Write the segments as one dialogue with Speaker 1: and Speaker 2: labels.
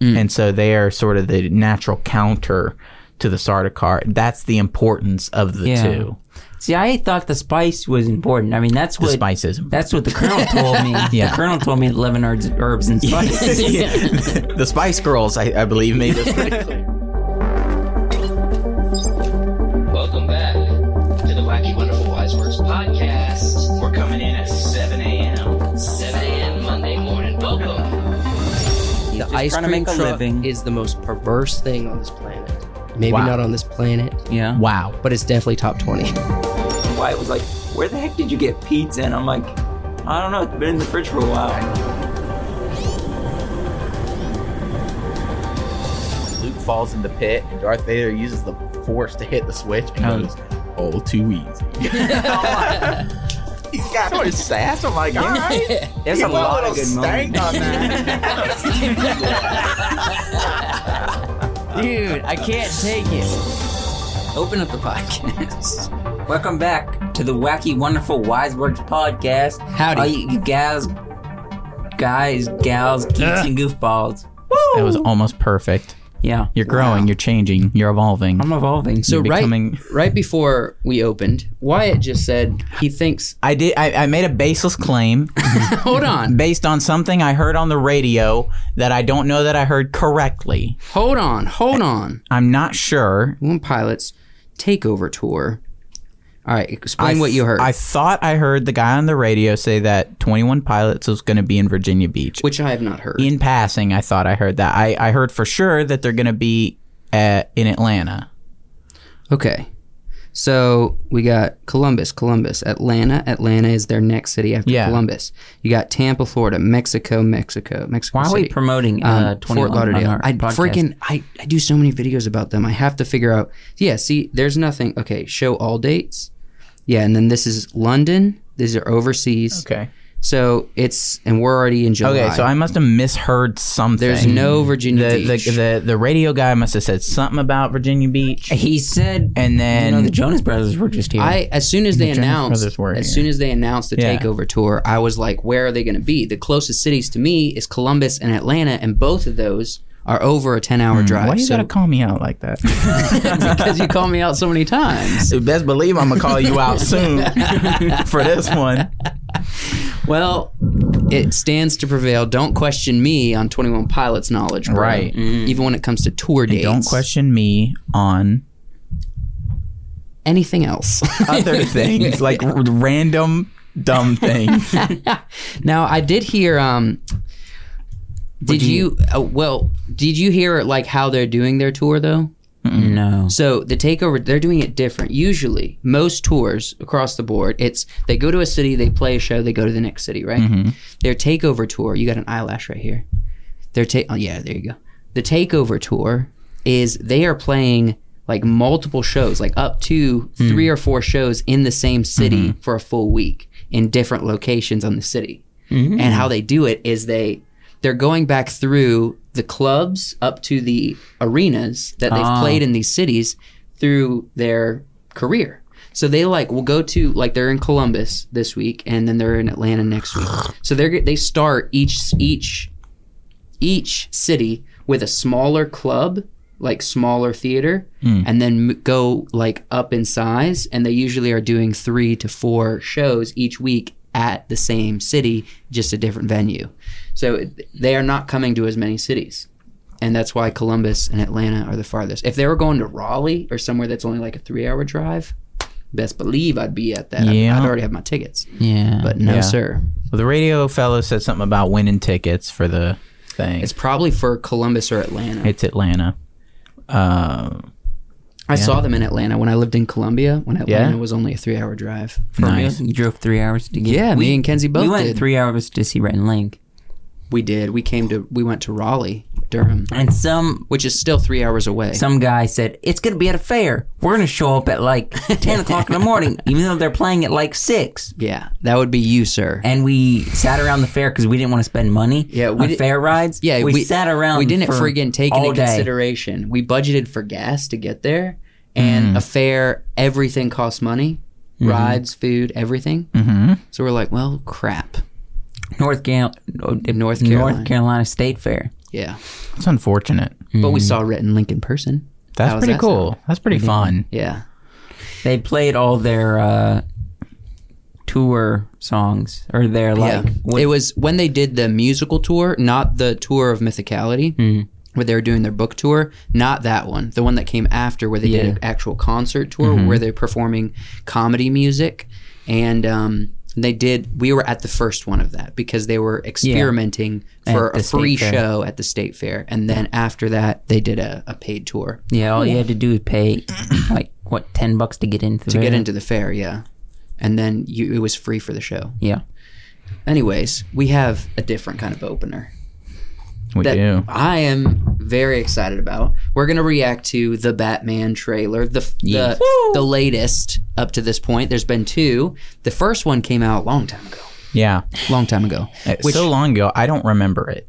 Speaker 1: Mm.
Speaker 2: and so they are sort of the natural counter to the Sardaukar. That's the importance of the
Speaker 1: Yeah.
Speaker 2: two.
Speaker 1: See, I thought the spice was important. I mean, that's
Speaker 2: The
Speaker 1: what
Speaker 2: spices,
Speaker 1: that's what the colonel told me.
Speaker 2: Yeah.
Speaker 1: The colonel told me eleven herbs, herbs and spices.
Speaker 2: the Spice Girls, I, I believe, made this pretty clear.
Speaker 3: Welcome back to the Wacky Wonderful Wise Words podcast. We're coming in at 7 a.m. 7 a.m. Monday morning. Welcome.
Speaker 4: The
Speaker 1: just
Speaker 4: ice
Speaker 1: trying to
Speaker 4: cream
Speaker 1: make a
Speaker 4: truck
Speaker 1: living.
Speaker 4: is the most perverse thing on this planet. Maybe
Speaker 2: Wow.
Speaker 4: not on this planet,
Speaker 1: Yeah.
Speaker 2: Wow.
Speaker 4: but it's definitely top 20.
Speaker 1: Wyatt was like, "Where the heck did you get pizza?" And I'm like, "I don't know. It's been in the fridge for a while."
Speaker 2: Luke falls in the pit, and Darth Vader uses the force to hit the switch and
Speaker 1: Oh.
Speaker 2: goes, all too easy. He's got more sass. I'm like, all right.
Speaker 1: There's a
Speaker 2: Give him
Speaker 1: lot
Speaker 2: little
Speaker 1: of good
Speaker 2: stank on
Speaker 1: moments.
Speaker 2: that.
Speaker 1: Dude, I can't take it. Open up the podcast. Welcome back to the Wacky Wonderful Wise Words podcast.
Speaker 4: Howdy.
Speaker 1: All you you guys, guys, gals, geeks, and goofballs.
Speaker 2: that was almost perfect.
Speaker 1: Yeah.
Speaker 2: You're growing, you're changing, you're evolving.
Speaker 1: I'm evolving.
Speaker 4: So
Speaker 2: You're
Speaker 4: right,
Speaker 2: becoming-
Speaker 4: right before we opened, Wyatt just said he thinks.
Speaker 2: I did. I, I made a baseless claim
Speaker 4: Hold on,
Speaker 2: based on something I heard on the radio that I don't know that I heard correctly.
Speaker 4: hold on, hold on.
Speaker 2: I'm not sure.
Speaker 4: One Pilots Takeover Tour. All right, explain
Speaker 2: I
Speaker 4: what you
Speaker 2: th-
Speaker 4: heard,
Speaker 2: I thought I heard the guy on the radio say that 21 Pilots was going to be in Virginia Beach.
Speaker 4: which I have not heard.
Speaker 2: In passing, I thought I heard that. I, I heard for sure that they're going to be at, in Atlanta.
Speaker 4: Okay. So we got Columbus, Columbus, Atlanta. Atlanta is their next city after
Speaker 2: Yeah.
Speaker 4: Columbus. You got Tampa, Florida, Mexico, Mexico, Mexico
Speaker 1: Why are we
Speaker 4: City.
Speaker 1: promoting
Speaker 4: Um,
Speaker 1: uh, 20
Speaker 4: Fort Lauderdale. I
Speaker 1: I freaking
Speaker 4: freaking I, I do so many videos about them. I have to figure out. Yeah, see, there's nothing. Okay, show all dates. Yeah, and then this is London. These are overseas.
Speaker 2: Okay.
Speaker 4: So it's and we're already in July.
Speaker 2: Okay, so I must have misheard something.
Speaker 4: there's no Virginia
Speaker 2: the, the,
Speaker 4: Beach.
Speaker 2: the, the radio guy must have said something about Virginia Beach.
Speaker 1: he said,
Speaker 2: And then
Speaker 1: you know, the Jonas Brothers were just here.
Speaker 4: I as soon as
Speaker 2: The
Speaker 4: they
Speaker 2: Jonas
Speaker 4: announced as
Speaker 2: Brothers were here.
Speaker 4: soon as they announced the
Speaker 2: Yeah.
Speaker 4: takeover tour, I was like, where are they going to be? The closest cities to me is Columbus and Atlanta, and both of those are over a ten hour drive.
Speaker 2: Hmm. Why you
Speaker 4: so,
Speaker 2: gotta call me out like that?
Speaker 4: because you called me out so many times.
Speaker 2: So best believe I'm gonna call you out soon for this one.
Speaker 4: Well, it stands to prevail. Don't question me on Twenty One Pilots knowledge, bro.
Speaker 2: Right.
Speaker 4: Even when it comes to tour dates,
Speaker 2: Don't question me on
Speaker 4: anything else.
Speaker 2: other things like r- random dumb things.
Speaker 4: Now I did hear. Um, did you, uh, well? Did you hear like how they're doing their tour though?
Speaker 1: no.
Speaker 4: So the takeover, they're doing it different. Usually, most tours across the board, it's they go to a city, they play a show, they go to the next city, right? Their takeover tour, you got an eyelash right here. Their take, oh yeah, there you go. The takeover tour is they are playing like multiple shows, like up to three or four shows in the same city for a full week in different locations on the city. And how they do it is they they're going back through the clubs up to the arenas that they've
Speaker 1: Ah.
Speaker 4: played in these cities through their career. So they like will go to like they're in Columbus this week and then they're in Atlanta next week. So they're g- they start each each each city with a smaller club, like smaller theater,
Speaker 2: Hmm.
Speaker 4: and then m- go like up in size. And they usually are doing three to four shows each week at the same city, just a different venue. So it- they are not coming to as many cities. And that's why Columbus and Atlanta are the farthest. If they were going to Raleigh or somewhere that's only like a three hour drive, best believe I'd be at that. I'd-
Speaker 2: Yeah.
Speaker 4: I'd already have my tickets.
Speaker 1: Yeah.
Speaker 4: But no,
Speaker 2: Yeah.
Speaker 4: sir.
Speaker 2: Well, the radio fellow said something about winning tickets for the thing.
Speaker 4: It's
Speaker 2: It's,
Speaker 4: probably for Columbus or Atlanta.
Speaker 2: Atlanta. Uh,
Speaker 4: I saw them in Atlanta when I lived in Columbia. When Atlanta
Speaker 2: Yeah?
Speaker 4: was only a three-hour drive.
Speaker 1: for real?
Speaker 2: nice.
Speaker 1: you drove three hours to get
Speaker 4: Yeah,
Speaker 1: we,
Speaker 4: me and Kenzie both
Speaker 1: We went
Speaker 4: did.
Speaker 1: three hours to see Rhett and Link.
Speaker 4: We did. We came to. We went to Raleigh, Durham,
Speaker 1: And some
Speaker 4: which is still three hours away.
Speaker 1: some guy said it's gonna be at a fair. We're gonna show up at like ten o'clock in the morning, even though they're playing at like six.
Speaker 4: yeah, that would be you, sir.
Speaker 1: And we sat around the fair because we didn't want to spend money.
Speaker 4: Yeah, we
Speaker 1: on
Speaker 4: di-
Speaker 1: fair rides.
Speaker 4: yeah,
Speaker 1: we, sat around.
Speaker 4: We didn't
Speaker 1: for
Speaker 4: friggin' take
Speaker 1: all
Speaker 4: into
Speaker 1: day.
Speaker 4: consideration. We budgeted for gas to get there, and
Speaker 1: Mm.
Speaker 4: a fare. Everything costs money.
Speaker 1: Mm-hmm.
Speaker 4: Rides, food, everything.
Speaker 2: hmm
Speaker 4: So we're like, well, crap.
Speaker 1: North Gal-
Speaker 4: North
Speaker 1: North
Speaker 4: Carolina.
Speaker 1: Carolina State Fair.
Speaker 4: Yeah.
Speaker 2: It's unfortunate.
Speaker 4: But
Speaker 1: Mm.
Speaker 4: we saw Rhett and Link in person.
Speaker 2: That's
Speaker 4: How does
Speaker 2: pretty
Speaker 4: that
Speaker 2: cool. That's pretty fun.
Speaker 4: Yeah.
Speaker 1: They played all their uh, tour songs or their like.
Speaker 4: yeah. it was when they did the musical tour, not the tour of Mythicality,
Speaker 1: Mm-hmm.
Speaker 4: where they were doing their book tour. Not that one, the one that came after, where they did
Speaker 1: Yeah. Mm-hmm.
Speaker 4: an actual concert tour, where they're performing comedy music, and um, they did. We were at the first one of that because they were experimenting
Speaker 1: At
Speaker 4: for
Speaker 1: the
Speaker 4: a free
Speaker 1: state fair.
Speaker 4: show at the state fair, and then after that, they did a, a paid tour
Speaker 1: Yeah, all you had to do is pay like what ten bucks to get into
Speaker 4: to get into the fair. Yeah, and then you, it was free for the show.
Speaker 1: Yeah,
Speaker 4: Anyways, we have a different kind of opener.
Speaker 2: We
Speaker 4: that
Speaker 2: do.
Speaker 4: I am very excited about. We're gonna react to the Batman trailer, the f the, the latest up to this point. There's been two. The first one came out a long time ago.
Speaker 2: Yeah.
Speaker 4: Long time ago.
Speaker 2: It's
Speaker 4: Which
Speaker 2: so long ago, I don't remember it.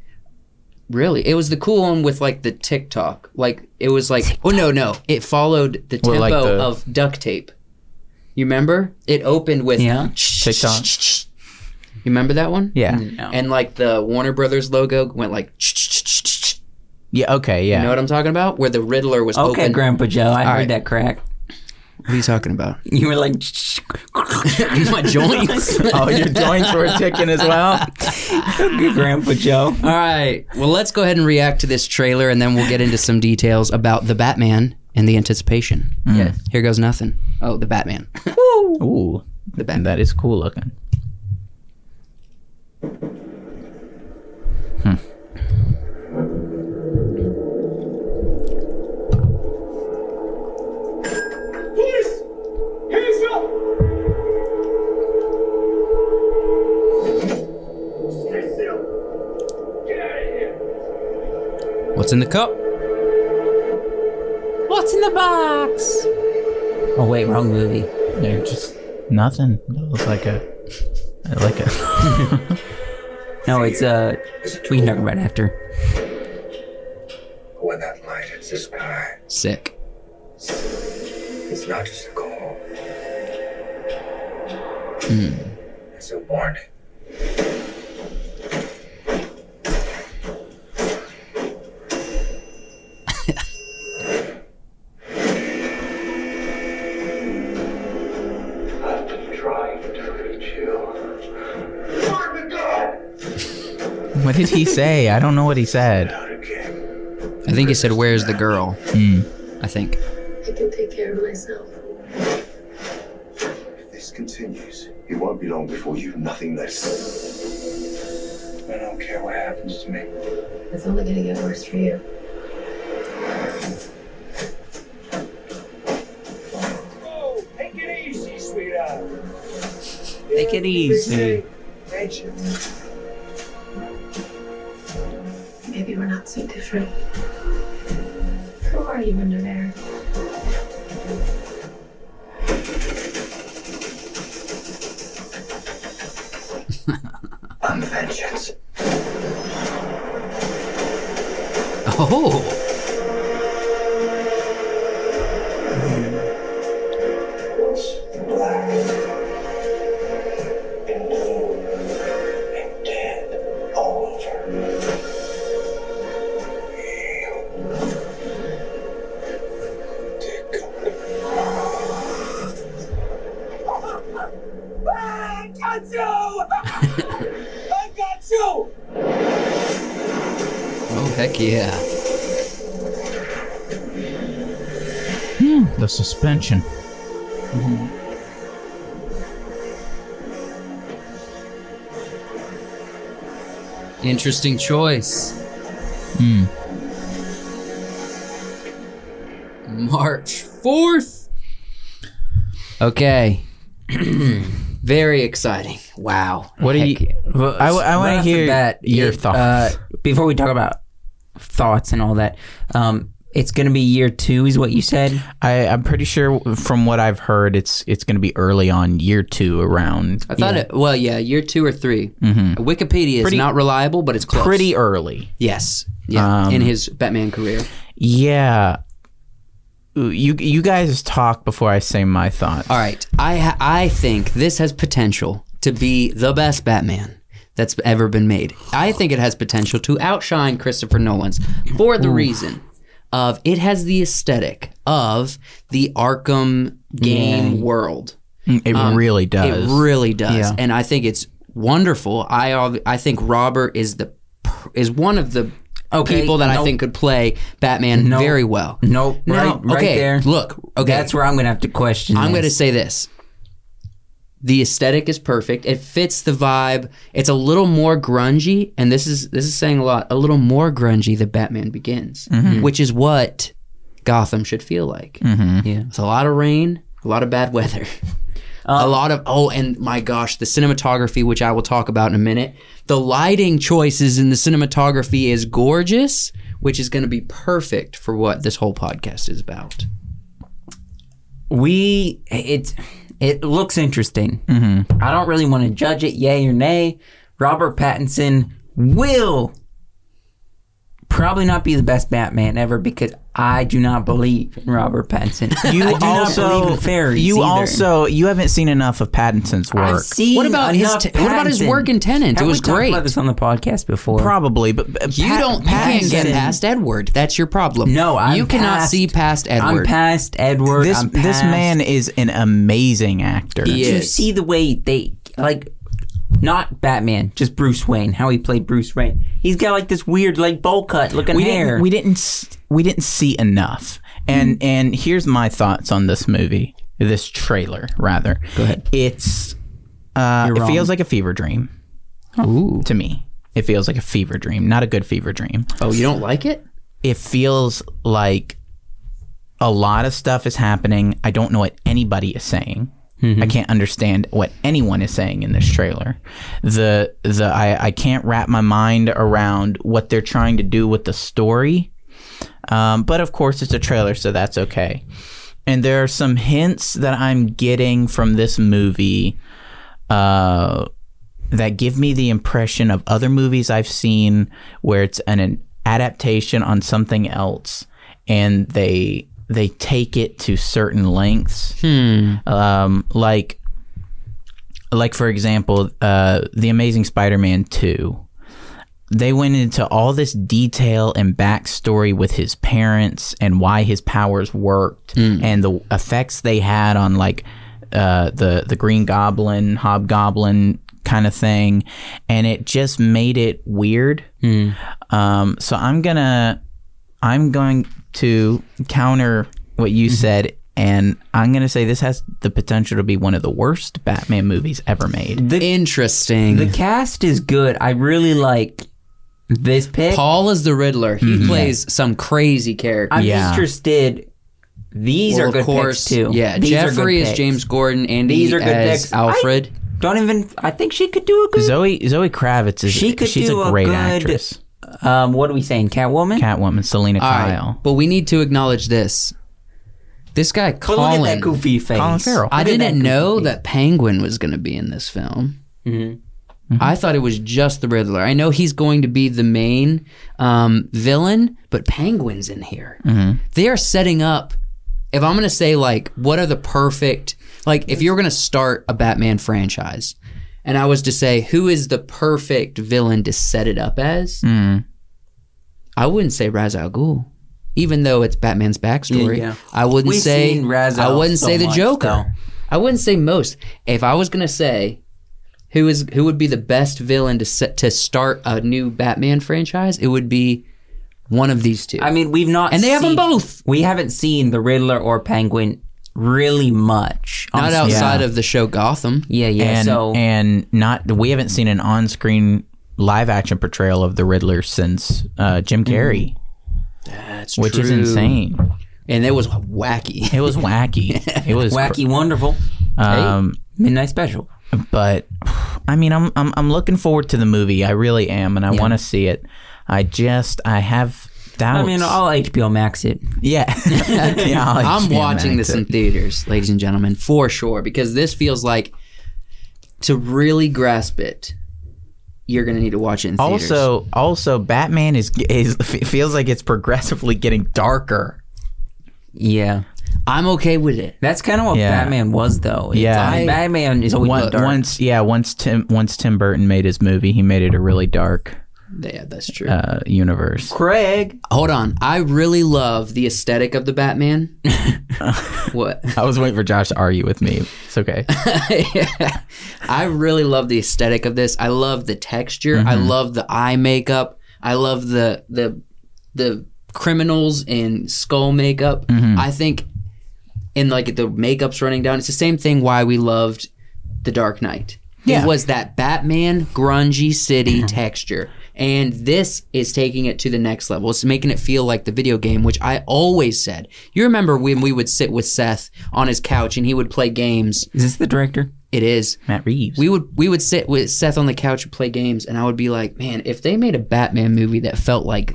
Speaker 4: really, it was the cool one with like the TikTok. Like it was like oh no no, it followed the
Speaker 2: Well,
Speaker 4: tempo
Speaker 2: like the-
Speaker 4: of duct tape. You remember? It opened with
Speaker 1: Yeah.
Speaker 2: TikTok.
Speaker 4: You remember that one?
Speaker 2: Yeah.
Speaker 1: No.
Speaker 4: And like the Warner Brothers logo went like,
Speaker 2: Yeah. Okay. Yeah.
Speaker 4: you know what I'm talking about? Where the Riddler was
Speaker 1: okay,
Speaker 4: open.
Speaker 1: Grandpa Joe, I heard
Speaker 4: right.
Speaker 1: that crack.
Speaker 4: What are you talking about?
Speaker 1: You were like,
Speaker 4: My joints.
Speaker 2: oh, your joints were ticking as well.
Speaker 1: Good Grandpa Joe.
Speaker 4: All right. Well, let's go ahead and react to this trailer, and then we'll get into some details about the Batman and the anticipation.
Speaker 1: Yes.
Speaker 4: Here goes nothing. Oh, the Batman.
Speaker 2: Ooh,
Speaker 4: the
Speaker 2: and
Speaker 4: Batman.
Speaker 2: that is cool looking.
Speaker 5: Police! Hands up! Stay still! Get out of here!
Speaker 4: What's in the cup?
Speaker 1: What's in the box? Oh wait, wrong movie.
Speaker 2: They're just nothing. It looks like a like a
Speaker 1: No, it's uh, we can talk about it after.
Speaker 6: When that light hits the sky,
Speaker 4: Sick.
Speaker 6: it's not just a call. It's a warning. I've been trying to reach you. Where to go?
Speaker 2: What did he say? I don't know what he said.
Speaker 6: Not again.
Speaker 4: I think he said, "Where's the girl?"
Speaker 2: Hmm.
Speaker 4: I think.
Speaker 7: I can take care of myself.
Speaker 6: If this continues, it won't be long before you've nothing left. I don't care what happens to me.
Speaker 7: It's only gonna get worse for you.
Speaker 5: Oh, take it easy, sweetheart.
Speaker 1: Take it easy.
Speaker 5: Nature.
Speaker 7: Maybe we're not so different. Who are you under there?
Speaker 6: I'm vengeance.
Speaker 4: Oh,
Speaker 6: black and blue and dead all over. You take comfort.
Speaker 5: I got you! I got you!
Speaker 4: oh heck yeah!
Speaker 2: The suspension.
Speaker 4: Interesting choice.
Speaker 2: Hmm.
Speaker 4: March 4th. Okay. Very exciting. Wow.
Speaker 2: What do you? I, I want to hear your thoughts.
Speaker 1: uh, before we talk about thoughts and all that. Um, it's gonna be year two, is what you said.
Speaker 2: I, I'm pretty sure from what I've heard, it's it's going to be early on year two around.
Speaker 4: I thought it, well, yeah, year two or 3 Wikipedia is
Speaker 2: Mm-hmm. Pretty-
Speaker 4: not reliable, but it's close.
Speaker 2: pretty early.
Speaker 4: Yes. Yeah.
Speaker 2: Um,
Speaker 4: in his Batman career.
Speaker 2: Yeah. Ooh, You you guys talk before I say my thoughts.
Speaker 4: All right. I, ha- I think this has potential to be the best Batman that's ever been made. I think it has potential to outshine Christopher Nolan's for the reason of it has the aesthetic of the Arkham game world.
Speaker 2: Um, It really does.
Speaker 4: It really does,
Speaker 2: Yeah.
Speaker 4: and I think it's wonderful. I ob- I think Robert is the per- is one of the
Speaker 1: Okay,
Speaker 4: people that I
Speaker 1: no.
Speaker 4: think could play Batman
Speaker 1: No.
Speaker 4: very well.
Speaker 1: Nope.
Speaker 4: No,
Speaker 1: right, right
Speaker 4: okay,
Speaker 1: there.
Speaker 4: Look, okay,
Speaker 1: That's where I'm gonna have to question.
Speaker 4: I'm going to
Speaker 1: this.
Speaker 4: say this. The aesthetic is perfect. It fits the vibe. It's a little more grungy, and this is this is saying a lot. A little more grungy than Batman Begins, which is what Gotham should feel like.
Speaker 2: Mhm.
Speaker 4: Yeah, it's a lot of rain, a lot of bad weather, a lot of oh, and my gosh, the cinematography, which I will talk about in a minute. The lighting choices in the cinematography is gorgeous, which is going to be perfect for what this whole podcast is about.
Speaker 1: we it it looks interesting.
Speaker 2: Mhm.
Speaker 4: Mm-hmm.
Speaker 1: I don't really want to judge it, yay or nay. Robert Pattinson will probably not be the best Batman ever because I do not believe in Robert Pattinson.
Speaker 2: You
Speaker 1: I do not
Speaker 2: also
Speaker 1: believe in fairies.
Speaker 2: you
Speaker 1: either.
Speaker 2: also you haven't seen enough of Pattinson's work.
Speaker 1: I've seen
Speaker 4: What about his
Speaker 1: enough
Speaker 4: t- what about his
Speaker 1: Pattinson.
Speaker 4: work in Tenant? It
Speaker 1: Haven't
Speaker 4: was
Speaker 1: we talked
Speaker 4: great.
Speaker 1: about this on the podcast before.
Speaker 2: Probably, but, but
Speaker 4: You
Speaker 2: Pat-
Speaker 4: don't. You can't get
Speaker 1: Pattinson-
Speaker 4: past Edward. That's your problem.
Speaker 1: No, I'm
Speaker 4: you cannot
Speaker 1: past-
Speaker 4: see past
Speaker 1: I'm
Speaker 4: Edward.
Speaker 1: past Edward.
Speaker 2: this
Speaker 1: I'm
Speaker 2: this
Speaker 1: past-
Speaker 2: man is an amazing actor.
Speaker 4: He
Speaker 1: Do you
Speaker 4: is.
Speaker 1: see the way they like not Batman, just Bruce Wayne, how he played Bruce Wayne. He's got like this weird like bowl cut looking
Speaker 2: we
Speaker 1: hair.
Speaker 2: didn't we didn't s- we didn't see enough. And and here's my thoughts on this movie, this trailer rather. Go
Speaker 1: ahead.
Speaker 2: It's uh,
Speaker 1: You're
Speaker 2: it
Speaker 1: wrong.
Speaker 2: feels like a fever dream
Speaker 4: Ooh.
Speaker 2: to me. It feels like a fever dream, not a good fever dream.
Speaker 4: Oh, you don't like it?
Speaker 2: it feels like a lot of stuff is happening. I don't know what anybody is saying. I can't understand what anyone is saying in this trailer. The the I, I can't wrap my mind around what they're trying to do with the story. Um, but of course, it's a trailer, so that's okay. And there are some hints that I'm getting from this movie uh, that give me the impression of other movies I've seen where it's an, an adaptation on something else, and they they take it to certain lengths. Um, like like for example, uh, the Amazing Spider-Man two. They went into all this detail and backstory with his parents and why his powers worked
Speaker 1: Mm.
Speaker 2: and the effects they had on like uh, the the Green Goblin, Hobgoblin kind of thing, and it just made it weird.
Speaker 1: Mm.
Speaker 2: Um, so I'm gonna I'm going to counter what
Speaker 1: Mm-hmm.
Speaker 2: you said. And I'm gonna say this has the potential to be one of the worst Batman movies ever made.
Speaker 1: Mm.
Speaker 4: Interesting.
Speaker 1: the cast is good. I really like this pick.
Speaker 4: Paul is the Riddler. He
Speaker 1: Mhm.
Speaker 4: plays some crazy character.
Speaker 1: I'm
Speaker 2: Yeah.
Speaker 1: interested. Uh, These
Speaker 4: Well,
Speaker 1: are good picks too.
Speaker 4: Yeah,
Speaker 1: These are good
Speaker 4: Jeffrey is
Speaker 1: picks.
Speaker 4: James Gordon. Andy
Speaker 1: These are good
Speaker 4: as
Speaker 1: picks. I-
Speaker 4: Alfred.
Speaker 1: Don't even. I think she could do a good.
Speaker 2: Zoe Zoe Kravitz is
Speaker 1: She could
Speaker 2: she's
Speaker 1: do
Speaker 2: a
Speaker 1: a
Speaker 2: great
Speaker 1: good-
Speaker 2: actress.
Speaker 1: um, what are we saying? Catwoman.
Speaker 2: Catwoman, Selena
Speaker 4: All right,
Speaker 2: Kyle,
Speaker 4: but we need to acknowledge this. This guy
Speaker 1: but
Speaker 4: Colin.
Speaker 1: look at that goofy face.
Speaker 2: Colin Farrell.
Speaker 4: I
Speaker 1: Look at that
Speaker 4: didn't
Speaker 1: goofy
Speaker 4: know
Speaker 1: face.
Speaker 4: that Penguin was going to be in this film.
Speaker 1: Mhm.
Speaker 4: I thought it was just the Riddler. I know he's going to be the main um, villain, but Penguin's in here. They are setting up. If I'm going to say like, what are the perfect like? If you're going to start a Batman franchise, and I was to say who is the perfect villain to set it up as,
Speaker 2: Mm.
Speaker 4: I wouldn't say Ra's al Ghul, even though it's Batman's backstory.
Speaker 1: Yeah, yeah.
Speaker 4: I wouldn't
Speaker 1: We've
Speaker 4: say
Speaker 1: seen Ra's
Speaker 4: I
Speaker 1: al
Speaker 4: wouldn't
Speaker 1: so
Speaker 4: say the
Speaker 1: much,
Speaker 4: Joker.
Speaker 1: though.
Speaker 4: I wouldn't say most. If I was gonna say who is who would be the best villain to set to start a new Batman franchise, it would be one of these two.
Speaker 1: I mean, we've not.
Speaker 4: and they have them
Speaker 1: seen-
Speaker 4: both.
Speaker 1: We haven't seen the Riddler or Penguin really much.
Speaker 4: Not
Speaker 1: honestly.
Speaker 4: outside of the show Gotham.
Speaker 1: Yeah, yeah.
Speaker 2: and
Speaker 1: so
Speaker 2: and not we haven't seen an on-screen live action portrayal of the Riddler since uh, Jim
Speaker 4: Mm-hmm.
Speaker 2: Carrey,
Speaker 4: That's
Speaker 2: which is insane.
Speaker 4: And it was wacky.
Speaker 2: It was wacky. it was
Speaker 1: wacky, wonderful
Speaker 2: cr- Um,
Speaker 1: midnight special.
Speaker 2: but I mean, I'm, I'm I'm looking forward to the movie. I really am, and I want to see it. I just I have doubts.
Speaker 1: I mean, I'll HBO Max it.
Speaker 2: yeah, yeah. I'll
Speaker 4: I'm
Speaker 2: HBO
Speaker 4: watching
Speaker 2: Max
Speaker 4: this in
Speaker 2: it.
Speaker 4: theaters, ladies and gentlemen, for sure, because this feels like to really grasp it, you're gonna need to watch it in theaters.
Speaker 2: Also, also, Batman is is feels like it's progressively getting darker.
Speaker 1: Yeah,
Speaker 4: I'm okay with it.
Speaker 1: That's kind of what
Speaker 2: Yeah.
Speaker 1: Batman was, though. It's-
Speaker 2: Yeah.
Speaker 1: I mean,
Speaker 2: I-
Speaker 1: Batman
Speaker 4: Oh,
Speaker 1: is always
Speaker 2: One,
Speaker 1: been dark.
Speaker 2: once, yeah, once Tim, once Tim Burton made his movie, he made it a really dark
Speaker 4: Yeah, that's true.
Speaker 2: uh, universe.
Speaker 1: Craig,
Speaker 4: Hold on. I really love the aesthetic of the Batman. what?
Speaker 2: I was waiting for Josh to argue with me. It's okay.
Speaker 4: yeah. I really love the aesthetic of this. I love the texture. I love the eye makeup. I love the the the criminals in skull makeup. I think and like the makeup's running down. It's the same thing why we loved The Dark Knight.
Speaker 2: Yeah.
Speaker 4: It was that Batman grungy city texture. And this is taking it to the next level. It's making it feel like the video game, which I always said. You remember when we would sit with Seth on his couch and he would play games
Speaker 1: is this the director?
Speaker 4: it is.
Speaker 2: Matt Reeves.
Speaker 4: We would we would sit with Seth on the couch and play games, and I would be like, "Man, if they made a Batman movie that felt like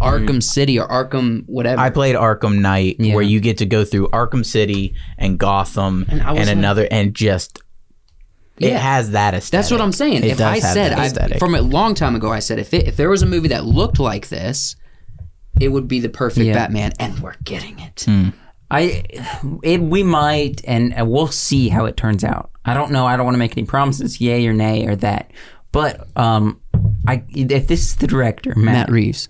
Speaker 4: Arkham City or Arkham whatever,
Speaker 2: Mm. I played Arkham Knight,
Speaker 4: Yeah.
Speaker 2: where you get to go through Arkham City and Gotham and,
Speaker 4: And I was like-
Speaker 2: another, and just it
Speaker 4: Yeah.
Speaker 2: has that aesthetic.
Speaker 4: that's what I'm saying."
Speaker 2: It
Speaker 4: if
Speaker 2: does
Speaker 4: I
Speaker 2: have
Speaker 4: said
Speaker 2: that
Speaker 4: I,
Speaker 2: aesthetic.
Speaker 4: from a long time ago, I said if it, if there was a movie that looked like this, it would be the perfect
Speaker 1: Yeah.
Speaker 4: Batman, and we're getting it.
Speaker 2: Hmm.
Speaker 1: I, it, we might, and uh, we'll see how it turns out. I don't know. I don't want to make any promises, yay or nay or that. But um, I if this is the director, Matt,
Speaker 4: Matt Reeves.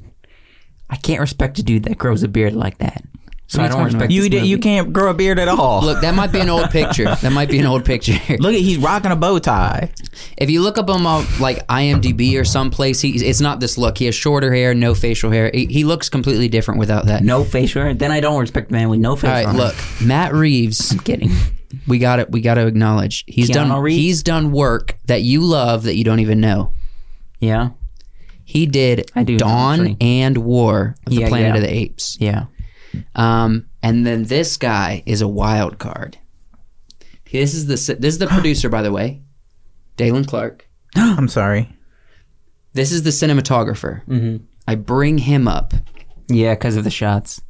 Speaker 1: I can't respect a dude that grows a beard like that. So I
Speaker 4: What are
Speaker 1: don't
Speaker 4: you talking
Speaker 1: respect
Speaker 4: about?
Speaker 2: You
Speaker 1: this
Speaker 2: d- you
Speaker 1: movie.
Speaker 2: can't grow a beard at all.
Speaker 4: Look, that might be an old picture. That might be an old picture.
Speaker 2: Look at he's rocking a bow tie.
Speaker 4: If you look up him on like IMDb or someplace, he it's not this look. He has shorter hair, no facial hair. He, he looks completely different without that.
Speaker 1: no facial hair. Then I don't respect a man with no facial
Speaker 4: All right,
Speaker 1: hair.
Speaker 4: look, Matt Reeves.
Speaker 1: I'm kidding.
Speaker 4: We got it. We got to acknowledge he's
Speaker 1: Keanu
Speaker 4: done.
Speaker 1: Reeves?
Speaker 4: He's done work that you love that you don't even know.
Speaker 1: Yeah,
Speaker 4: He did
Speaker 1: I do know,
Speaker 4: Dawn
Speaker 1: actually.
Speaker 4: and War of
Speaker 1: Yeah,
Speaker 4: the Planet
Speaker 1: yeah.
Speaker 4: of the Apes.
Speaker 1: yeah.
Speaker 4: Um, and then this guy is a wild card. This is the s- this is the producer, by the way, Dalen Clark.
Speaker 2: I'm sorry.
Speaker 4: This is the cinematographer.
Speaker 1: Mhm.
Speaker 4: I bring him up.
Speaker 1: Yeah, because of the shots.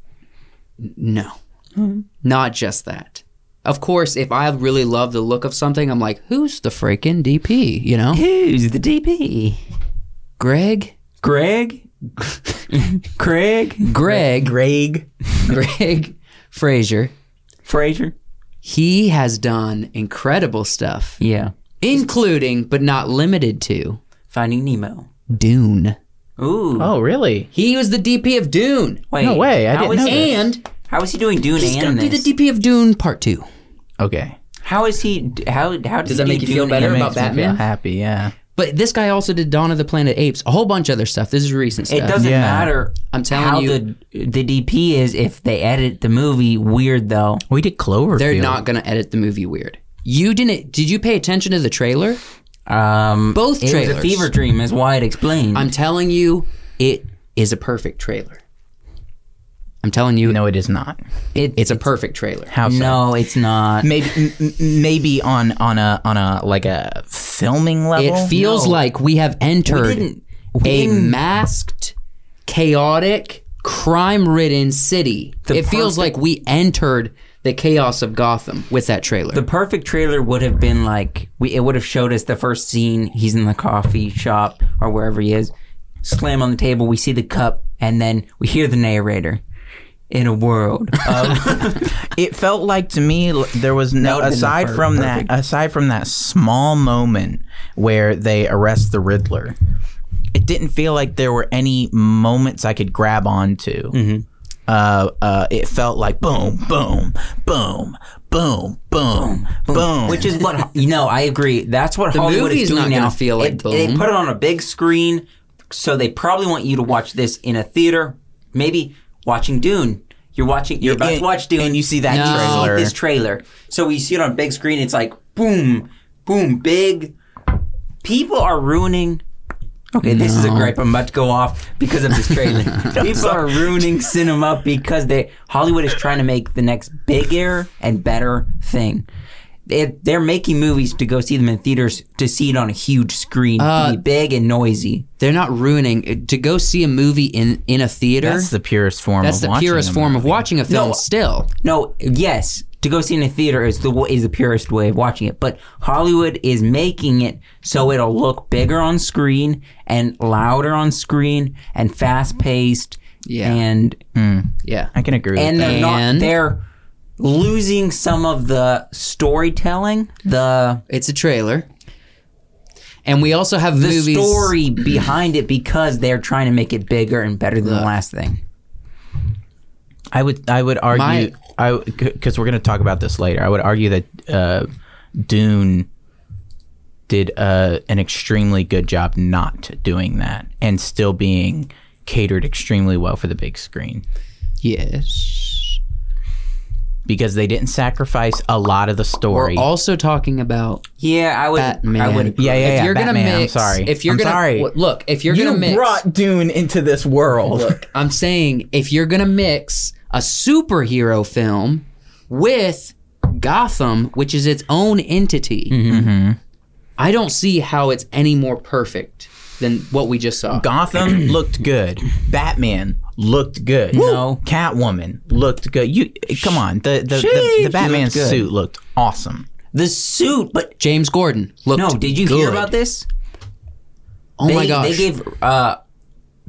Speaker 4: No,
Speaker 1: Hmm.
Speaker 4: not just that. Of course, if I really love the look of something, I'm like, who's the freaking DP? You know,
Speaker 1: Who's the DP?
Speaker 4: Greg.
Speaker 1: Greg? Craig?
Speaker 4: Greg,
Speaker 2: Greg.
Speaker 4: Greg Fraser,
Speaker 1: Fraser?
Speaker 4: he has done incredible stuff,
Speaker 1: Yeah.
Speaker 4: including but not limited to
Speaker 1: Finding Nemo.
Speaker 4: Dune.
Speaker 1: Ooh.
Speaker 2: Oh really?
Speaker 4: He was the DP of Dune,
Speaker 1: wait.
Speaker 2: no way, I
Speaker 1: how
Speaker 2: didn't
Speaker 1: is
Speaker 2: know
Speaker 1: he,
Speaker 2: this.
Speaker 4: and
Speaker 1: How is he doing Dune
Speaker 4: he's going
Speaker 1: and
Speaker 4: to be
Speaker 1: this?
Speaker 4: the DP of Dune Part Two.
Speaker 2: Okay.
Speaker 1: how is he? How how does,
Speaker 4: that
Speaker 1: he
Speaker 4: make
Speaker 1: do
Speaker 4: you feel
Speaker 1: Dune
Speaker 4: better
Speaker 1: and-
Speaker 2: It
Speaker 4: about
Speaker 2: makes me feel
Speaker 4: Batman?
Speaker 2: Happy, yeah.
Speaker 4: But this guy also did Dawn of the Planet Apes, a whole bunch of other stuff. This is recent
Speaker 1: It
Speaker 4: stuff.
Speaker 1: doesn't
Speaker 2: Yeah.
Speaker 1: matter.
Speaker 4: I'm telling
Speaker 1: how
Speaker 4: you-
Speaker 1: the the DP is if they edit the movie. Weird though.
Speaker 2: We did Cloverfield.
Speaker 4: They're not going to edit the movie weird. You didn't? Did you pay attention to the trailer?
Speaker 1: Um,
Speaker 4: Both
Speaker 1: it was
Speaker 4: trailers.
Speaker 1: a fever dream, is why it explained.
Speaker 4: I'm telling you, it is a perfect trailer. I'm telling you,
Speaker 2: No, it is not.
Speaker 1: It-
Speaker 4: it's a perfect trailer.
Speaker 2: How so?
Speaker 1: no, it's not.
Speaker 2: Maybe m- m- maybe on on a on a like a filming level.
Speaker 4: It feels
Speaker 1: no.
Speaker 4: like we have
Speaker 1: We
Speaker 4: entered
Speaker 1: didn't.
Speaker 4: a
Speaker 1: didn't-
Speaker 4: masked, chaotic, crime-ridden city.
Speaker 1: The
Speaker 4: it feels like we entered the chaos of Gotham with that trailer.
Speaker 1: The perfect trailer would have been like we, it would have showed us the first scene. He's in the coffee shop or wherever he is. Slam on the table. We see the cup, and then we hear the narrator. In a world of
Speaker 2: it felt like to me l- there was no
Speaker 1: That would've been the
Speaker 2: aside
Speaker 1: fir-
Speaker 2: from
Speaker 1: perfect.
Speaker 2: that aside from that small moment where they arrest the Riddler. It didn't feel like there were any moments I could grab onto.
Speaker 1: Mm-hmm.
Speaker 2: Uh, uh, it felt like boom, boom, boom, boom, boom, boom.
Speaker 1: which is what you know. I agree. That's what Hollywood
Speaker 4: movie's
Speaker 1: is doing
Speaker 4: not gonna
Speaker 1: now.
Speaker 4: feel like
Speaker 1: It- they
Speaker 4: boom.
Speaker 1: put it on a big screen, so they probably want you to watch this in a theater. Maybe watching Dune. You're watching. You're about
Speaker 2: And-
Speaker 1: to watch Dune,
Speaker 2: and you see that
Speaker 1: and you see
Speaker 2: trailer.
Speaker 1: this trailer. So we see it on a big screen. It's like boom, boom, big. People are ruining. Okay, this is a gripe I'm about to go off because of this trailer. People are ruining cinema because they Hollywood is trying to make the next bigger and better thing. They- They're making movies to go see them in theaters to see it on a huge screen,
Speaker 4: Uh,
Speaker 1: to be big and noisy.
Speaker 4: They're not ruining uh, to go see a movie in in a theater.
Speaker 2: that's the purest form.
Speaker 4: that's
Speaker 2: of
Speaker 4: the
Speaker 2: watching
Speaker 4: purest
Speaker 2: them.
Speaker 4: form of watching a film.
Speaker 1: No.
Speaker 4: Still,
Speaker 1: No, yes, to go see in a theater is the is the purest way of watching it. But Hollywood is making it so it'll look bigger on screen and louder on screen and fast paced
Speaker 4: Yeah.
Speaker 1: and
Speaker 4: yeah.
Speaker 2: I can agree. with
Speaker 1: and
Speaker 2: that.
Speaker 1: they're not
Speaker 4: And-
Speaker 1: they're losing some of the storytelling, the
Speaker 4: It's a trailer. And we also have
Speaker 1: the
Speaker 4: movies.
Speaker 1: story behind it because they're trying to make it bigger and better than the
Speaker 4: Look.
Speaker 1: last thing.
Speaker 2: I would I would argue I because we're going to talk about this later. I would argue that uh, Dune did uh, an extremely good job not doing that and still being catered extremely well for the big screen
Speaker 4: Yes.
Speaker 2: because they didn't sacrifice a lot of the
Speaker 4: We're
Speaker 2: story.
Speaker 4: also talking about
Speaker 1: Yeah, I would.
Speaker 4: Batman.
Speaker 1: I would.
Speaker 2: yeah, yeah,
Speaker 4: if
Speaker 2: yeah.
Speaker 4: you're
Speaker 2: Batman,
Speaker 4: gonna
Speaker 2: I'm
Speaker 4: mix,
Speaker 2: sorry.
Speaker 4: If you're
Speaker 2: I'm
Speaker 4: gonna
Speaker 2: sorry.
Speaker 4: w- look, if you're gonna mix,
Speaker 2: Dune into this world.
Speaker 4: look, I'm saying if you're gonna mix a superhero film with Gotham, which is its own entity,
Speaker 1: Mm-hmm.
Speaker 4: I don't see how it's any more perfect than what we just saw.
Speaker 2: Gotham looked good. Batman looked good. No, Catwoman looked good. You come on. The the, the, the Batman
Speaker 1: looked good.
Speaker 2: suit looked awesome.
Speaker 1: The suit, but
Speaker 4: James Gordon looked
Speaker 1: no, did you hear
Speaker 4: good.
Speaker 1: about this?
Speaker 4: Oh
Speaker 1: they,
Speaker 4: my gosh!
Speaker 1: They gave uh,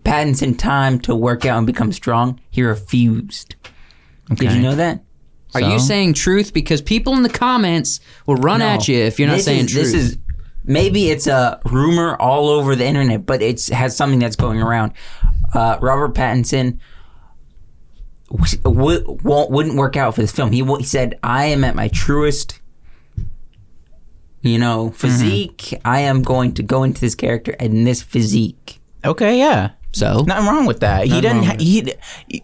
Speaker 1: Pattinson time to work out and become strong. He refused. Did
Speaker 2: Okay.
Speaker 1: you know that?
Speaker 4: Are you
Speaker 2: So?
Speaker 4: saying truth? Because people in the comments will run at you if you're not
Speaker 1: Oh. This
Speaker 4: saying
Speaker 1: is,
Speaker 4: truth.
Speaker 1: This is maybe it's a rumor all over the internet, but it's has something that's going around. Uh, Robert Pattinson w- w- won't, wouldn't work out for this film. He, w- he said, "I am at my truest." You know,
Speaker 4: Mm-hmm.
Speaker 1: physique. I am going to go into this character and this physique.
Speaker 2: Okay, yeah.
Speaker 4: so.
Speaker 2: Nothing wrong with that. he didn't.
Speaker 1: wrong
Speaker 2: Ha- he,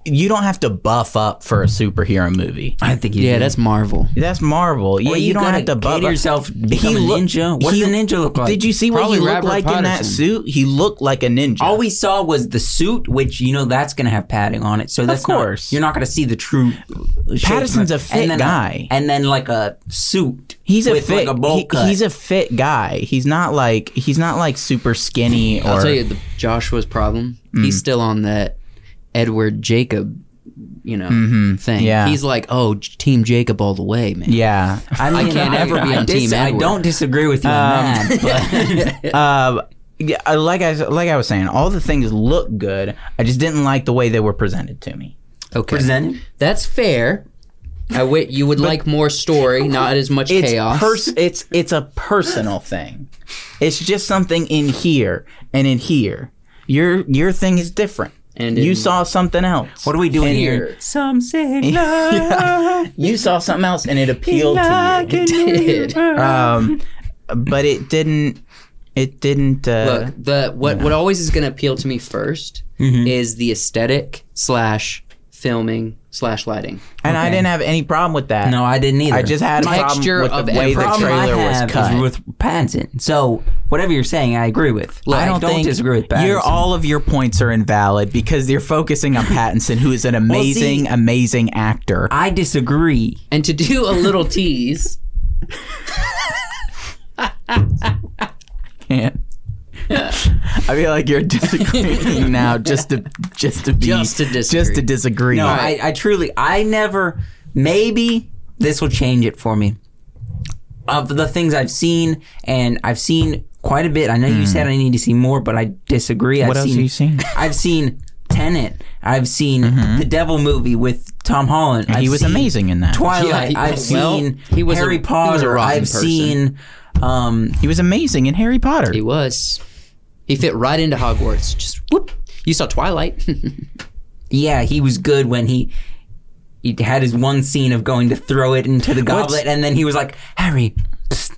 Speaker 2: you don't have to buff up for a superhero movie.
Speaker 1: I think
Speaker 4: yeah, that's Marvel.
Speaker 2: That's Marvel. Yeah,
Speaker 1: Well,
Speaker 2: you,
Speaker 1: you
Speaker 2: don't
Speaker 1: gotta
Speaker 2: have to buff
Speaker 1: cater
Speaker 2: up.
Speaker 1: yourself to become a ninja. What does a ninja look like?
Speaker 2: Did you see what
Speaker 4: Probably
Speaker 2: he looked
Speaker 4: Robert
Speaker 2: like in that
Speaker 4: Pattinson.
Speaker 2: suit? He looked like a ninja.
Speaker 1: All we saw was the suit, which you know that's going to have padding on it. So that's not-
Speaker 2: course.
Speaker 1: you're not going to see the true. shape.
Speaker 2: Patterson's a fit
Speaker 1: and then
Speaker 2: guy.
Speaker 1: and then like a suit.
Speaker 2: He's a
Speaker 1: with,
Speaker 2: fit.
Speaker 1: Like a bowl
Speaker 2: he-
Speaker 1: cut.
Speaker 2: he's a fit guy. He's not like he's not like super skinny or. Mm-hmm.
Speaker 4: I'll tell you the Joshua's problem. He's still on that Edward Jacob, you know, thing.
Speaker 2: Mm-hmm. yeah.
Speaker 4: He's like, oh, J- Team Jacob all the way, man.
Speaker 2: yeah,
Speaker 1: I, mean,
Speaker 4: can't ever be on Team
Speaker 1: I
Speaker 4: Edward.
Speaker 1: don't disagree with you on that, but
Speaker 2: Um, yeah, I- like I like I was saying, all the things look good. I just didn't like the way they were presented to me.
Speaker 4: Okay.
Speaker 1: presented.
Speaker 4: That's fair. I w- you would like more story, not as much
Speaker 2: It's
Speaker 4: chaos.
Speaker 2: pers- it's it's a personal thing. It's just something in here and in here. Your your thing is different.
Speaker 4: And
Speaker 2: you
Speaker 4: in-
Speaker 2: saw something else.
Speaker 1: What are we doing
Speaker 2: And
Speaker 1: here? Some say
Speaker 2: Yeah. You saw something else and it appealed to you.
Speaker 4: did.
Speaker 1: Uh,
Speaker 2: Um, but it didn't. It didn't. Uh,
Speaker 4: Look, the what what always is going to appeal to me 1st
Speaker 2: Mm-hmm.
Speaker 4: is the aesthetic slash filming slash lighting.
Speaker 2: and I didn't have any problem with that.
Speaker 1: No, I didn't either.
Speaker 2: I just had a
Speaker 4: Texture
Speaker 2: problem with
Speaker 4: of
Speaker 2: the way the
Speaker 4: everything.
Speaker 2: trailer was cut.
Speaker 1: with Pattinson. So whatever you're saying, I agree with. I don't, disagree with Pattinson.
Speaker 2: your all of your points are invalid because you're focusing on Pattinson, who is an amazing, amazing actor.
Speaker 1: I disagree.
Speaker 4: And to do a little tease,
Speaker 2: can't. I feel like you're disagreeing now, just to just to be
Speaker 4: Just to disagree.
Speaker 2: just to disagree.
Speaker 1: No, I, I truly, I never. Maybe this will change it for me. Of the things I've seen, and I've seen quite a bit. I know
Speaker 4: Hmm.
Speaker 1: you said I need to see more, but I disagree.
Speaker 2: What
Speaker 1: I've
Speaker 2: else
Speaker 1: seen,
Speaker 2: have you seen?
Speaker 1: I've seen Tenet. I've seen
Speaker 4: Mm-hmm.
Speaker 1: the Devil movie with Tom Holland.
Speaker 2: he
Speaker 1: I've
Speaker 2: was
Speaker 1: seen
Speaker 2: amazing in that.
Speaker 1: Twilight.
Speaker 4: Yeah, he-
Speaker 1: I've
Speaker 4: well,
Speaker 1: seen
Speaker 4: he was a-
Speaker 1: Harry
Speaker 4: he was a
Speaker 1: Potter.
Speaker 4: rotten
Speaker 1: I've
Speaker 4: person.
Speaker 1: seen. Um,
Speaker 2: He was amazing in Harry Potter.
Speaker 4: He was. He fit right into Hogwarts. Just whoop. You saw Twilight.
Speaker 1: yeah, he was good when he. He had his one scene of going to throw it into the goblet, and then he was like, "Harry, psst."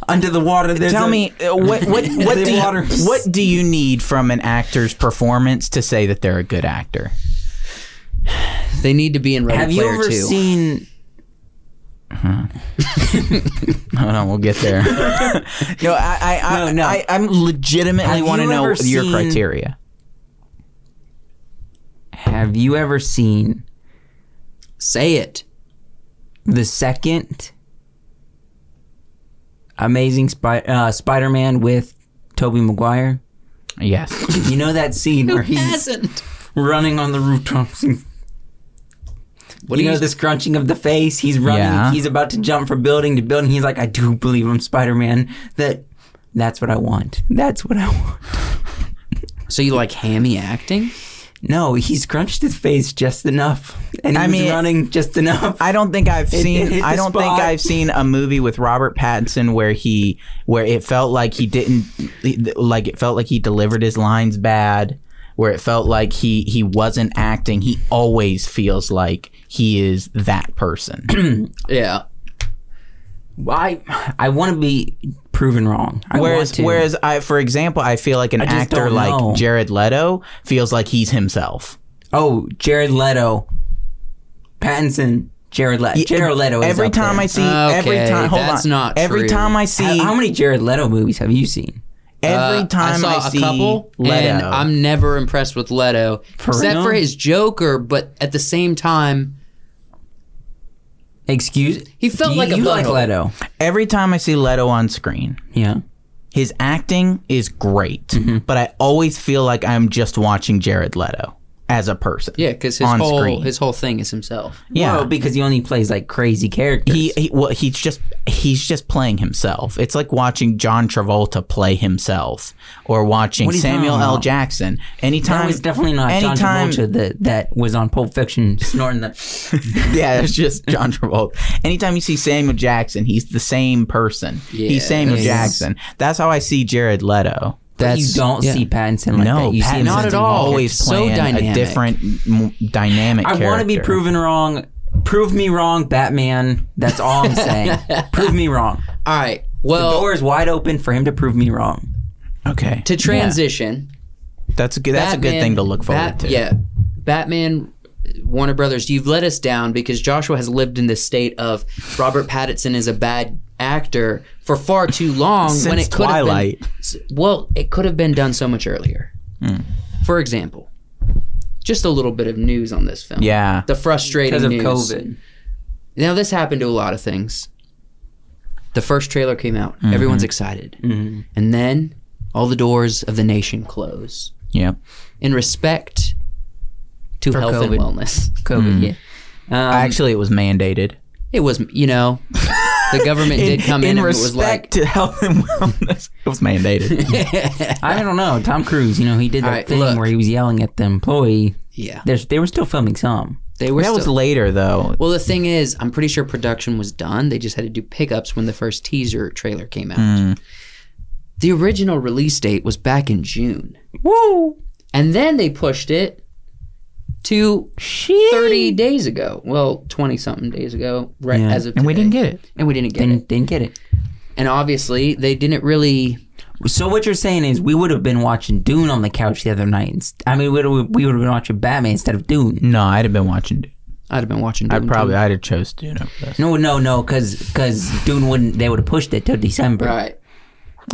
Speaker 1: under the water." There's
Speaker 2: Tell
Speaker 1: a-
Speaker 2: me uh, what what what
Speaker 1: The
Speaker 2: do you,
Speaker 1: water.
Speaker 2: what do you need from an actor's performance to say that they're a good actor?
Speaker 4: they need to be in Ready
Speaker 1: Have you
Speaker 4: Player
Speaker 1: ever
Speaker 4: Two.
Speaker 1: seen?
Speaker 2: Hold on, we'll get there. no, I I, I,
Speaker 1: No, no.
Speaker 2: I I'm
Speaker 1: Have
Speaker 2: legitimately
Speaker 1: you
Speaker 2: want to know
Speaker 1: ever
Speaker 2: your
Speaker 1: seen-
Speaker 2: criteria.
Speaker 1: Have you ever seen
Speaker 4: Say it.
Speaker 1: the second Amazing Spy- uh, Spider-Man with Tobey Maguire?
Speaker 2: Yes.
Speaker 1: You know that scene where he's
Speaker 4: hasn't?
Speaker 1: running on the rooftops. And,
Speaker 4: What
Speaker 1: you
Speaker 4: do
Speaker 1: know
Speaker 4: you-
Speaker 1: the scrunching of the face. He's running.
Speaker 2: Yeah.
Speaker 1: He's about to jump from building to building. He's like, I do believe I'm Spider-Man. That, that's what I want. That's what I want.
Speaker 4: So you like hammy acting?
Speaker 1: No, he's crunched his face just enough, and
Speaker 2: I
Speaker 1: he's
Speaker 2: mean-
Speaker 1: running just enough.
Speaker 2: I don't think I've
Speaker 1: It-
Speaker 2: seen.
Speaker 1: it hit
Speaker 2: I
Speaker 1: the
Speaker 2: don't think
Speaker 1: spot.
Speaker 2: I've seen a movie with Robert Pattinson where he, where it felt like he didn't, like it felt like he delivered his lines bad, where it felt like he he wasn't acting. He always feels like he is that person.
Speaker 4: Yeah.
Speaker 1: I I want to be proven wrong. I want
Speaker 2: whereas,
Speaker 1: to.
Speaker 2: whereas I, for example, I feel like an
Speaker 1: I just
Speaker 2: actor
Speaker 1: don't
Speaker 2: like
Speaker 1: know.
Speaker 2: Jared Leto feels like he's himself.
Speaker 1: oh, Jared Leto, Pattinson, Jared Leto. Jared Leto. Is
Speaker 2: Every
Speaker 1: up
Speaker 2: time
Speaker 1: there.
Speaker 2: I see,
Speaker 4: Okay,
Speaker 2: every time, hold
Speaker 4: that's
Speaker 2: on,
Speaker 4: not
Speaker 2: every
Speaker 4: true.
Speaker 2: time I
Speaker 1: How-
Speaker 2: see,
Speaker 1: how many Jared Leto movies have you seen?
Speaker 2: every
Speaker 4: Uh,
Speaker 2: time I,
Speaker 4: saw
Speaker 2: see
Speaker 4: a couple,
Speaker 2: Leto,
Speaker 4: and I'm never impressed with Leto, except
Speaker 1: real?
Speaker 4: for his Joker. But at the same time,
Speaker 1: Excuse.
Speaker 4: He felt
Speaker 1: you,
Speaker 4: like a
Speaker 1: you like
Speaker 4: butthole.
Speaker 1: Leto.
Speaker 2: every time I see Leto on screen,
Speaker 1: Yeah.
Speaker 2: his acting is great,
Speaker 1: Mm-hmm.
Speaker 2: but I always feel like I'm just watching Jared Leto as a person.
Speaker 4: yeah, because his
Speaker 2: On
Speaker 4: whole
Speaker 2: screen.
Speaker 4: his whole thing is himself.
Speaker 2: yeah.
Speaker 1: Well, because he only plays like crazy characters.
Speaker 2: he, he well, he's just he's just playing himself. It's like watching John Travolta play himself, or watching
Speaker 1: What are you
Speaker 2: Samuel
Speaker 1: talking
Speaker 2: L.
Speaker 1: about?
Speaker 2: Jackson. Anytime
Speaker 1: that was definitely not
Speaker 2: anytime-
Speaker 1: John Travolta that, that was on Pulp Fiction snorting the.
Speaker 2: yeah, it's just John Travolta. Anytime you see Samuel Jackson, he's the same person. he's
Speaker 4: Yeah,
Speaker 2: Samuel
Speaker 4: that's-
Speaker 2: Jackson. That's how I see Jared Leto.
Speaker 1: That's, you don't
Speaker 4: yeah.
Speaker 1: see Pattinson like
Speaker 2: no,
Speaker 1: that. You see
Speaker 2: Pattinson's
Speaker 1: him
Speaker 4: Not
Speaker 1: as
Speaker 4: at all.
Speaker 2: Always
Speaker 4: So
Speaker 2: playing a
Speaker 4: dynamic.
Speaker 2: different m- dynamic.
Speaker 1: I want to be
Speaker 2: character.
Speaker 1: proven wrong. Prove me wrong, Batman. That's all I'm saying. prove me wrong.
Speaker 4: All right.
Speaker 1: The
Speaker 2: Oh.
Speaker 4: Well,
Speaker 1: door is wide open for him to prove me wrong.
Speaker 2: Okay,
Speaker 4: to transition,
Speaker 2: that's a good. That's a good
Speaker 4: Batman-
Speaker 2: thing to look forward
Speaker 4: Bat-
Speaker 2: to.
Speaker 4: Yeah. Batman Warner Brothers, you've let us down because Joshua has lived in this state of Robert Pattinson is a bad actor for far too long when
Speaker 2: Since
Speaker 4: it could have been
Speaker 2: Twilight. Hmm.
Speaker 4: well, it could have been done so much earlier. For example, just a little bit of news on this film.
Speaker 2: Yeah.
Speaker 4: The frustrating
Speaker 1: Because of
Speaker 4: news.
Speaker 1: COVID.
Speaker 4: Now this happened to a lot of things. The first trailer came out.
Speaker 2: Mm-hmm.
Speaker 4: Everyone's excited. And then all the doors of the nation close
Speaker 2: Yeah.
Speaker 4: in respect to
Speaker 1: For
Speaker 4: health and
Speaker 1: COVID.
Speaker 4: wellness.
Speaker 2: Hmm.
Speaker 1: COVID, yeah.
Speaker 4: Um,
Speaker 2: Actually, it was mandated.
Speaker 4: it was, you know, the government did come in, and
Speaker 2: respect to health and wellness. It was mandated.
Speaker 4: it was like,
Speaker 1: I don't know. Tom Cruise, you know, he did that
Speaker 4: All right,
Speaker 1: thing
Speaker 4: look.
Speaker 1: where he was yelling at the employee.
Speaker 4: yeah,
Speaker 1: There's, they were still filming some.
Speaker 4: they were.
Speaker 2: that was
Speaker 4: still-
Speaker 2: later, though.
Speaker 4: well, the thing is, I'm pretty sure production was done. They just had to do pickups when the first teaser trailer came out.
Speaker 2: Hmm.
Speaker 4: The original release date was back in June,
Speaker 1: Woo!
Speaker 4: and then they pushed it to 30 days ago. Well, 20 something days ago, right
Speaker 1: Yeah.
Speaker 4: as of
Speaker 2: And we
Speaker 4: today.
Speaker 2: didn't get it.
Speaker 4: and we didn't get
Speaker 1: Didn't,
Speaker 4: it.
Speaker 1: didn't get it.
Speaker 4: And obviously, they didn't really
Speaker 1: So what you're saying is we would have been watching Dune on the couch the other night. inst- I mean, we would we would have been watching Batman instead of Dune.
Speaker 2: No, I'd have been watching.
Speaker 4: I'd have been watching.
Speaker 2: I
Speaker 4: Doom
Speaker 2: probably I'd have chose Dune. over this.
Speaker 1: No, no, no, because Dune wouldn't. They would have pushed it till December.
Speaker 4: too. right.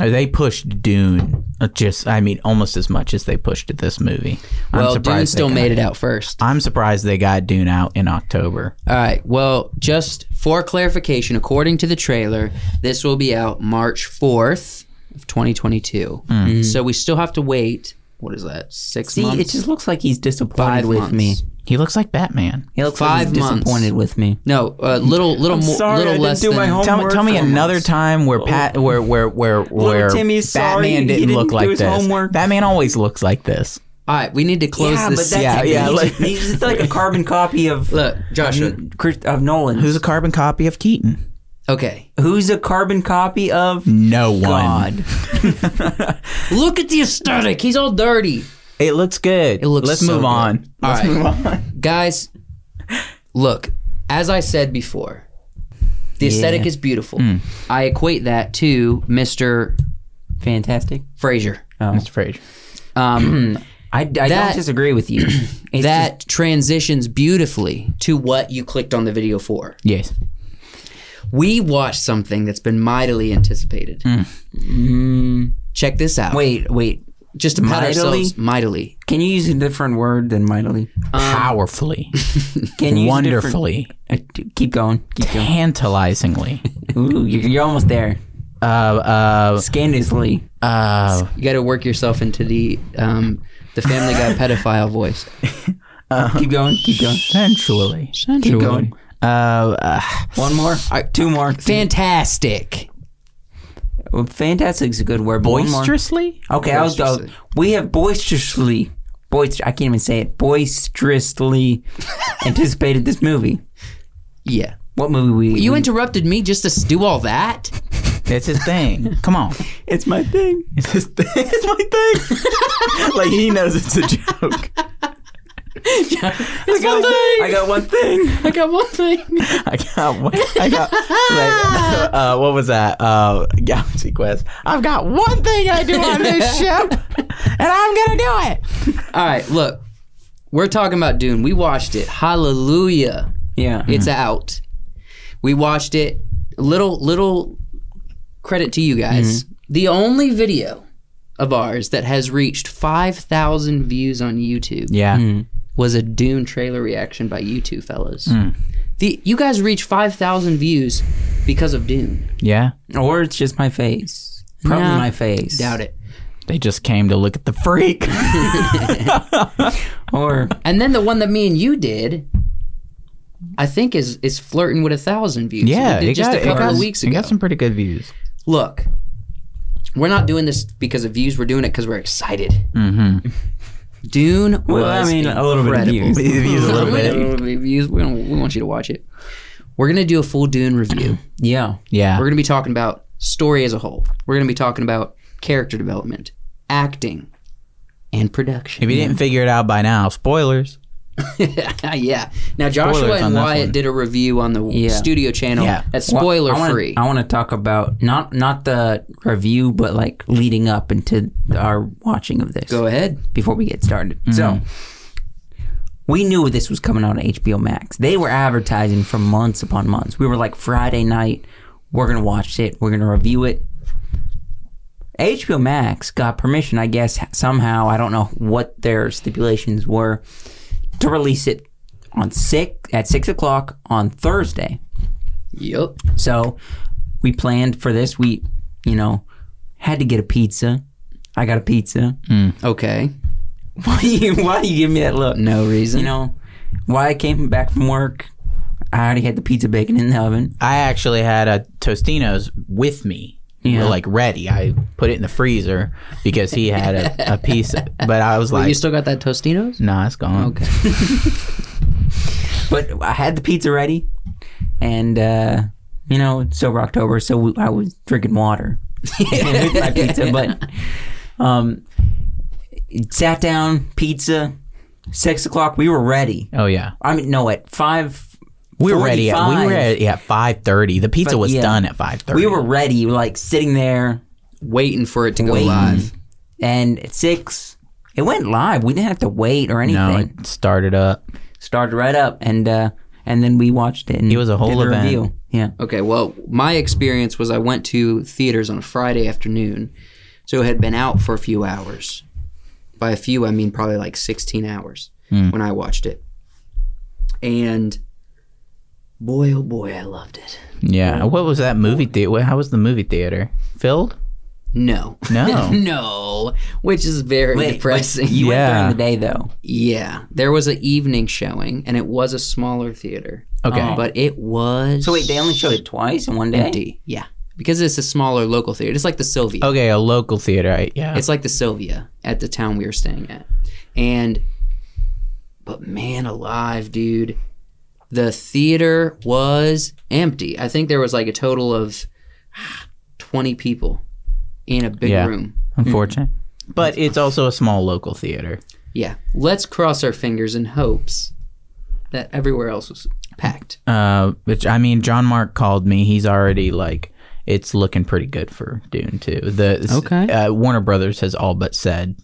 Speaker 2: Uh, They pushed Dune uh, just, I mean, almost as much as they pushed this movie.
Speaker 4: Well, Dune
Speaker 2: surprised they
Speaker 4: still
Speaker 2: got-
Speaker 4: made it out first.
Speaker 2: I'm surprised they got Dune out in October.
Speaker 4: All right. Well, just for clarification, according to the trailer, this will be out March fourth of 2022.
Speaker 2: Hmm.
Speaker 4: So we still have to wait. What is that? Six
Speaker 1: Mm-hmm. See,
Speaker 4: months.
Speaker 1: it just looks like he's disappointed
Speaker 4: Five
Speaker 1: with
Speaker 4: months.
Speaker 1: me.
Speaker 2: He looks like Batman.
Speaker 1: He looks
Speaker 4: Five
Speaker 1: like he's
Speaker 4: months.
Speaker 1: disappointed with me.
Speaker 4: No, a little, little more,
Speaker 1: sorry, I
Speaker 4: little
Speaker 1: didn't
Speaker 4: less
Speaker 1: do
Speaker 4: than.
Speaker 1: my homework.
Speaker 2: Tell me, tell me
Speaker 1: Four months.
Speaker 2: another time where Pat, where where where where
Speaker 1: Timmy's Oh. sorry,
Speaker 2: Batman
Speaker 1: he
Speaker 2: didn't,
Speaker 1: didn't
Speaker 2: look
Speaker 1: do
Speaker 2: like
Speaker 1: his
Speaker 2: this.
Speaker 1: homework.
Speaker 2: Batman always looks like this.
Speaker 4: All right, we need to close
Speaker 2: that's-
Speaker 4: this. segment.
Speaker 2: yeah,
Speaker 1: he's,
Speaker 2: like-
Speaker 1: just, he's just like a carbon copy of
Speaker 4: Look, Joshua.
Speaker 1: N- Chris- of Nolan.
Speaker 2: Who's a carbon copy of Keaton?
Speaker 4: Okay.
Speaker 1: who's a carbon copy of
Speaker 2: No one.
Speaker 1: God?
Speaker 4: Look at the aesthetic. He's all dirty.
Speaker 2: It looks good.
Speaker 4: It looks
Speaker 2: Let's
Speaker 4: so
Speaker 2: move
Speaker 4: good.
Speaker 2: on.
Speaker 4: All
Speaker 2: Let's
Speaker 4: right.
Speaker 2: move on.
Speaker 4: guys look as i said before the aesthetic is beautiful i equate that to mr
Speaker 1: Fantastic.
Speaker 4: fraser
Speaker 2: Mr. Fraser.
Speaker 4: um,
Speaker 1: I, I
Speaker 4: That-
Speaker 1: don't disagree with you. It's
Speaker 4: that transitions beautifully to what you clicked on the video for
Speaker 2: Yes.
Speaker 4: we watched something that's been mightily anticipated check this out
Speaker 1: just- Mm. wait, wait.
Speaker 4: just to pat
Speaker 1: mightily?
Speaker 4: ourselves mightily
Speaker 1: Can you use a different word than mightily?
Speaker 2: Powerfully,
Speaker 1: Can you use a Um, different-
Speaker 2: wonderfully,
Speaker 1: Uh, d- keep going. Keep going.
Speaker 2: tantalizingly,
Speaker 1: Ooh, you're, you're almost there.
Speaker 2: uh, uh,
Speaker 1: Scandalously.
Speaker 2: uh,
Speaker 4: you got to work yourself into the um, the family guy pedophile voice
Speaker 1: Uh, keep going. Keep going.
Speaker 2: sensually.
Speaker 1: Keep going.
Speaker 2: Uh, uh,
Speaker 1: One more. Two more.
Speaker 4: fantastic
Speaker 1: Well, Fantastic's a good word. but one more.
Speaker 2: boisterously?
Speaker 1: Okay, I was. Uh,
Speaker 4: Boisterously.
Speaker 1: we have boisterously boister I can't even say it boisterously anticipated this movie.
Speaker 4: Yeah.
Speaker 1: What movie we
Speaker 4: You
Speaker 1: we-
Speaker 4: interrupted me just to s- do all that?
Speaker 2: It's his thing. Come on.
Speaker 1: It's my thing.
Speaker 2: It's his thing. It's my thing. like he knows it's a joke.
Speaker 4: I got,
Speaker 1: I got one thing.
Speaker 4: I got one thing.
Speaker 2: I got one. I got like, uh, what was that? Uh, Galaxy Quest. I've got one thing I do on this ship, and I'm gonna do it.
Speaker 4: All right, look. We're talking about Dune. We watched it. Hallelujah.
Speaker 1: Yeah.
Speaker 4: It's out. We watched it. Little little credit to you guys. The only video of ours that has reached 5,000 views on YouTube
Speaker 2: Yeah.
Speaker 1: Mm.
Speaker 4: was a Dune trailer reaction by you two fellas. The you guys reached 5,000 views because of Dune.
Speaker 2: Yeah.
Speaker 1: Or it's just my face. Probably
Speaker 4: Nah.
Speaker 1: my face.
Speaker 4: Doubt it.
Speaker 2: They just came to look at the freak.
Speaker 1: Or
Speaker 4: And then the one that me and you did, I think is is flirting with a thousand views.
Speaker 2: yeah.
Speaker 4: we did
Speaker 2: it
Speaker 4: just
Speaker 2: got-
Speaker 4: a couple
Speaker 2: it got-
Speaker 4: of weeks
Speaker 2: It
Speaker 4: ago.
Speaker 2: got some pretty good views.
Speaker 4: Look, we're not doing this because of views. We're doing it because we're excited.
Speaker 2: Mm-hmm.
Speaker 4: Dune was
Speaker 1: well, I mean a little bit of
Speaker 4: incredible.
Speaker 1: views.
Speaker 2: views a little
Speaker 4: We
Speaker 2: bit.
Speaker 4: don't want to Views. We, don't, we want you to watch it. We're gonna do a full Dune review.
Speaker 1: Yeah.
Speaker 2: Yeah.
Speaker 4: We're gonna be talking about story as a whole. We're gonna be talking about character development, acting, and production.
Speaker 2: If you didn't figure it out by now, spoilers.
Speaker 4: yeah. Now Joshua
Speaker 2: Spoilers on
Speaker 4: and
Speaker 2: that
Speaker 4: Wyatt
Speaker 2: one.
Speaker 4: did a review on the
Speaker 1: Yeah.
Speaker 4: studio channel
Speaker 2: Yeah.
Speaker 4: that's
Speaker 1: Well,
Speaker 4: spoiler
Speaker 1: I wanna,
Speaker 4: free.
Speaker 1: I want to talk about not not the review, but like leading up into our watching of this
Speaker 4: Go ahead. Mm-hmm.
Speaker 1: before we get started. So we knew this was coming out on HBO Max. They were advertising for months upon months. We were like Friday night, we're gonna watch it, we're gonna review it. HBO Max got permission, I guess somehow. I don't know what their stipulations were to release it on six at six o'clock on Thursday.
Speaker 4: Yep.
Speaker 1: So we planned for this. We, you know, had to get a pizza. I got a pizza.
Speaker 4: Okay.
Speaker 1: Why you why you give me that look?
Speaker 4: No reason.
Speaker 1: You know, why I came back from work, I already had the pizza bacon in the oven.
Speaker 2: I actually had a Tostino's with me.
Speaker 1: Yeah.
Speaker 2: Like ready. I put it in the freezer because he had a, a piece. But I was
Speaker 4: Wait,
Speaker 2: like,
Speaker 4: you still got that Tostinos?
Speaker 2: nah, it's gone.
Speaker 4: Okay.
Speaker 1: But I had the pizza ready, and uh, you know, it's sober October, so we, I was drinking water with my pizza. But um, sat down, pizza, six o'clock. We were ready.
Speaker 2: Oh yeah,
Speaker 1: I mean, no, at five
Speaker 2: we were ready. At, we
Speaker 1: 45.
Speaker 2: were at, yeah, five thirty. The pizza
Speaker 1: But,
Speaker 2: was
Speaker 1: yeah.
Speaker 2: done at five thirty.
Speaker 1: we were ready, like sitting there,
Speaker 4: Waiting for it to go
Speaker 1: Waiting.
Speaker 4: live.
Speaker 1: and at six, it went live. We didn't have to wait or anything.
Speaker 2: no, it started up.
Speaker 1: Started right up, and uh, and then we watched it. And
Speaker 2: It was a whole
Speaker 1: did the
Speaker 2: event.
Speaker 1: Review. Yeah,
Speaker 4: Okay, well, my experience was I went to theaters on a Friday afternoon, so it had been out for a few hours. By a few, I mean probably like 16 hours when I watched it. And boy, oh boy, I loved it.
Speaker 2: Yeah. What was that movie theater? How was the movie theater filled?
Speaker 4: No.
Speaker 2: No.
Speaker 4: no. Which is very
Speaker 1: Oh. Wait,
Speaker 4: depressing.
Speaker 1: but You
Speaker 2: Yeah.
Speaker 1: went during the day though.
Speaker 4: yeah. There was an evening showing, and it was a smaller theater.
Speaker 2: Okay.
Speaker 4: But it was.
Speaker 1: So wait, they only showed it twice in one day.
Speaker 4: empty. Yeah. Because it's a smaller local theater. It's like the Sylvia.
Speaker 1: Oh.
Speaker 2: Okay, a local theater. I, yeah.
Speaker 4: It's like the Sylvia at the town we were staying at. And but man alive, dude. The theater was empty. I think there was like a total of 20 people in a big
Speaker 2: Yeah.
Speaker 4: room.
Speaker 2: unfortunate. But it's also a small local theater.
Speaker 4: Yeah. Let's cross our fingers in hopes that everywhere else was packed.
Speaker 2: Uh, which I mean, John Mark called me. He's already like, it's looking pretty good for Dune too. The
Speaker 4: Okay.
Speaker 2: uh, Warner Brothers has all but said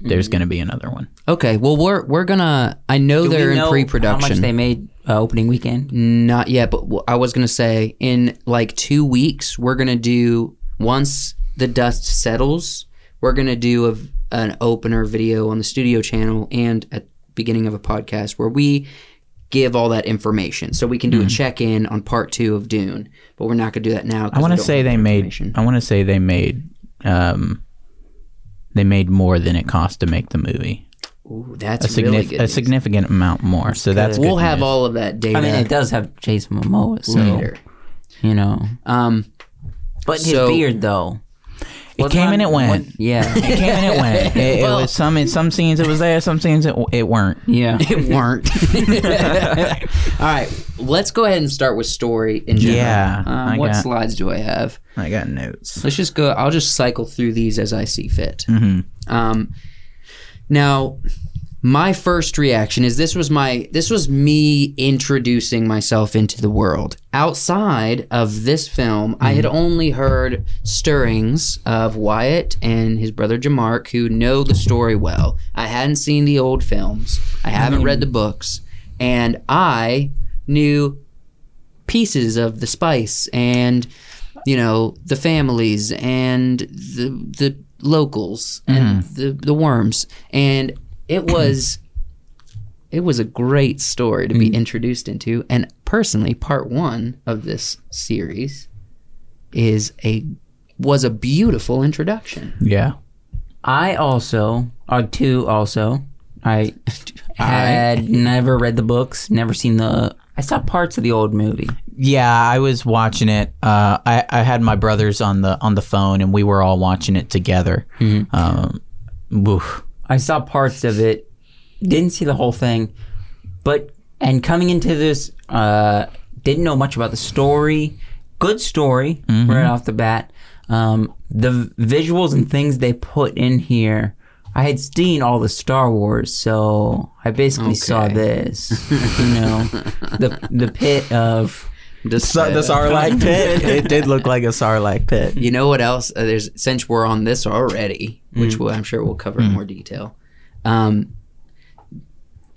Speaker 2: there's going to be another one.
Speaker 4: Okay, well we're we're going to I know
Speaker 1: Do we
Speaker 4: they're in
Speaker 1: know How much
Speaker 4: pre-production.
Speaker 1: they made uh, opening weekend?
Speaker 4: Not yet, but w- I was gonna say in like two weeks we're gonna do once the dust settles, we're gonna do a, an opener video on the studio channel and at the beginning of a podcast where we give all that information so we can do a check in on part two of Dune. But we're not gonna do that now. 'cause
Speaker 2: I want
Speaker 4: we
Speaker 2: to
Speaker 4: don't
Speaker 2: say
Speaker 4: have
Speaker 2: they
Speaker 4: that
Speaker 2: made.
Speaker 4: information.
Speaker 2: I want to say they made. Um, they made more than it cost to make the movie.
Speaker 4: Ooh,
Speaker 2: A,
Speaker 4: that's really
Speaker 2: signif-
Speaker 4: good.
Speaker 2: a
Speaker 4: news.
Speaker 2: significant amount more. So that's
Speaker 4: We'll
Speaker 2: good
Speaker 4: have
Speaker 2: news.
Speaker 4: all of that data
Speaker 1: I mean, it does have Jason Momoa, so
Speaker 4: later.
Speaker 1: you know.
Speaker 4: Um,
Speaker 1: But his
Speaker 4: So-
Speaker 1: beard though,
Speaker 2: it came and it went.
Speaker 1: yeah.
Speaker 2: It came and it went. It, it was some in some scenes it was there, some scenes it it weren't.
Speaker 1: Yeah.
Speaker 4: It weren't. All right, let's go ahead and start with story in general.
Speaker 2: Yeah,
Speaker 4: Um,
Speaker 2: I
Speaker 4: what
Speaker 2: got-
Speaker 4: slides do I have?
Speaker 2: I got notes.
Speaker 4: Let's just go. I'll just cycle through these as I see fit.
Speaker 2: Mhm.
Speaker 4: Um, now, my first reaction is this was my this was me introducing myself into the world. Outside of this film, I had only heard stirrings of Wyatt and his brother Jamark, who know the story well. I hadn't seen the old films. I haven't read the books, and I knew pieces of the spice and you know the families and the the locals and the the worms and it was it was a great story to be introduced into and personally part 1 of this series is a was a beautiful introduction
Speaker 2: Yeah.
Speaker 1: I also, or two also, I had never read the books, never seen the. I saw parts of the old movie.
Speaker 2: Yeah, I was watching it. Uh, I I had my brothers on the on the phone, and we were all watching it together. Um, woof.
Speaker 1: I saw parts of it, didn't see the whole thing, but and coming into this, uh, didn't know much about the story. Good story right off the bat. Um, the v- visuals and things they put in here. I had seen all the Star Wars, so I basically saw
Speaker 4: Okay.
Speaker 1: this. You know, the the pit of
Speaker 4: Just, uh,
Speaker 2: Sarlacc pit. it did look like a Sarlacc pit.
Speaker 4: you know what else uh, there's since we're on this already which we'll, i'm sure we'll cover in more detail um,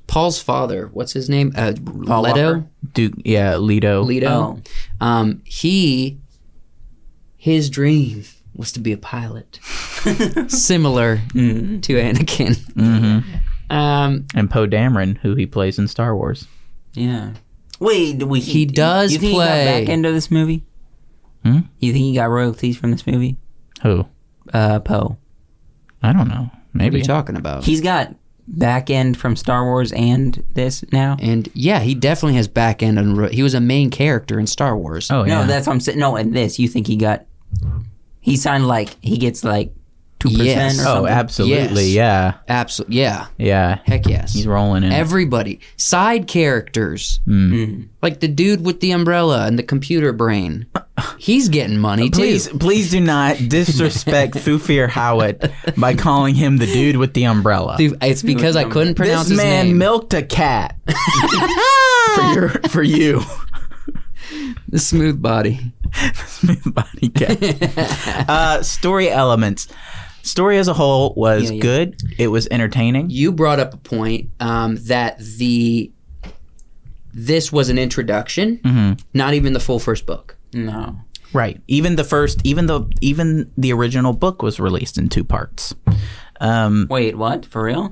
Speaker 4: paul's father what's his name uh, leto
Speaker 1: Walker.
Speaker 2: Duke. Yeah, Leto.
Speaker 4: leto
Speaker 2: Oh.
Speaker 4: um, he his dream was to be a pilot similar
Speaker 2: Mm-hmm.
Speaker 4: to anakin um,
Speaker 2: and Poe Dameron, who he plays in Star Wars.
Speaker 1: yeah. Wait, did we,
Speaker 4: He does
Speaker 1: you think He got
Speaker 4: play-
Speaker 1: back into this movie.
Speaker 2: Hmm?
Speaker 1: You think he got royalties from this movie?
Speaker 2: Who?
Speaker 1: Uh, Poe.
Speaker 2: I don't know.
Speaker 4: what are
Speaker 2: Maybe.
Speaker 4: you talking about
Speaker 1: He's got back end from Star Wars and this now.
Speaker 4: and yeah he definitely has back end and ro- he was a main character in star wars
Speaker 2: oh yeah.
Speaker 1: No, that's what I'm saying. No, and this. You think he got? He signed like he gets like two
Speaker 4: Yes.
Speaker 1: percent or
Speaker 4: Oh,
Speaker 2: oh,
Speaker 1: something.
Speaker 2: absolutely.
Speaker 4: absolutely yeah
Speaker 2: Yeah. Yeah.
Speaker 4: heck yes
Speaker 2: He's rolling in.
Speaker 4: everybody side characters
Speaker 2: Mm.
Speaker 4: like the dude with the umbrella and the computer brain he's getting money too
Speaker 2: Please, please do not disrespect Thufir Howard by calling him the dude with the umbrella.
Speaker 4: Dude, it's because i couldn't pronounce
Speaker 2: this
Speaker 4: his
Speaker 2: man
Speaker 4: name
Speaker 2: milked a cat for your for you
Speaker 4: the smooth body
Speaker 2: Smooth body cat uh, story elements story as a whole was
Speaker 4: Yeah, yeah.
Speaker 2: good it was entertaining
Speaker 4: you brought up a point um, that the this was an introduction not even the full first book
Speaker 1: No.
Speaker 2: right even the first even the even the original book was released in two parts um
Speaker 1: Wait, what? For real?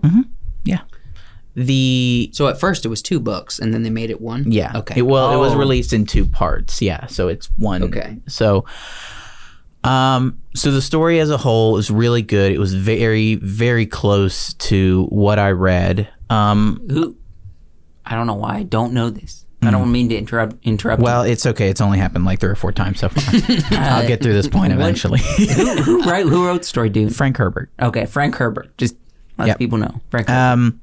Speaker 2: the
Speaker 4: so at first it was two books and then they made it one
Speaker 2: yeah
Speaker 4: okay
Speaker 2: it, well it was
Speaker 1: Oh.
Speaker 2: released in two parts yeah so it's one
Speaker 4: Okay.
Speaker 2: so um so the story as a whole is really good it was very very close to what i read um
Speaker 1: Who? I don't know why. I don't know this. I don't mean to interrupt. Interrupt.
Speaker 2: Well, it's okay. It's only happened like three or four times so far. I'll get through this point eventually.
Speaker 1: you. who write? Who wrote Story Dude?
Speaker 2: Frank Herbert.
Speaker 1: Okay, Frank Herbert. Just let
Speaker 2: Yep.
Speaker 1: people know. Frank. Herbert.
Speaker 2: Um,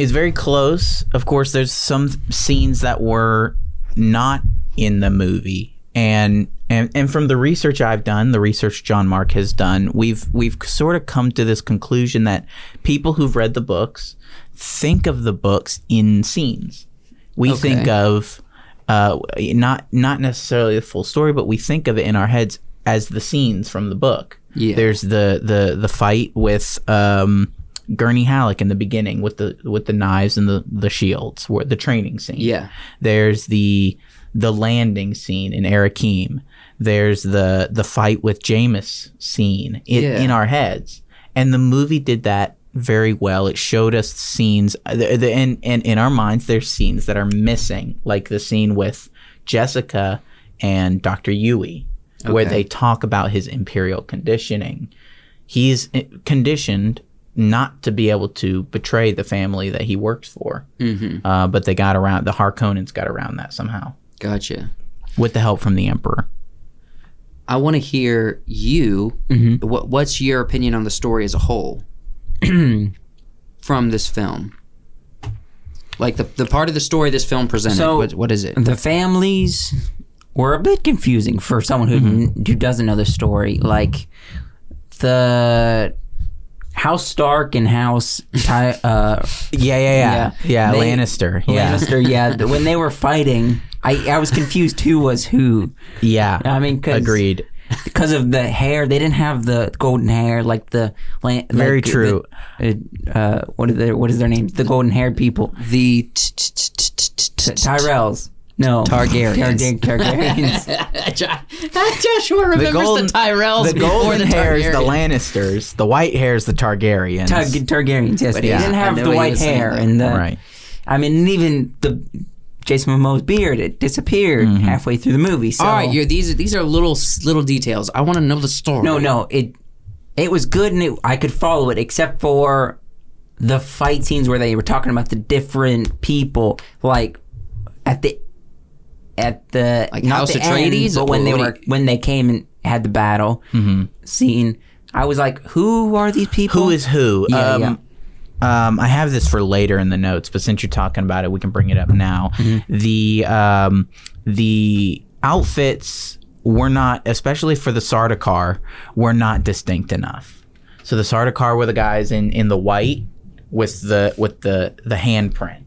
Speaker 2: it's very close. Of course, there's some scenes that were not in the movie, and and and from the research I've done, the research John Mark has done, we've we've sort of come to this conclusion that people who've read the books think of the books in scenes. We think of uh, not not necessarily the full story, but we think of it in our heads as the scenes from the book.
Speaker 4: Yeah.
Speaker 2: There's the the the fight with um, Gurney Halleck in the beginning with the with the knives and the the shields, where the training scene.
Speaker 4: yeah
Speaker 2: There's the the landing scene in Arakim. There's the the fight with Jameis scene in,
Speaker 4: Yeah.
Speaker 2: in our heads, and the movie did that very well. It showed us scenes, uh, the, the, and and in our minds, there's scenes that are missing, like the scene with Jessica and Doctor Yui, where
Speaker 4: Okay.
Speaker 2: they talk about his imperial conditioning. He's eh, conditioned not to be able to betray the family that he works for
Speaker 4: mm-hmm.
Speaker 2: uh, but they got around the Harkonnens got around that somehow
Speaker 4: gotcha
Speaker 2: with the help from the Emperor.
Speaker 4: I want to hear you.
Speaker 2: Mhm.
Speaker 4: What What's your opinion on the story as a whole from this film? Like the the part of the story this film presented.
Speaker 1: So-
Speaker 4: what, what is it?
Speaker 1: the families were a bit confusing for someone who
Speaker 2: Mm-hmm.
Speaker 1: who doesn't know the story. Like the House Stark and House Ty, uh,
Speaker 2: Yeah, yeah, yeah, yeah.
Speaker 1: They-
Speaker 2: Lannister. Yeah,
Speaker 1: Lannister. Yeah, th- when they were fighting, I, I was confused who was who.
Speaker 2: yeah.
Speaker 1: I mean, cause,
Speaker 2: Agreed.
Speaker 1: because of the hair. They didn't have the golden hair like the Lan-
Speaker 2: Very
Speaker 1: like,
Speaker 2: true.
Speaker 1: The, uh, what are their what is their name? The golden haired people.
Speaker 4: the
Speaker 1: T- Tyrells. No,
Speaker 4: Targaryens.
Speaker 1: Targaryen- Targaryens.
Speaker 4: Joshua remembers the,
Speaker 2: golden-
Speaker 4: Tyrells
Speaker 2: The
Speaker 4: before
Speaker 2: golden
Speaker 4: the
Speaker 2: hair is the
Speaker 4: Targaryens.
Speaker 2: Lannisters. The white hair is the Targaryens.
Speaker 1: Tar- Targaryens. Yes,
Speaker 4: But
Speaker 1: but he
Speaker 4: yeah,
Speaker 1: didn't
Speaker 4: I
Speaker 1: have
Speaker 4: know
Speaker 1: the
Speaker 4: what you were
Speaker 1: white
Speaker 4: saying
Speaker 1: hair
Speaker 4: there.
Speaker 1: and the.
Speaker 2: right.
Speaker 1: I mean, and even the Jason Momoa's beard it disappeared halfway through the movie. So
Speaker 4: Mm-hmm. All right, you're, these are these are little little details. I want to know the story.
Speaker 1: no, no, it it was good and it, I could follow it except for the fight scenes where they were talking about the different people, like at the at the
Speaker 4: Like
Speaker 1: not
Speaker 4: House
Speaker 1: the
Speaker 4: Atreides,
Speaker 1: end, but when they
Speaker 4: or
Speaker 1: were
Speaker 4: what Mm-hmm. do
Speaker 1: when they came and had the battle scene. I was like, who are these people?
Speaker 2: Who is who?
Speaker 1: Yeah,
Speaker 2: um, Um, I have this for later in the notes, but since you're talking about it, we can bring it up now.
Speaker 1: Mm-hmm.
Speaker 2: The um, the outfits were not, especially for the Sardaukar, were not distinct enough. So the Sardaukar were the guys in, in the white with the with the the handprint.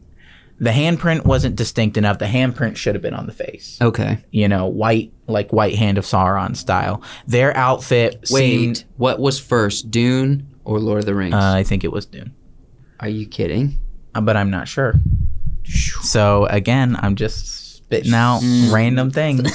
Speaker 2: The handprint wasn't distinct enough. The handprint should have been on the face.
Speaker 1: Oh.
Speaker 4: Okay.
Speaker 2: You know, white like white hand of Sauron style. Their outfit
Speaker 4: Wait,
Speaker 2: seemed.
Speaker 4: what was first, Dune or Lord of the Rings?
Speaker 2: Uh, I think it was Dune.
Speaker 4: Are you kidding?
Speaker 2: Uh, but I'm not sure. So again, I'm just spitting out random things.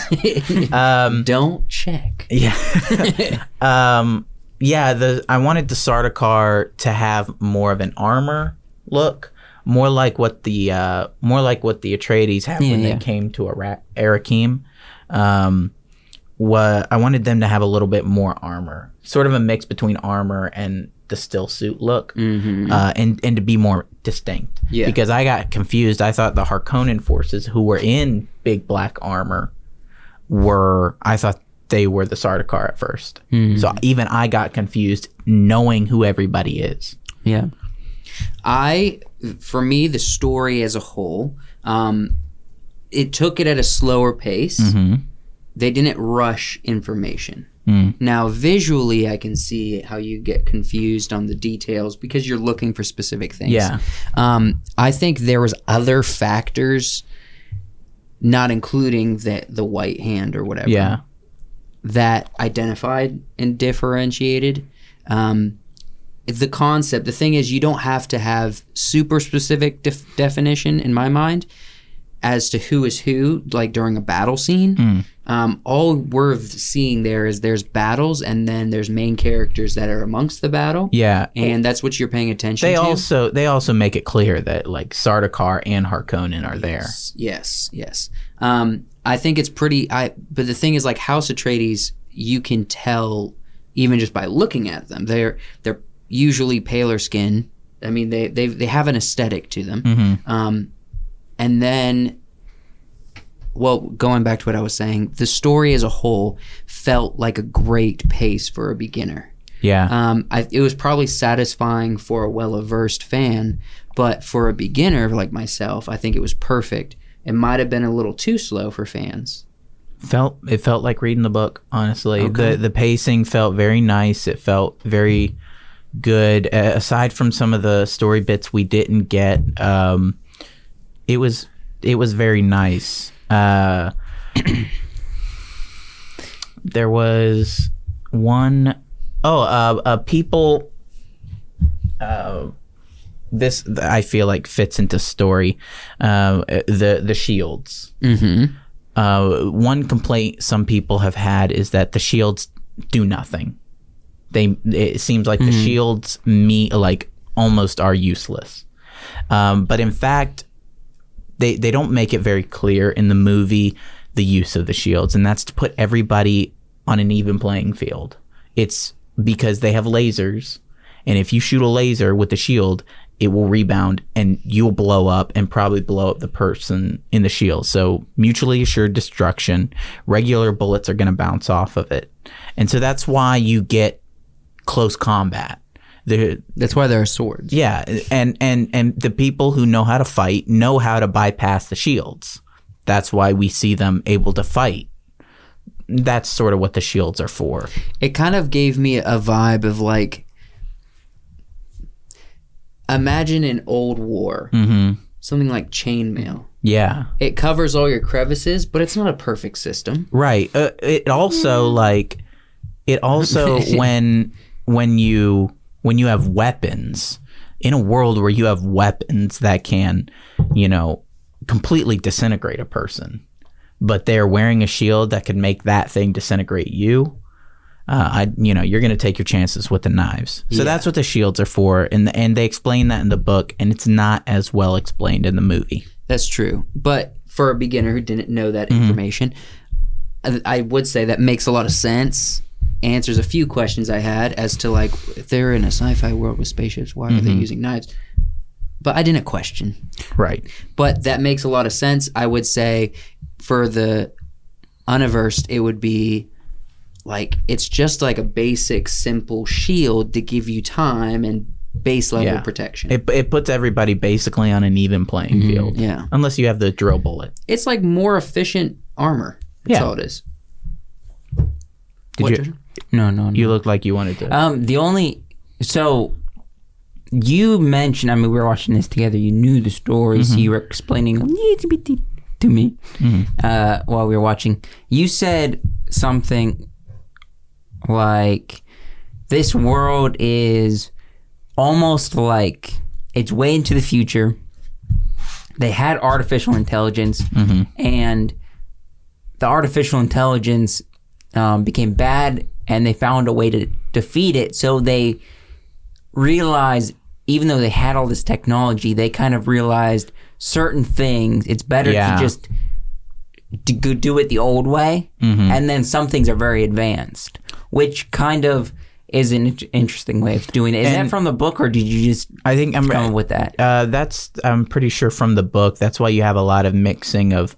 Speaker 2: Um,
Speaker 4: Don't check.
Speaker 2: yeah, um, yeah. The I wanted the Sardaukar to have more of an armor look, more like what the uh, more like what the Atreides had when
Speaker 1: Yeah, yeah.
Speaker 2: they came to Ara- Arakim. Um, what I wanted them to have a little bit more armor, sort of a mix between armor and the still suit look
Speaker 4: Mm-hmm.
Speaker 2: uh, and and to be more distinct.
Speaker 4: Yeah.
Speaker 2: Because I got confused. I thought the Harkonnen forces who were in big black armor were. I thought they were the Sardaukar at 1st So even I got confused knowing who everybody is.
Speaker 1: yeah.
Speaker 4: I, for me, the story as a whole, um, it took it at a slower pace.
Speaker 2: Mhm.
Speaker 4: They didn't rush information.
Speaker 2: Mm.
Speaker 4: Now, visually, I can see how you get confused on the details because you're looking for specific things.
Speaker 2: Yeah.
Speaker 4: Um, I think there was other factors, not including the the white hand or whatever.
Speaker 2: Yeah.
Speaker 4: that identified and differentiated. Um, the concept, the thing is, you don't have to have super specific def- definition in my mind as to who is who, like during a battle scene.
Speaker 2: Mm.
Speaker 4: Um, all we're seeing there is there's battles and then there's main characters that are amongst the battle.
Speaker 2: Yeah.
Speaker 4: And that's what you're paying attention
Speaker 2: They
Speaker 4: to.
Speaker 2: also they also make it clear that like Sardaukar and Harkonnen are there.
Speaker 4: Yes, yes, yes. Um, I think it's pretty. I but the thing is, like House Atreides, you can tell even just by looking at them. They're they're usually paler skin. I mean, they they they have an aesthetic to them.
Speaker 2: Mhm.
Speaker 4: Um, and then, well, going back to what I was saying, the story as a whole felt like a great pace for a beginner.
Speaker 2: Yeah.
Speaker 4: Um, I, it was probably satisfying for a well-versed fan, but for a beginner like myself, I think it was perfect. It might have been a little too slow for fans.
Speaker 2: felt it felt like reading the book honestly
Speaker 4: Okay.
Speaker 2: the the pacing felt very nice it felt very good uh, aside from some of the story bits we didn't get um it was it was very nice uh there was one oh uh, uh people uh this i feel like fits into story um the the shields
Speaker 4: Mm-hmm.
Speaker 2: uh, one complaint some people have had is that the shields do nothing. They it seems like the shields me like almost are useless. Um, but in fact, they they don't make it very clear in the movie the use of the shields, and that's to put everybody on an even playing field. It's because they have lasers, and if you shoot a laser with the shield, it will rebound and you'll blow up and probably blow up the person in the shield. So mutually assured destruction. Regular bullets are going to bounce off of it, and so that's why you get close combat. The
Speaker 4: That's why there are swords.
Speaker 2: yeah, and and and the people who know how to fight know how to bypass the shields. That's why we see them able to fight. That's sort of what the shields are for.
Speaker 4: It kind of gave me a vibe of like imagine an old war,
Speaker 2: Mm-hmm.
Speaker 4: something like chainmail.
Speaker 2: Yeah.
Speaker 4: It covers all your crevices, but it's not a perfect system.
Speaker 2: Right. Uh, it also like it also when when you when you have weapons in a world where you have weapons that can, you know, completely disintegrate a person, but they're wearing a shield that could make that thing disintegrate you. Uh, I, you know, you're going to take your chances with the knives. So that's what the shields are for, and and they explain that in the book, and it's not as well explained in the movie.
Speaker 4: That's true. But for a beginner who didn't know that
Speaker 2: Mm-hmm.
Speaker 4: information, I, I would say that makes a lot of sense. Answers a few questions I had as to like if they're in a sci-fi world with spaceships, why
Speaker 2: Mm-hmm.
Speaker 4: are they using knives? But I didn't question.
Speaker 2: Right.
Speaker 4: But that makes a lot of sense. I would say for the unaversed, it would be like it's just like a basic, simple shield to give you time and base level
Speaker 2: Yeah.
Speaker 4: protection.
Speaker 2: It it puts everybody basically on an even playing field.
Speaker 4: yeah,
Speaker 2: unless you have the drill bullet.
Speaker 4: it's like more efficient armor. That's
Speaker 2: Yeah.
Speaker 4: all it is.
Speaker 2: Did
Speaker 4: What,
Speaker 2: you?
Speaker 4: Jordan?
Speaker 1: No, no, no.
Speaker 2: You looked like you wanted to.
Speaker 1: Um, the only so you mentioned. I mean, we were watching this together. You knew the stories. You were explaining a little bit to me uh, while we were watching. You said something like, "This world is almost like it's way into the future. They had artificial intelligence,
Speaker 2: Mm-hmm.
Speaker 1: and the artificial intelligence um, became bad and they found a way to defeat it. So they realized, even though they had all this technology, they kind of realized certain things. It's better
Speaker 2: Yeah.
Speaker 1: to just to go do it the old way.
Speaker 2: Mm-hmm.
Speaker 1: And then some things are very advanced, which kind of is an int- interesting way of doing it. Is
Speaker 2: And-
Speaker 1: that from the book or did you just
Speaker 2: I think I'm
Speaker 1: come up with that?
Speaker 2: Uh, that's I'm pretty sure from the book. That's why you have a lot of mixing of,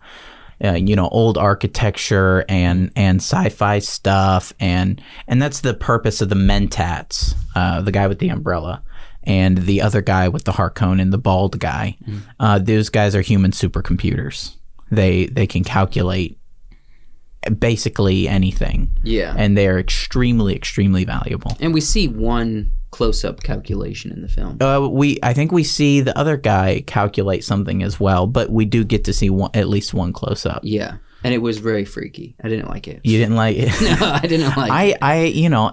Speaker 2: uh, you know, old architecture and and sci-fi stuff, and and that's the purpose of the Mentats, uh, the guy with the umbrella, and the other guy with the Harkonnen, the bald guy. Uh, those guys are human supercomputers. They they can calculate basically anything,
Speaker 4: Yeah.
Speaker 2: and they are extremely extremely valuable.
Speaker 4: And we see one close up calculation in the film.
Speaker 2: Uh, we I think we see the other guy calculate something as well, but we do get to see one, at least one close up.
Speaker 4: Yeah. And it was very freaky. I didn't like it.
Speaker 2: You didn't like it.
Speaker 4: no, I didn't like it.
Speaker 2: I I you know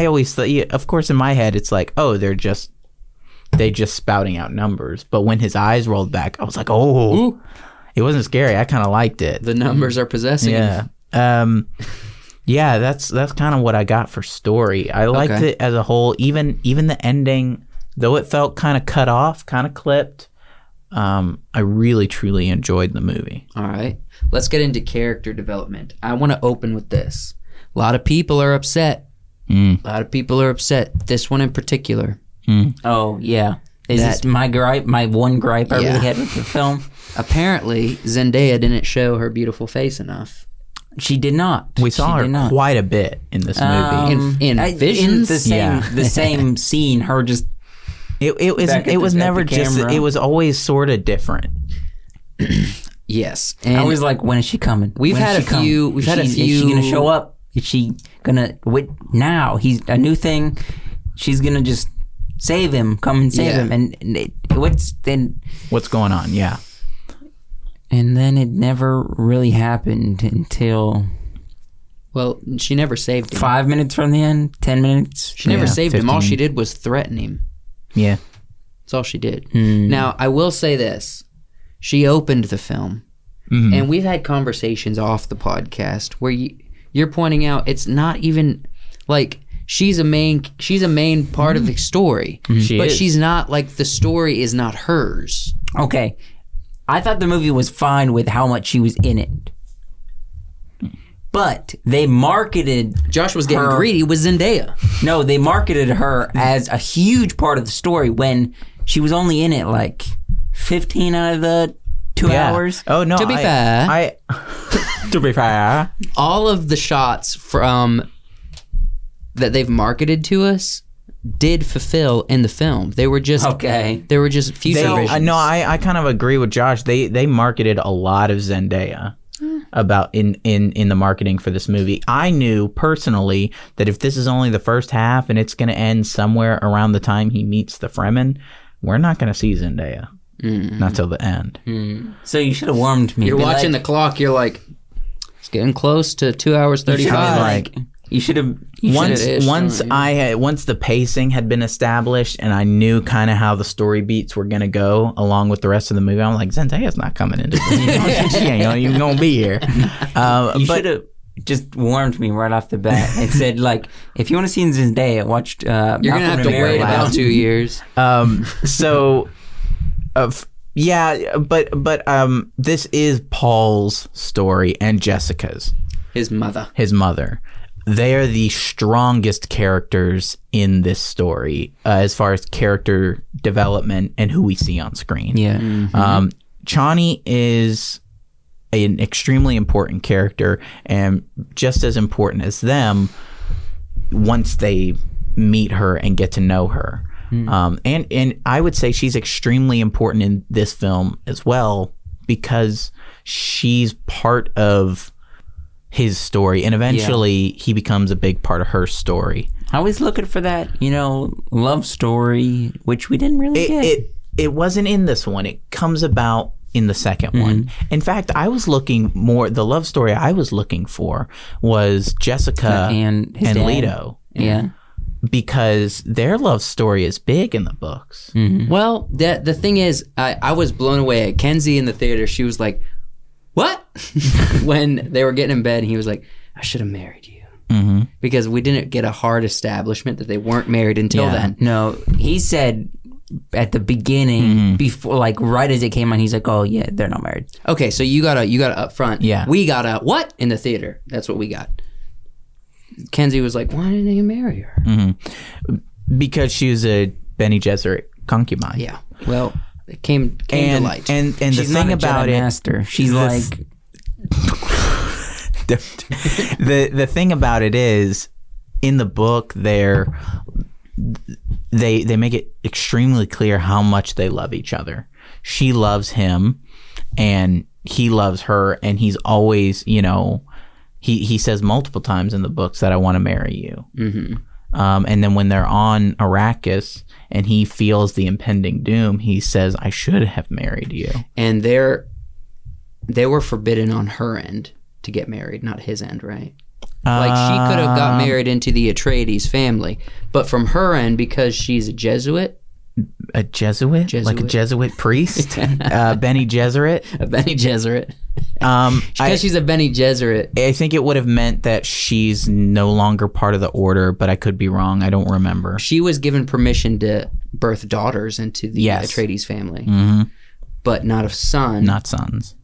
Speaker 2: I always thought yeah, of course in my head it's like oh they're just they just spouting out numbers, but when his eyes rolled back, I was like oh it wasn't scary. I kind of liked it.
Speaker 4: The numbers are possessing him.
Speaker 2: yeah. Um, yeah, that's that's kind of what I got for story. I liked
Speaker 4: Okay.
Speaker 2: it as a whole. Even even the ending, though it felt kind of cut off, kind of clipped. Um, I really truly enjoyed the movie.
Speaker 4: All right. Let's get into character development. I want to open with this. A lot of people are upset.
Speaker 2: Mm.
Speaker 4: A lot of people are upset. This one in particular.
Speaker 1: Oh, yeah. Is this
Speaker 4: That-
Speaker 1: my gripe? My one gripe I
Speaker 4: Yeah.
Speaker 1: really had with the film?
Speaker 4: Apparently, Zendaya didn't show her beautiful face enough.
Speaker 1: She did not.
Speaker 2: We
Speaker 1: She
Speaker 2: saw
Speaker 1: did
Speaker 2: her
Speaker 1: not. Um,
Speaker 2: quite a bit in this movie.
Speaker 4: In- in Visions?
Speaker 1: the same,
Speaker 2: Yeah.
Speaker 1: the same scene. Her just
Speaker 2: It it was
Speaker 1: back at
Speaker 2: it was
Speaker 1: the- at
Speaker 2: never
Speaker 1: the
Speaker 2: just
Speaker 1: camera.
Speaker 2: it was always sort of different.
Speaker 4: Yes. And
Speaker 1: I was like, when is she coming?
Speaker 4: We've
Speaker 1: When is
Speaker 4: had
Speaker 1: she
Speaker 4: a few- we've
Speaker 1: is
Speaker 4: had a
Speaker 1: she, Is she gonna
Speaker 4: few-
Speaker 1: show up? Is she gonna wait now? He's a new thing. She's gonna just save him. Come and save
Speaker 4: Yeah.
Speaker 1: him. And, and it, what's then?
Speaker 2: What's going on? Yeah,
Speaker 1: And then it never really happened until
Speaker 4: well, she never saved him.
Speaker 1: five minutes from the end, ten minutes.
Speaker 4: She never
Speaker 2: Yeah,
Speaker 4: saved him. All
Speaker 2: 15.
Speaker 4: she did was threaten him.
Speaker 2: yeah. Hmm.
Speaker 4: That's all she did. Now, I will say this. She opened the film.
Speaker 2: Mm-hmm.
Speaker 4: And we've had conversations off the podcast where you, you're pointing out it's not even like she's a main she's a main part of the story,
Speaker 2: Mm-hmm. She
Speaker 4: but
Speaker 2: is.
Speaker 4: she's not like the story is not hers.
Speaker 1: Okay, I thought the movie was fine with how much she was in it, but they marketed
Speaker 4: Josh was getting
Speaker 1: Her-
Speaker 4: greedy with Zendaya.
Speaker 1: No, they marketed her as a huge part of the story when She was only in it like 15 out of the two
Speaker 2: Yeah.
Speaker 1: hours.
Speaker 2: Oh no.
Speaker 4: To be
Speaker 2: I-
Speaker 4: fair.
Speaker 2: I. to be fair.
Speaker 4: all of the shots from that they've marketed to us did fulfill in the film. They were just
Speaker 1: Okay.
Speaker 4: They were just future
Speaker 2: They,
Speaker 4: visions.
Speaker 2: I, no, I, I kind of agree with Josh. They they marketed a lot of Zendaya about in, in in the marketing for this movie. I knew personally that if this is only the first half and it's going to end somewhere around the time he meets the Fremen, we're not going to see Zendaya.
Speaker 4: Mm-hmm.
Speaker 2: Not till the end.
Speaker 1: So you should have warmed me.
Speaker 4: you're
Speaker 1: Be
Speaker 4: watching
Speaker 1: like,
Speaker 4: the clock. You're like, it's getting close to two hours thirty
Speaker 1: I
Speaker 4: five.
Speaker 2: Yeah.
Speaker 1: mean, like you should have you
Speaker 4: One-
Speaker 1: should
Speaker 2: once
Speaker 4: it is
Speaker 2: once
Speaker 4: showing.
Speaker 2: I had, once the pacing had been established and I knew kind of how the story beats were gonna go along with the rest of the movie, I'm like Zendaya's not coming into this. she ain't even gonna be here. Uh,
Speaker 1: you
Speaker 2: but
Speaker 1: should have just warmed me right off the bat. It said like if you want to see Zendaya, watch. Uh,
Speaker 4: You're gonna have
Speaker 1: Malcolm
Speaker 4: to
Speaker 1: in
Speaker 4: wait
Speaker 1: Middle
Speaker 4: about
Speaker 1: Earth.
Speaker 4: two years.
Speaker 2: um, so, uh, f- yeah, but but um, this is Paul's story and Jessica's,
Speaker 4: His mother.
Speaker 2: his mother. They are the strongest characters in this story uh, as far as character development and who we see on screen.
Speaker 1: Yeah.
Speaker 2: Um, Chani is an extremely important character and just as important as them once they meet her and get to know her. Um, and, and I would say she's extremely important in this film as well because she's part of his story and eventually he becomes a big part of her story.
Speaker 1: I was looking for that, you know, love story, which we didn't really
Speaker 2: it,
Speaker 1: get.
Speaker 2: it it wasn't in this one. It comes about in the 2nd
Speaker 1: Mm-hmm.
Speaker 2: one. In fact, I was looking more. The love story I was looking for was Jessica
Speaker 1: and uh, his
Speaker 2: and
Speaker 1: dad.
Speaker 2: Leto
Speaker 1: yeah.
Speaker 2: because their love story is big in the books.
Speaker 1: Mm.
Speaker 4: Mm-hmm. Well, the the thing is, I, I was blown away. At Kenzie in the theater, she was like, "What?" when they were getting in bed, and he was like, "I should have married you."
Speaker 2: Mhm.
Speaker 4: Because we didn't get a hard establishment that they weren't married until
Speaker 2: Yeah.
Speaker 4: then.
Speaker 1: No, he said at the beginning, before, like right as it came on, he's like, "Oh yeah, they're not married."
Speaker 4: Okay, so you got a you got a up front.
Speaker 2: Yeah.
Speaker 4: We got a what in the theater? That's what we got. Kenzie was like, "Why didn't you marry her?"
Speaker 2: Because she was a Benny Gesserit concubine.
Speaker 4: Yeah. Well, it came came
Speaker 2: And
Speaker 4: to light.
Speaker 2: and and
Speaker 1: She's
Speaker 2: the thing
Speaker 1: not a
Speaker 2: about
Speaker 1: Jedi
Speaker 2: it,
Speaker 1: master. She's
Speaker 2: the
Speaker 1: like,
Speaker 2: th- the the thing about it is in the book they're they they make it extremely clear how much they love each other. She loves him and he loves her and he's always, you know, he he says multiple times in the books that I want to marry you. Mm-hmm. Um, and then when they're on Arrakis and he feels the impending doom, he says, "I should have married you."
Speaker 4: and they're they were forbidden on her end to get married, not his end, right? Like she could have
Speaker 2: Um.
Speaker 4: got married into the Atreides family, but from her end because she's a Jesuit,
Speaker 2: a Jesuit, like a
Speaker 4: Jesuit.
Speaker 2: Jesuit priest, uh, Benny Gesserit.
Speaker 4: a Benny Gesserit,
Speaker 2: Um, I,
Speaker 4: because she's a Benny Gesserit.
Speaker 2: I think it would have meant that she's no longer part of the order, but I could be wrong. I don't remember.
Speaker 4: She was given permission to birth daughters into the
Speaker 2: Yes.
Speaker 4: Atreides family,
Speaker 2: Mhm.
Speaker 4: but not a son
Speaker 2: Not sons.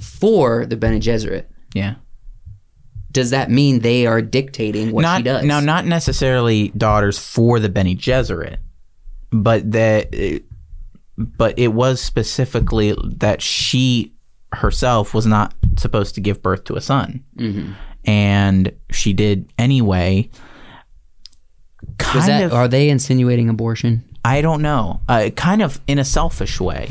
Speaker 4: for the Benny Gesserit.
Speaker 2: Yeah.
Speaker 4: Does that mean they are dictating what
Speaker 2: not,
Speaker 4: she does?
Speaker 2: Now, not necessarily daughters for the Benny Gesserit, but that, but it was specifically that she herself was not supposed to give birth to a son,
Speaker 4: Mhm.
Speaker 2: and she did anyway.
Speaker 4: Does
Speaker 2: Kind
Speaker 4: that,
Speaker 2: of,
Speaker 4: are they insinuating abortion?
Speaker 2: I don't know. Uh, kind of in a selfish way.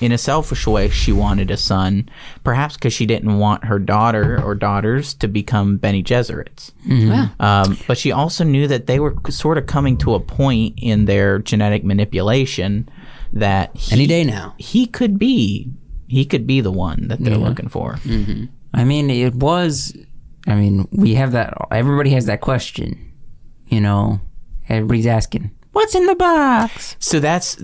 Speaker 2: In a selfish way, she wanted a son, perhaps because she didn't want her daughter or daughters to become Benny Gesserits.
Speaker 4: Wow.
Speaker 2: Um, but she also knew that they were sort of coming to a point in their genetic manipulation that he,
Speaker 4: Any day now.
Speaker 2: he could be he could be the one that they're looking for.
Speaker 1: I mean, it was. I mean, we have that. Everybody has that question. You know, everybody's asking, "What's in the box?"
Speaker 2: So that's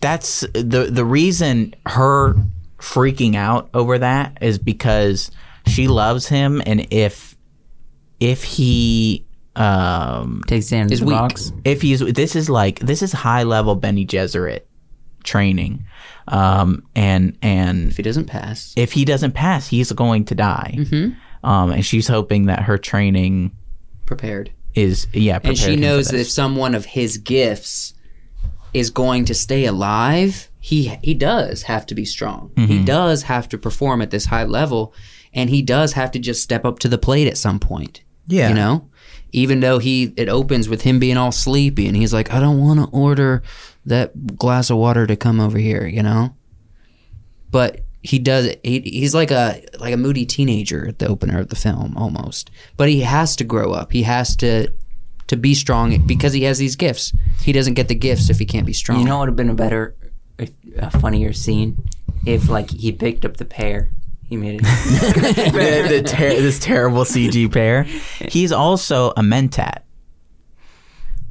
Speaker 2: that's the the reason her freaking out over that is because she loves him, and if if he um
Speaker 1: Takes it out of
Speaker 4: It's
Speaker 1: the
Speaker 4: weak.
Speaker 1: box.
Speaker 2: if he's this is like this is high level Benny Gesserit training, um and and
Speaker 4: If he doesn't pass,
Speaker 2: if he doesn't pass, he's going to die.
Speaker 4: Mm-hmm.
Speaker 2: Um, and she's hoping that her training
Speaker 4: prepared.
Speaker 2: is yeah,
Speaker 4: and
Speaker 2: prepared
Speaker 4: she
Speaker 2: him for
Speaker 4: knows that
Speaker 2: this.
Speaker 4: if someone of his gifts is going to stay alive, he he does have to be strong.
Speaker 2: Mm-hmm.
Speaker 4: He does have to perform at this high level, and he does have to just step up to the plate at some point.
Speaker 2: Yeah.
Speaker 4: you know, even though he it opens with him being all sleepy and he's like, I don't want to order that glass of water to come over here, you know. But he does. He, he's like a like a moody teenager at the opener of the film almost. But he has to grow up. He has to to be strong because he has these gifts. He doesn't get the gifts if he can't be strong.
Speaker 1: You know, it would have been a better, a, a funnier scene if like he picked up the pear. He made it.
Speaker 2: the, the ter- this terrible CG pair. He's also a mentat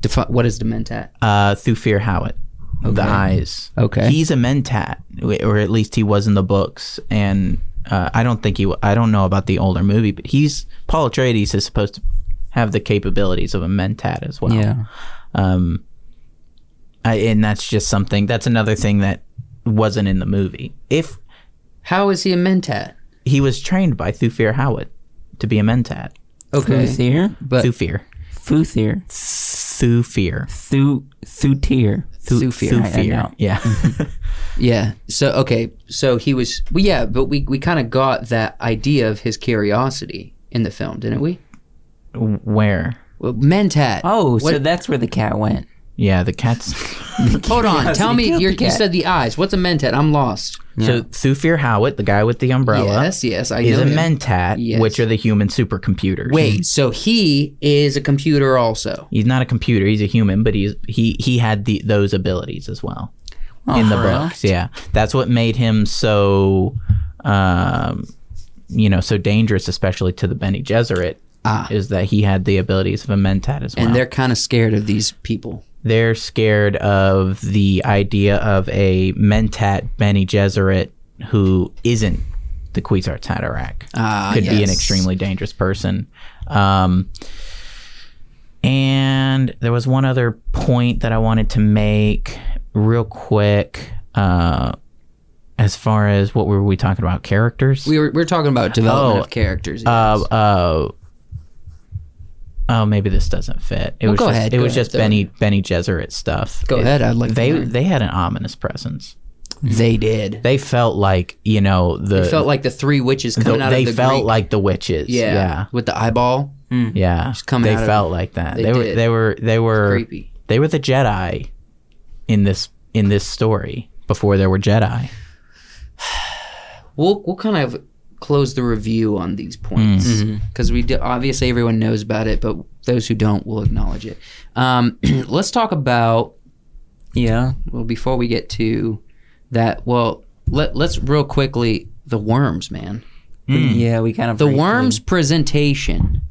Speaker 4: Defi- what is Dementat?
Speaker 2: uh, through Fear Howitt. The eyes.
Speaker 4: Okay.
Speaker 2: He's a mentat, or at least he was in the books. And uh, I don't think he. wa- I don't know about the older movie, but he's Paul Atreides is supposed to have the capabilities of a mentat as well. Um, I, and that's just something. That's another thing that wasn't in the movie. If
Speaker 4: How is he a Mentat?
Speaker 2: he was trained by Thufir Howitt to be a mentat.
Speaker 4: Okay.
Speaker 1: Thuthier?
Speaker 4: But
Speaker 2: Thufir.
Speaker 1: Thuthier.
Speaker 2: Thufir.
Speaker 1: Thu- Thutier.
Speaker 4: Thufir.
Speaker 2: Thufir. Yeah.
Speaker 4: Yeah. So okay. So he was. Well, yeah. But we we kind of got that idea of his curiosity in the film, didn't we?
Speaker 2: Where?
Speaker 4: Well, Mentat.
Speaker 1: Oh, so
Speaker 4: What-
Speaker 1: that's where the cat went.
Speaker 2: Yeah, the cats.
Speaker 4: hold on. Tell me.
Speaker 1: killed
Speaker 4: You're,
Speaker 1: the
Speaker 4: you
Speaker 1: cat.
Speaker 4: said the eyes. What's a Mentat? I'm lost.
Speaker 2: So Thufir Howitt, the guy with the umbrella,
Speaker 4: Yes. Yes. I
Speaker 2: is
Speaker 4: know
Speaker 2: a
Speaker 4: him.
Speaker 2: mentat,
Speaker 4: Yes.
Speaker 2: which are the human supercomputers.
Speaker 4: Wait. So he is a computer also.
Speaker 2: He's not a computer; he's a human, but he's he he had the those abilities as well in the
Speaker 4: Uh-huh.
Speaker 1: Alright.
Speaker 2: books. Yeah, that's what made him so, um, you know, so dangerous, especially to the Benny Gesserit,
Speaker 4: Ah.
Speaker 2: is that he had the abilities of a mentat as well.
Speaker 4: And they're kind of scared of these people.
Speaker 2: they're scared of the idea of a mentat Benny Gesserit who isn't the Cuisart Haderach.
Speaker 4: Ah,
Speaker 2: Could be an
Speaker 4: yes.
Speaker 2: extremely dangerous person. Um, and there was one other point that I wanted to make real quick. Uh, as far as what were we talking about? Characters?
Speaker 4: We were, we were talking about development
Speaker 2: Oh,
Speaker 4: of characters. yes.
Speaker 2: uh, uh, oh, maybe this doesn't fit. It was
Speaker 4: go
Speaker 2: just,
Speaker 4: ahead,
Speaker 2: It
Speaker 4: go
Speaker 2: was
Speaker 4: ahead,
Speaker 2: just
Speaker 4: throw it
Speaker 2: Benny Benny Gesserit stuff.
Speaker 4: Go
Speaker 2: It-
Speaker 4: ahead, I'd like to
Speaker 2: They
Speaker 4: learn.
Speaker 2: they had an ominous presence.
Speaker 4: they did.
Speaker 2: They felt like you know the.
Speaker 4: It felt like the three witches
Speaker 2: the-
Speaker 4: coming out
Speaker 2: they
Speaker 4: of the
Speaker 2: felt
Speaker 4: Greek-
Speaker 2: like the witches.
Speaker 4: yeah,
Speaker 2: Yeah,
Speaker 4: with the eyeball
Speaker 2: yeah.
Speaker 4: coming
Speaker 2: they
Speaker 4: out of-
Speaker 2: felt like that.
Speaker 4: they
Speaker 2: They, were
Speaker 4: did.
Speaker 2: they were they were
Speaker 4: creepy
Speaker 2: they were the Jedi in this in this story before there were Jedi.
Speaker 4: we'll we'll kind of close the review on these points
Speaker 1: Mm-hmm.
Speaker 4: because we do, obviously everyone knows about it but those who don't will acknowledge it um, let's talk about
Speaker 1: Yeah.
Speaker 4: well before we get to that well let, let's real quickly the worms man
Speaker 1: Yeah, we kind of.
Speaker 4: Hmm. the
Speaker 1: briefly-
Speaker 4: worms presentation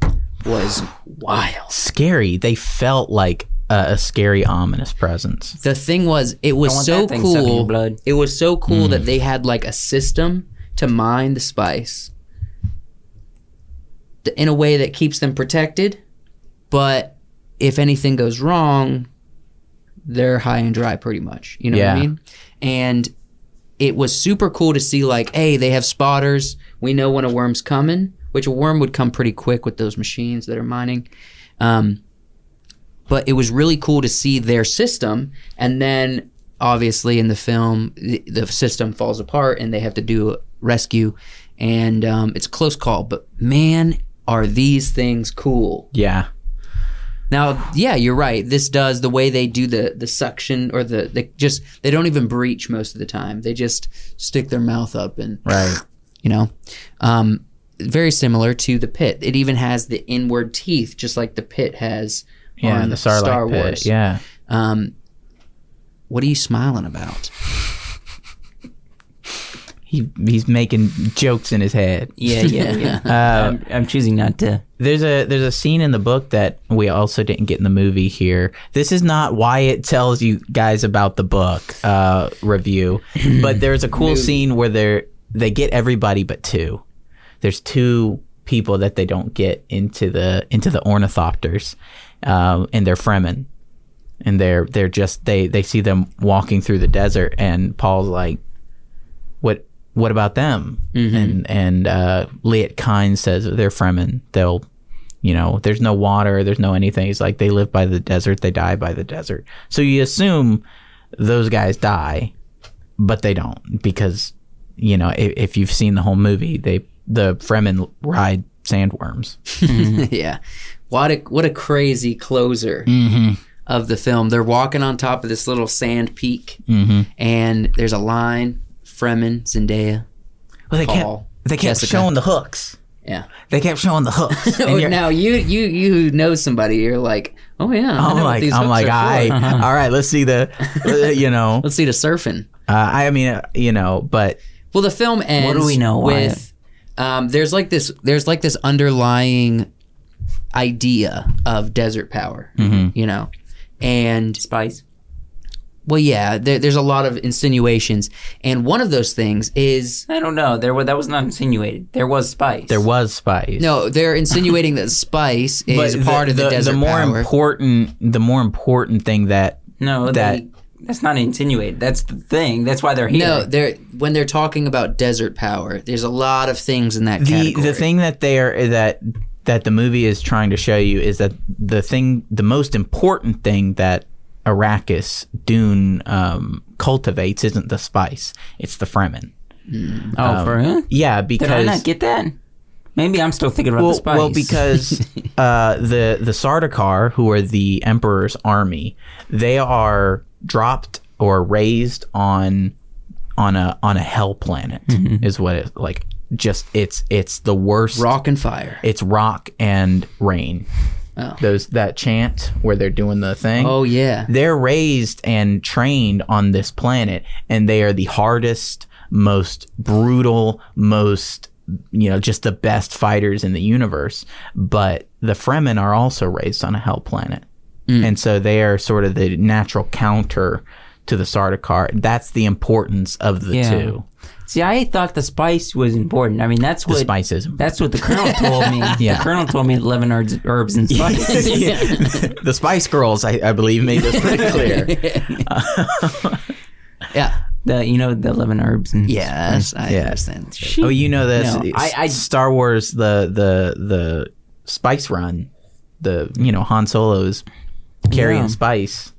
Speaker 4: was wild
Speaker 2: Scary. They felt like a, a scary ominous presence.
Speaker 4: the thing was it
Speaker 1: I
Speaker 4: was
Speaker 1: want
Speaker 4: so
Speaker 1: that thing sucking your
Speaker 4: cool
Speaker 1: blood.
Speaker 4: it was so cool that they had like a system to mine the spice th- in a way that keeps them protected but if anything goes wrong they're high and dry pretty much you know
Speaker 2: Yeah.
Speaker 4: what i mean and it was super cool to see like hey they have spotters we know when a worm's coming which a worm would come pretty quick with those machines that are mining um, but it was really cool to see their system and then obviously in the film the, the system falls apart and they have to do a rescue and um, it's a close call but man are these things cool
Speaker 2: Yeah.
Speaker 4: now yeah you're right this does the way they do the the suction or the they just they don't even breach most of the time they just stick their mouth up and
Speaker 2: Right.
Speaker 4: you know um, very similar to the pit it even has the inward teeth just like the pit has
Speaker 2: Yeah.
Speaker 4: on
Speaker 2: the Sarlacc
Speaker 4: star
Speaker 2: pit.
Speaker 4: wars
Speaker 2: Yeah.
Speaker 4: um, what are you smiling about?
Speaker 2: He he's making jokes in his head. Uh,
Speaker 1: Yeah, yeah, yeah. Um, I'm, I'm choosing not to.
Speaker 2: There's a there's a scene in the book that we also didn't get in the movie here. This is not why it tells you guys about the book uh, review, but there's a cool scene where they're they get everybody but two. There's two people that they don't get into the into the ornithopters, um, and they're Fremen, and they're they're just they they see them walking through the desert, and Paul's like, what what about them?
Speaker 4: Mm-hmm.
Speaker 2: And and uh, Liet Kine says they're Fremen. They'll you know, there's no water, there's no anything. It's like they live by the desert, they die by the desert. So you assume those guys die, but they don't because you know if, if you've seen the whole movie, they the Fremen ride sandworms. Mm-hmm.
Speaker 4: yeah. What a what a crazy closer
Speaker 2: Mm.
Speaker 4: of the film. They're walking on top of this little sand peak, and there's a line. Fremen, Zendaya.
Speaker 2: Well, they
Speaker 4: Paul,
Speaker 2: kept they kept
Speaker 4: Jessica.
Speaker 2: showing the hooks.
Speaker 4: Yeah.
Speaker 2: They kept showing the hooks.
Speaker 4: Oh,
Speaker 2: you're-
Speaker 4: now you you you know somebody. You're like, oh yeah. I know
Speaker 2: I'm
Speaker 4: what
Speaker 2: like
Speaker 4: these
Speaker 2: I'm
Speaker 4: hooks
Speaker 2: like
Speaker 4: are
Speaker 2: all
Speaker 4: for."
Speaker 2: right, all right. Let's see the uh, you know.
Speaker 4: Let's see the surfing.
Speaker 2: Uh, I mean uh, you know, but
Speaker 4: Well, the film ends.
Speaker 1: do we know,
Speaker 4: with? Um, there's like this. There's like this underlying idea of desert power.
Speaker 2: Mm-hmm.
Speaker 4: You know, and
Speaker 1: Spice.
Speaker 4: well, yeah. There, there's a lot of insinuations, and one of those things is
Speaker 1: I don't know. There was that was not insinuated. There was spice.
Speaker 2: there was spice.
Speaker 4: no. They're insinuating that spice is
Speaker 2: the-
Speaker 4: part of the, desert
Speaker 2: the more
Speaker 4: power.
Speaker 2: important the more important thing that
Speaker 1: no
Speaker 2: that-
Speaker 1: They, that's not insinuated. That's the thing. That's why they're here.
Speaker 4: no, they're when they're talking about desert power. There's a lot of things in that
Speaker 2: the
Speaker 4: category.
Speaker 2: the thing that they are that that the movie is trying to show you is that the thing the most important thing that Arrakis Dune um, cultivates isn't the spice it's the Fremen
Speaker 1: oh,
Speaker 4: um,
Speaker 1: for real?
Speaker 2: yeah because
Speaker 1: Did I not get that? Maybe I'm still thinking about
Speaker 2: well,
Speaker 1: the spice.
Speaker 2: well, because uh, the the Sardaukar, who are the Emperor's army, they are dropped or raised on on a on a hell planet, is what it like. Just it's it's the worst.
Speaker 4: Mm-hmm. rock and fire.
Speaker 2: It's rock and rain.
Speaker 4: Oh.
Speaker 2: Those that chant where they're doing the thing.
Speaker 4: Oh yeah.
Speaker 2: They're raised and trained on this planet, and they are the hardest, most brutal, most, you know, just the best fighters in the universe. But the Fremen are also raised on a hell planet. And so they are sort of the natural counter to the Sardaukar. That's the importance of the
Speaker 1: Yeah.
Speaker 2: two.
Speaker 1: see, I thought the spice was important. I mean, that's
Speaker 2: The
Speaker 1: what
Speaker 2: spices.
Speaker 1: that's what the colonel told me.
Speaker 2: Yeah.
Speaker 1: The colonel told me eleven herbs, herbs and spices.
Speaker 2: the Spice Girls, I, I believe, made this pretty clear.
Speaker 4: Yeah.
Speaker 1: the you know the eleven herbs and
Speaker 4: Yes, I
Speaker 2: Yeah.
Speaker 4: understand.
Speaker 2: Oh, you know this.
Speaker 1: No, I-
Speaker 2: I,
Speaker 1: I-
Speaker 2: Star Wars, the the the Spice Run, the you know Han Solo's carrying
Speaker 1: Yeah.
Speaker 2: spice.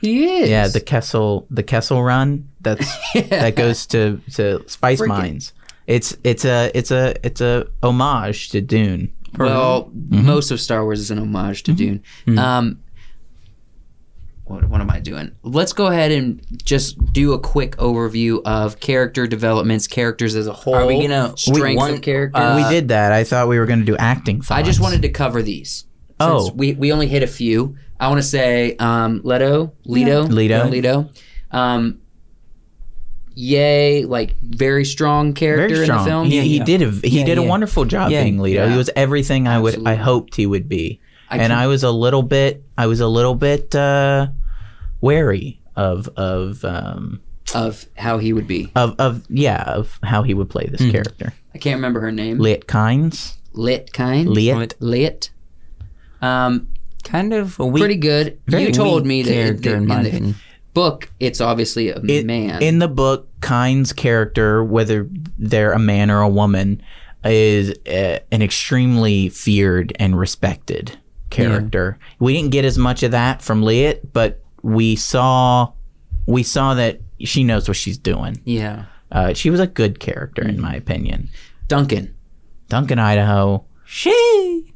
Speaker 4: He is.
Speaker 2: Yeah, the Kessel the Kessel Run. That's that goes to to spice mines. It's it's a it's a it's a homage to Dune.
Speaker 4: well,
Speaker 2: Mm-hmm.
Speaker 4: most of Star Wars is an homage to Dune. Um, what, what am I doing? Let's go ahead and just do a quick overview of character developments, characters as a whole.
Speaker 1: Are we gonna- we-
Speaker 4: strength
Speaker 1: one-
Speaker 4: of characters?
Speaker 1: uh,
Speaker 2: we did that. I thought we were going to do acting. Thoughts.
Speaker 4: I just wanted to cover these.
Speaker 2: Oh.
Speaker 4: Since we we only hit a few. I want to say um, Leto, Leto,
Speaker 2: Leto.
Speaker 4: Leto. Um, yay! Like very strong character
Speaker 2: very
Speaker 4: in
Speaker 2: strong.
Speaker 4: the film.
Speaker 2: He, he
Speaker 1: Yeah.
Speaker 2: did a he
Speaker 1: Yeah,
Speaker 2: did a
Speaker 1: yeah.
Speaker 2: wonderful job
Speaker 1: Yeah.
Speaker 2: being Leto.
Speaker 4: Yeah.
Speaker 2: He was everything I would I
Speaker 4: Absolutely.
Speaker 2: hoped he would be.
Speaker 4: I
Speaker 2: and
Speaker 4: can-
Speaker 2: I was a little bit I was a little bit uh, wary of of um,
Speaker 4: of how he would be.
Speaker 2: of of yeah of how he would play this
Speaker 4: Hmm.
Speaker 2: character.
Speaker 4: I can't remember her name.
Speaker 2: Lit Kynes.
Speaker 4: Lit kind.
Speaker 2: Lit.
Speaker 4: Lit. Um,
Speaker 1: kind of a weak,
Speaker 4: pretty good.
Speaker 1: very
Speaker 4: you told
Speaker 1: weak
Speaker 4: me that in
Speaker 1: character
Speaker 4: the,
Speaker 1: in my
Speaker 4: in the
Speaker 1: opinion.
Speaker 4: book, it's obviously a
Speaker 2: It-
Speaker 4: man.
Speaker 2: in the book, Kynes' character, whether they're a man or a woman, is uh, an extremely feared and respected character. We didn't get as much of that from Lit, but we saw we saw that she knows what she's doing.
Speaker 4: yeah.
Speaker 2: Uh, she was a good character, in my opinion.
Speaker 4: Duncan.
Speaker 2: Duncan Idaho.
Speaker 1: She.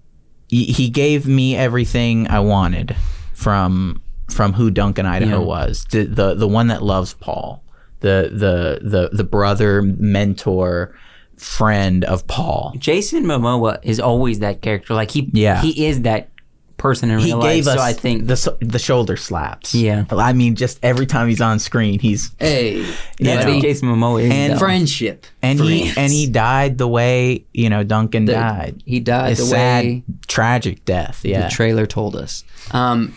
Speaker 2: he he gave me everything I wanted from from who Duncan Idaho
Speaker 1: Yeah.
Speaker 2: was the, the the one that loves Paul the the the the brother mentor friend of Paul
Speaker 1: Jason Momoa is always that character. Like he,
Speaker 2: Yeah.
Speaker 1: he is that person in
Speaker 2: he
Speaker 1: real
Speaker 2: gave
Speaker 1: life.
Speaker 2: us
Speaker 1: so I think
Speaker 2: the so- the shoulder slaps
Speaker 1: Yeah.
Speaker 2: I mean just every time he's on screen he's
Speaker 4: Hey,
Speaker 1: that's
Speaker 2: know.
Speaker 1: what Jason Momoa is.
Speaker 2: And
Speaker 1: though.
Speaker 4: friendship.
Speaker 2: and he
Speaker 4: Friends.
Speaker 2: and he died the way you know Duncan
Speaker 4: The-
Speaker 2: died
Speaker 4: He died
Speaker 2: a
Speaker 4: the
Speaker 2: sad
Speaker 4: way
Speaker 2: tragic death yeah
Speaker 4: the trailer told us. Um,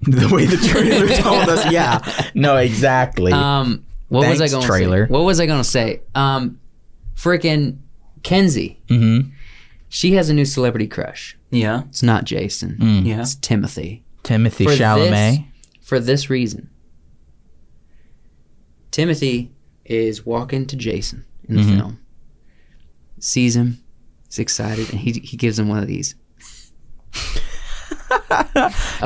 Speaker 2: the way the trailer told us yeah no exactly
Speaker 4: um, what was
Speaker 2: Thanks,
Speaker 4: I going
Speaker 2: trailer.
Speaker 4: Say? What was I going to say? Um, freaking Kenzie.
Speaker 2: hmm
Speaker 4: She has a new celebrity crush.
Speaker 1: yeah,
Speaker 4: It's not Jason.
Speaker 2: Mm.
Speaker 1: yeah.
Speaker 4: It's Timothy.
Speaker 2: Timothy
Speaker 4: mm. For
Speaker 2: Chalamet
Speaker 4: this- for this reason. Timothy is walking to Jason in
Speaker 2: Mm-hmm.
Speaker 4: the film, sees him, is excited, and he, he gives him one of these. a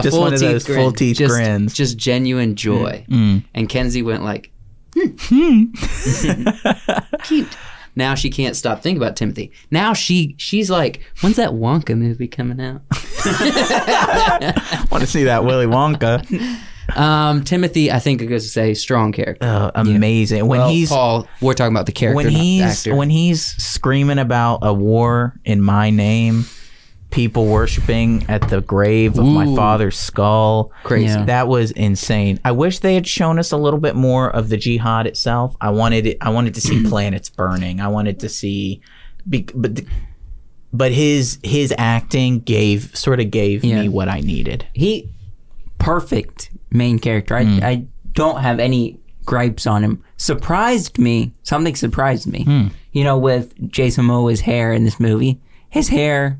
Speaker 2: Just
Speaker 4: full
Speaker 2: one of
Speaker 4: teeth
Speaker 2: those
Speaker 4: grin,
Speaker 2: full teeth
Speaker 4: just,
Speaker 2: grins.
Speaker 4: just genuine joy.
Speaker 2: Mm.
Speaker 4: And Kenzie went like,
Speaker 2: Hmm.
Speaker 4: cute. Now she can't stop thinking about Timothy. Now she she's like, when's that Wonka movie coming out?
Speaker 2: Want to see that Willy Wonka?
Speaker 4: Um, Timothy, I think it goes to say strong character.
Speaker 2: Oh, amazing. When
Speaker 4: Well,
Speaker 2: he's
Speaker 4: Paul, we're talking about the character,
Speaker 2: when
Speaker 4: not the
Speaker 2: he's
Speaker 4: actor.
Speaker 2: when he's screaming about a war in my name, people worshiping at the grave of my
Speaker 4: Ooh.
Speaker 2: father's skull.
Speaker 4: Crazy. Yeah.
Speaker 2: That was insane. I wish they had shown us a little bit more of the jihad itself. I wanted it, I wanted to see planets burning. I wanted to see be, but the- but his his acting gave sort of gave
Speaker 1: Yeah.
Speaker 2: me what I needed.
Speaker 1: he perfect main character. I, I don't have any gripes on him. Surprised me. Something surprised me. You know, with Jason Momoa's hair in this movie, his hair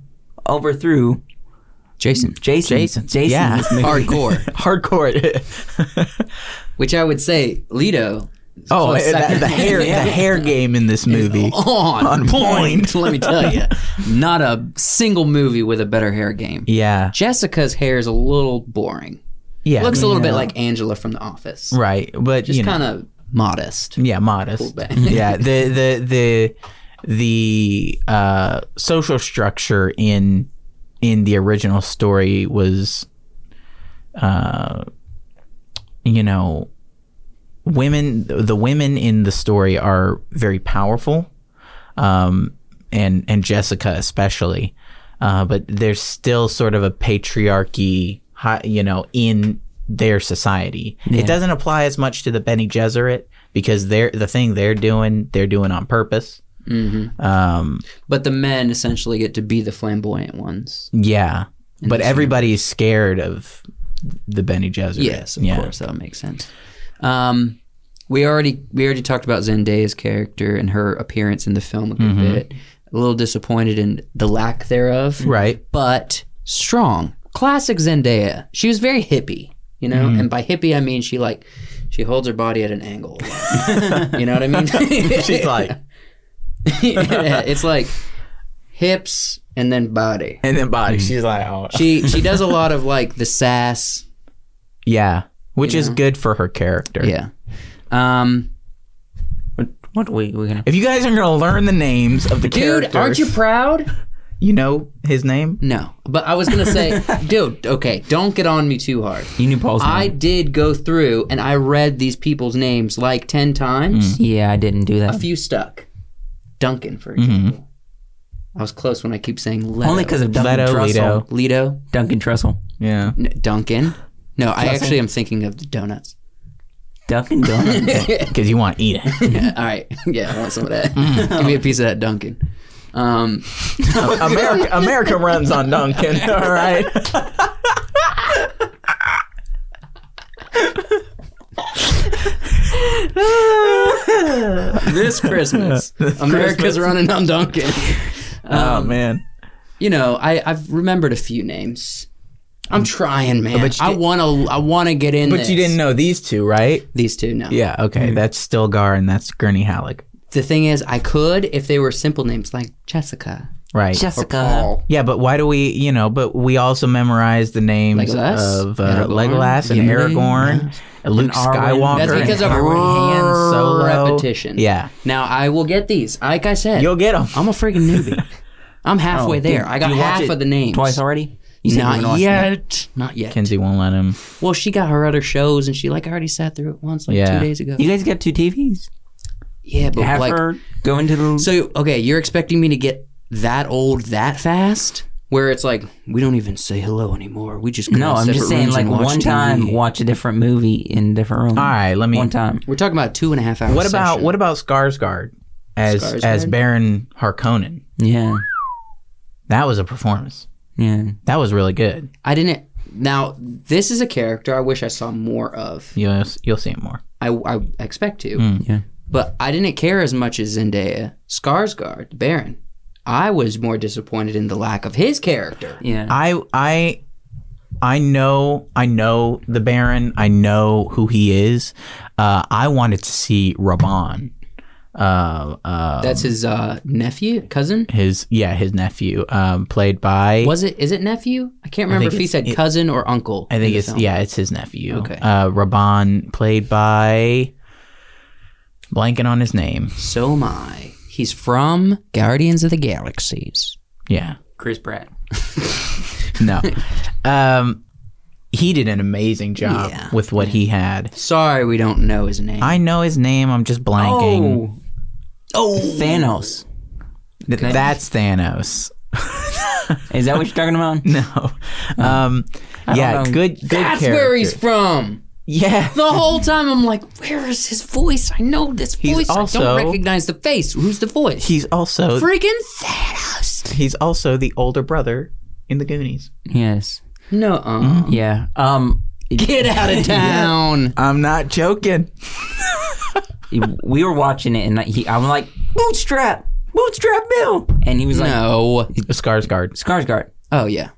Speaker 1: overthrew
Speaker 4: Jason,
Speaker 1: Jason.
Speaker 2: Jason's,
Speaker 1: Jason.
Speaker 2: yeah.
Speaker 1: in this movie.
Speaker 4: hardcore,
Speaker 2: Hardcore.
Speaker 4: which I would say Leto
Speaker 2: oh,
Speaker 4: Close
Speaker 2: that,
Speaker 4: second.
Speaker 2: the hair the hair game in this movie.
Speaker 4: on,
Speaker 2: On point.
Speaker 4: Let me tell you, not a single movie with a better hair game.
Speaker 2: Yeah.
Speaker 4: Jessica's hair is a little boring.
Speaker 2: Yeah.
Speaker 4: Looks a little bit
Speaker 1: Yeah.
Speaker 4: like Angela from The Office.
Speaker 2: right, but
Speaker 4: Just
Speaker 2: you know,
Speaker 4: kind of modest.
Speaker 2: yeah, modest.
Speaker 4: back.
Speaker 2: yeah, the the the the uh, social structure in in the original story was, uh, you know, women. The women in the story are very powerful, um, and and Jessica especially. Uh, but there's still sort of a patriarchy, hi- you know, in their society. It doesn't apply as much to the Benny Gesserit because they're the thing they're doing. They're doing on purpose. Um,
Speaker 4: But the men essentially get to be the flamboyant ones.
Speaker 2: yeah, but
Speaker 4: the same-
Speaker 2: everybody is scared of the Benny Gesserit.
Speaker 4: Yes, of
Speaker 2: yeah.
Speaker 4: course, that would make sense. Um, we already we already talked about Zendaya's character and her appearance in the film a good
Speaker 2: Mm-hmm.
Speaker 4: bit. A little disappointed in the lack thereof,
Speaker 2: Right.
Speaker 4: But strong, classic Zendaya. She was very hippie, you know.
Speaker 2: Mm-hmm.
Speaker 4: And by hippie, I mean she like she holds her body at an angle. you know what I mean?
Speaker 2: She's like,
Speaker 4: it's like hips and then body.
Speaker 2: and then body. She's like, oh,
Speaker 4: She she does a lot of like the sass,
Speaker 2: yeah, which is
Speaker 4: Yeah.
Speaker 2: good for her character.
Speaker 4: yeah. Um,
Speaker 1: What, what we we gonna?
Speaker 2: If you guys are gonna learn the names of the
Speaker 4: Dude,
Speaker 2: characters,
Speaker 4: aren't you proud?
Speaker 2: You know his name.
Speaker 4: No, but I was gonna say, dude, okay, don't get on me too hard.
Speaker 1: You knew Paul's
Speaker 4: I
Speaker 1: name.
Speaker 4: did go through and I read these people's names like ten times.
Speaker 1: Yeah, I didn't do
Speaker 4: A
Speaker 1: that.
Speaker 4: few stuck. Duncan, for example. I was close when I keep saying Leto.
Speaker 1: Only because of Duncan
Speaker 2: Leto,
Speaker 1: Trussell.
Speaker 2: Leto.
Speaker 4: Leto,
Speaker 1: Duncan Trussell.
Speaker 2: Yeah.
Speaker 4: N- Duncan. No, I actually am thinking of the donuts.
Speaker 1: Duncan Donut.
Speaker 2: Because you want to eat it.
Speaker 4: Yeah, all right, yeah, I want some of that. Give me a piece of that Duncan. Um,
Speaker 2: America, America runs on Duncan. All right.
Speaker 4: this Christmas, America's running on Duncan.
Speaker 2: Oh man.
Speaker 4: you know, I, I've remembered a few names.
Speaker 1: Um,
Speaker 4: I'm trying, man.
Speaker 2: But you
Speaker 4: I
Speaker 2: did-
Speaker 4: want to. I want to get in.
Speaker 2: But
Speaker 4: this.
Speaker 2: you didn't know these two, right? Mm-hmm.
Speaker 4: these two. No.
Speaker 2: Yeah. Okay. That's Stilgar and that's Gurney Halleck.
Speaker 4: The thing is, I could if they were simple names like Jessica. Uh,
Speaker 2: Right.
Speaker 1: Jessica.
Speaker 2: yeah, but why do we, you know, but we also memorize the names
Speaker 4: Legolas,
Speaker 2: of uh,
Speaker 4: Aragorn,
Speaker 2: Legolas and
Speaker 4: Gimli,
Speaker 2: Aragorn, Luke
Speaker 1: And Arwen.
Speaker 2: Skywalker.
Speaker 4: That's
Speaker 2: and
Speaker 4: because of
Speaker 2: Arwen Han Solo.
Speaker 4: repetition. Oh.
Speaker 2: Yeah.
Speaker 4: Now I will get these. Like I said,
Speaker 2: You'll get them.
Speaker 4: I'm a freaking newbie. I'm halfway there. I got
Speaker 1: Oh, you watch
Speaker 4: half
Speaker 1: it
Speaker 4: of the names.
Speaker 1: Twice already? You said you were gonna
Speaker 4: Not
Speaker 1: watch it.
Speaker 4: yet. Not yet.
Speaker 2: Kenzie won't let him.
Speaker 4: Well, she got her other shows, and she like already sat through it once, like
Speaker 2: Yeah.
Speaker 4: two days ago.
Speaker 1: You guys got two TVs.
Speaker 4: yeah, but
Speaker 1: Have
Speaker 4: like
Speaker 1: her go into the.
Speaker 4: So okay, you're expecting me to get that old that fast? Where it's like we don't even say hello anymore. We just go
Speaker 1: no,
Speaker 4: in
Speaker 1: I'm just
Speaker 4: separate
Speaker 1: saying,
Speaker 4: rooms
Speaker 1: like
Speaker 4: and watch
Speaker 1: one
Speaker 4: TV.
Speaker 1: time, watch a different movie in a different room.
Speaker 2: All right. Let me.
Speaker 1: one time.
Speaker 4: We're talking about two and a half hours.
Speaker 2: What about what about Skarsgård as as
Speaker 4: Skarsgård?
Speaker 2: Baron Harkonnen?
Speaker 1: Yeah,
Speaker 2: That was a performance.
Speaker 1: yeah.
Speaker 2: That was really good.
Speaker 4: I didn't. Now this is a character I wish I saw more of.
Speaker 2: You'll you'll see it more.
Speaker 4: I, I expect to,
Speaker 2: Mm.
Speaker 1: Yeah.
Speaker 4: but I didn't care as much as Zendaya, Skarsgård, the Baron. I was more disappointed in the lack of his character.
Speaker 1: Yeah.
Speaker 2: I I I know I know the Baron. I know who he is. Uh, I wanted to see Raban. Uh, uh,
Speaker 4: That's his uh, nephew, cousin.
Speaker 2: his yeah, his nephew, um, played by
Speaker 4: Was it? Is it nephew? I can't remember
Speaker 2: think
Speaker 4: if he
Speaker 2: it's-
Speaker 4: said
Speaker 2: it-
Speaker 4: cousin or uncle.
Speaker 2: I
Speaker 4: in
Speaker 2: think
Speaker 4: the
Speaker 2: it's
Speaker 4: film.
Speaker 2: yeah, it's his nephew.
Speaker 4: Okay.
Speaker 2: Uh, Raban, played by blanking on his name.
Speaker 4: So am I. He's from Guardians of the Galaxies.
Speaker 2: Yeah.
Speaker 1: Chris Pratt.
Speaker 2: No. um, he did an amazing job
Speaker 4: Yeah.
Speaker 2: with what he had.
Speaker 4: Sorry, we don't know his name.
Speaker 2: I know his name. I'm just blanking.
Speaker 1: Oh. Oh. Thanos.
Speaker 2: Th- That's Thanos.
Speaker 1: Is that what you're talking about?
Speaker 2: No. Um, yeah.
Speaker 1: know.
Speaker 2: Good. Good
Speaker 4: That's
Speaker 2: character.
Speaker 4: where he's from.
Speaker 2: Yeah.
Speaker 4: The whole time I'm like, where is his voice? I know this voice. I
Speaker 2: also-
Speaker 4: don't recognize the face. Who's the voice?
Speaker 2: He's also
Speaker 4: Freaking Thanos.
Speaker 2: he's also the older brother in the Goonies.
Speaker 1: Yes.
Speaker 4: No, uh
Speaker 1: Yeah. Um,
Speaker 4: get out of town.
Speaker 2: I'm not joking.
Speaker 1: we were watching it, and he, I'm like, Bootstrap, Bootstrap Bill, and he was like,
Speaker 4: No.
Speaker 2: Skarsgård.
Speaker 1: Skarsgård.
Speaker 4: Oh yeah.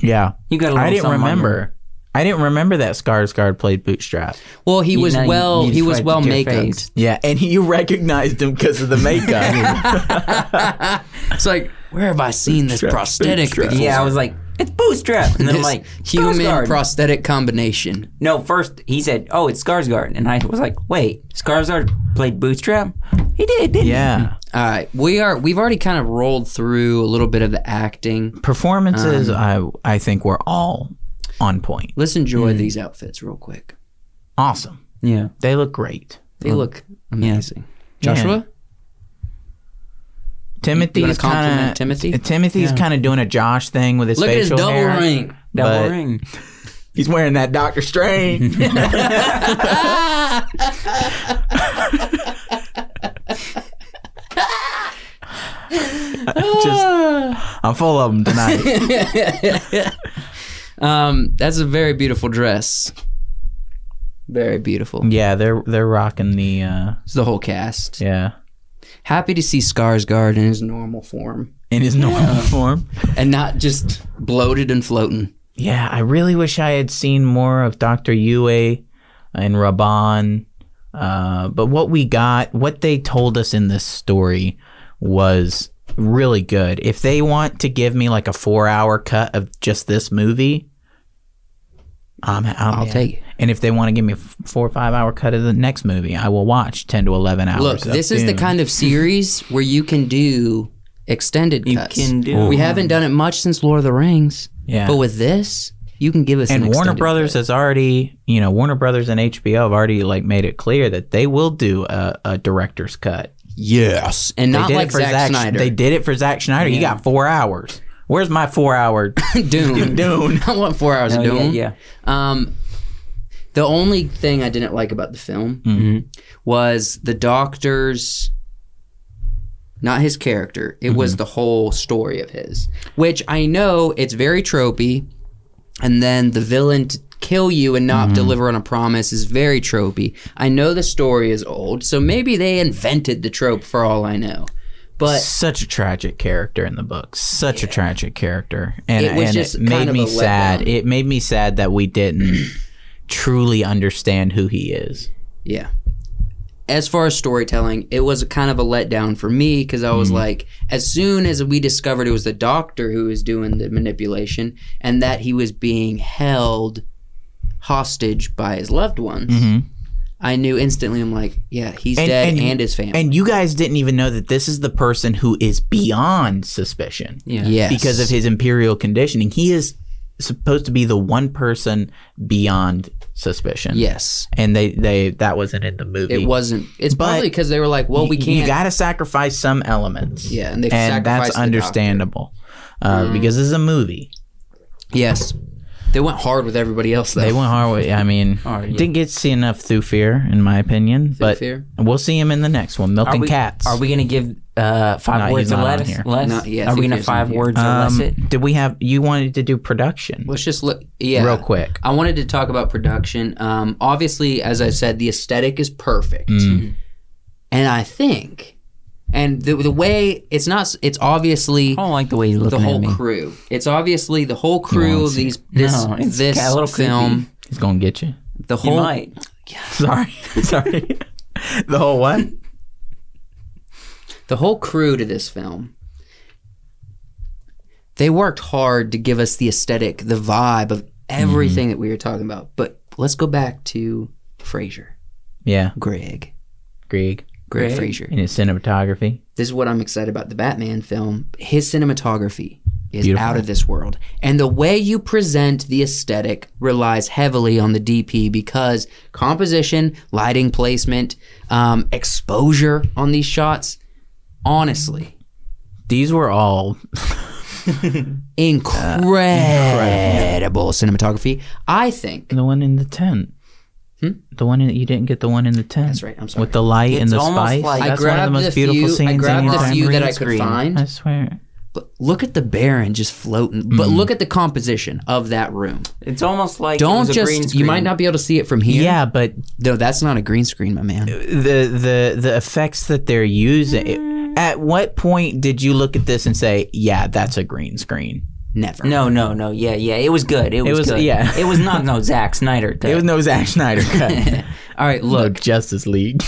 Speaker 2: Yeah.
Speaker 1: You got a little
Speaker 2: I didn't
Speaker 1: something on you.
Speaker 2: remember. I didn't remember that Skarsgård played Bootstrap.
Speaker 4: Well, he was
Speaker 1: know, you-
Speaker 4: well.
Speaker 1: you
Speaker 4: He was
Speaker 1: described
Speaker 4: well
Speaker 1: your
Speaker 4: makeuped.
Speaker 1: face.
Speaker 2: Yeah, and he, you recognized him because of the makeup.
Speaker 4: It's like, where have I seen this prosthetic? before?
Speaker 1: Yeah, I was like, it's Bootstrap, and then I'm
Speaker 4: This
Speaker 1: like,
Speaker 4: human
Speaker 1: Skarsgård.
Speaker 4: prosthetic combination.
Speaker 1: no, first he said, oh, it's Skarsgård, and I was like, wait, Skarsgård played Bootstrap? He did, didn't
Speaker 2: yeah,
Speaker 4: All right, Uh, we are. We've already kind of rolled through a little bit of the acting.
Speaker 2: performances. I I think were all on point.
Speaker 4: Let's enjoy these outfits real quick.
Speaker 2: Awesome.
Speaker 1: he? Yeah.
Speaker 2: They look great.
Speaker 4: They look amazing. Joshua, You wanna
Speaker 2: Timothy's
Speaker 4: compliment
Speaker 2: kind of
Speaker 4: Timothy?
Speaker 2: Timothy's kind of doing a Josh thing with his
Speaker 4: look at his
Speaker 2: facial
Speaker 4: double
Speaker 2: hair.
Speaker 4: ring.
Speaker 1: Double
Speaker 2: But-
Speaker 1: ring.
Speaker 2: He's wearing that Doctor Strange. Just, I'm full of them tonight.
Speaker 4: Um, that's a very beautiful dress. Very beautiful.
Speaker 2: yeah, they're they're rocking the uh,
Speaker 4: It's the whole cast.
Speaker 2: yeah
Speaker 4: Happy to see Skarsgård in his normal form
Speaker 2: in his normal form.
Speaker 4: and not just bloated and floating.
Speaker 2: Yeah, I really wish I had seen more of Dr. Yue and Raban. Uh, but what we got, what they told us in this story was really good. If they want to give me like a four hour cut of just this movie, I'm, i
Speaker 4: I'll take it.
Speaker 2: And if they want to give me a f- four or five hour cut of the next movie, I will watch 10 to 11 hours.
Speaker 4: Look,
Speaker 2: of
Speaker 4: this is the
Speaker 2: Dune.
Speaker 4: kind of series where you can do extended
Speaker 1: You
Speaker 4: cuts.
Speaker 1: can do.
Speaker 4: We haven't done it much since Lord of the Rings,
Speaker 2: Yeah.
Speaker 4: but with this, you can give us an
Speaker 2: and Warner
Speaker 4: extended
Speaker 2: Brothers
Speaker 4: cut.
Speaker 2: has already, you know, Warner Brothers and HBO have already like made it clear that they will do a, a director's cut.
Speaker 4: yes, and not
Speaker 2: they did
Speaker 4: like
Speaker 2: it for
Speaker 4: Zack
Speaker 2: Zack
Speaker 4: Snyder.
Speaker 2: They did it for Zack Schneider. You got four hours. Where's my four hour
Speaker 4: Dune.
Speaker 2: Dune?
Speaker 4: I want four hours
Speaker 1: Oh,
Speaker 4: of Dune.
Speaker 1: Yeah,
Speaker 4: Um, the only thing I didn't like about the film Mm-hmm. was the doctor's, not his character. It was the whole story of his, which I know it's very tropey. And then the villain to kill you and not deliver on a promise is very tropey. I know the story is old, so maybe they invented the trope for all I know. But
Speaker 2: Such a tragic character in the book. Such a tragic character, and
Speaker 4: It was
Speaker 2: and
Speaker 4: just
Speaker 2: it made
Speaker 4: kind of
Speaker 2: me
Speaker 4: a
Speaker 2: sad.
Speaker 4: letdown.
Speaker 2: It made me sad that we didn't truly understand who he is.
Speaker 4: Yeah. As far as storytelling, it was kind of a letdown for me because I was
Speaker 2: Mm-hmm.
Speaker 4: like, as soon as we discovered it was the doctor who was doing the manipulation and that he was being held hostage by his loved ones, I knew instantly. I'm like, yeah, he's
Speaker 2: Mm-hmm. And-
Speaker 4: dead and,
Speaker 2: and-
Speaker 4: his family.
Speaker 2: And you guys didn't even know that this is the person who is beyond suspicion.
Speaker 1: yeah.
Speaker 4: yes.
Speaker 2: because of his imperial conditioning. He is supposed to be the one person beyond suspicion.
Speaker 4: Yes.
Speaker 2: And they, they that wasn't in the movie.
Speaker 4: It wasn't. It's
Speaker 2: But
Speaker 4: probably because they were like, well, we
Speaker 2: You-
Speaker 4: can't.
Speaker 2: You got to sacrifice some elements.
Speaker 4: Yeah, and they
Speaker 2: and
Speaker 4: sacrificed
Speaker 2: that's
Speaker 4: the doctor. Mm.
Speaker 2: understandable uh, because this is a movie.
Speaker 4: yes. They went hard with everybody else, though.
Speaker 2: They went hard. With, I mean, didn't get to see enough through fear, in my opinion. but
Speaker 4: fear.
Speaker 2: we'll see him in the next one, Milk
Speaker 1: Are
Speaker 2: and
Speaker 1: we,
Speaker 2: Cats.
Speaker 1: Are we gonna give uh, five
Speaker 2: No, he's
Speaker 1: words or
Speaker 2: not on
Speaker 1: less?
Speaker 2: here.
Speaker 1: less?
Speaker 4: Not yet.
Speaker 1: Are we gonna
Speaker 4: Theo's not
Speaker 1: five
Speaker 4: here.
Speaker 1: words or less?
Speaker 2: Um,
Speaker 1: It.
Speaker 2: did we have? You wanted to do production
Speaker 4: Let's just look. Yeah.
Speaker 2: real quick.
Speaker 4: I wanted to talk about production. Um, obviously, as I said, the aesthetic is perfect,
Speaker 2: Mm-hmm. Mm,
Speaker 4: and I think, and the, the way it's not, s- it's obviously
Speaker 1: I don't like the way he's Oh,
Speaker 4: the
Speaker 1: looking at
Speaker 4: whole
Speaker 1: me.
Speaker 4: crew. It's obviously the whole crew of these this
Speaker 1: No, it's
Speaker 4: this
Speaker 1: got a little
Speaker 4: film.
Speaker 2: He's gonna get you.
Speaker 4: The
Speaker 1: You
Speaker 4: whole
Speaker 1: might.
Speaker 2: Sorry, sorry. the whole what?
Speaker 4: the whole crew to this film they worked hard to give us the aesthetic the vibe of
Speaker 1: Mm-hmm.
Speaker 4: everything that we were talking about but let's go back to frasier
Speaker 2: Yeah,
Speaker 4: greg
Speaker 2: Greg
Speaker 4: greg,
Speaker 1: Greg.
Speaker 4: frasier
Speaker 2: in his cinematography.
Speaker 4: this is what i'm excited about the batman film his cinematography is
Speaker 2: Beautiful.
Speaker 4: out of this world and the way you present the aesthetic relies heavily on the dp because composition lighting placement um, exposure on these shots honestly
Speaker 2: These were all
Speaker 4: incredible, cinematography. I think
Speaker 2: the one in the tent. The one in you didn't get the one in the tent.
Speaker 4: Hmm? that's right. I'm sorry.
Speaker 2: With the light and
Speaker 1: It's
Speaker 2: the
Speaker 1: almost
Speaker 2: spice.
Speaker 1: like- I
Speaker 2: That's one
Speaker 4: grabbed
Speaker 2: of the most
Speaker 4: the
Speaker 2: beautiful
Speaker 4: few- I
Speaker 2: scenes in
Speaker 4: grabbed
Speaker 2: your
Speaker 4: the
Speaker 2: time.
Speaker 4: few that
Speaker 1: green
Speaker 4: I could
Speaker 1: screen.
Speaker 4: find.
Speaker 2: I swear.
Speaker 4: But look at the Baron just floating. But
Speaker 2: Mm-hmm.
Speaker 4: look at the composition of that room.
Speaker 1: It's almost like it
Speaker 4: Don't
Speaker 1: was a green
Speaker 4: just. You
Speaker 1: screen.
Speaker 4: might not be able to see it from here.
Speaker 2: Yeah, Uh, but
Speaker 4: No, that's not a green screen, my man.
Speaker 2: the the the effects that they're using.
Speaker 4: Mm.
Speaker 2: At what point did you look at this and say, "Yeah, that's a green screen"?
Speaker 4: Never.
Speaker 1: No, no, no. Yeah, yeah. It was good. It was,
Speaker 2: was-
Speaker 1: good.
Speaker 2: yeah.
Speaker 1: It was not no Zack Snyder.
Speaker 2: It was no Zack Snyder cut.
Speaker 4: All right. Look.
Speaker 2: look, Justice League.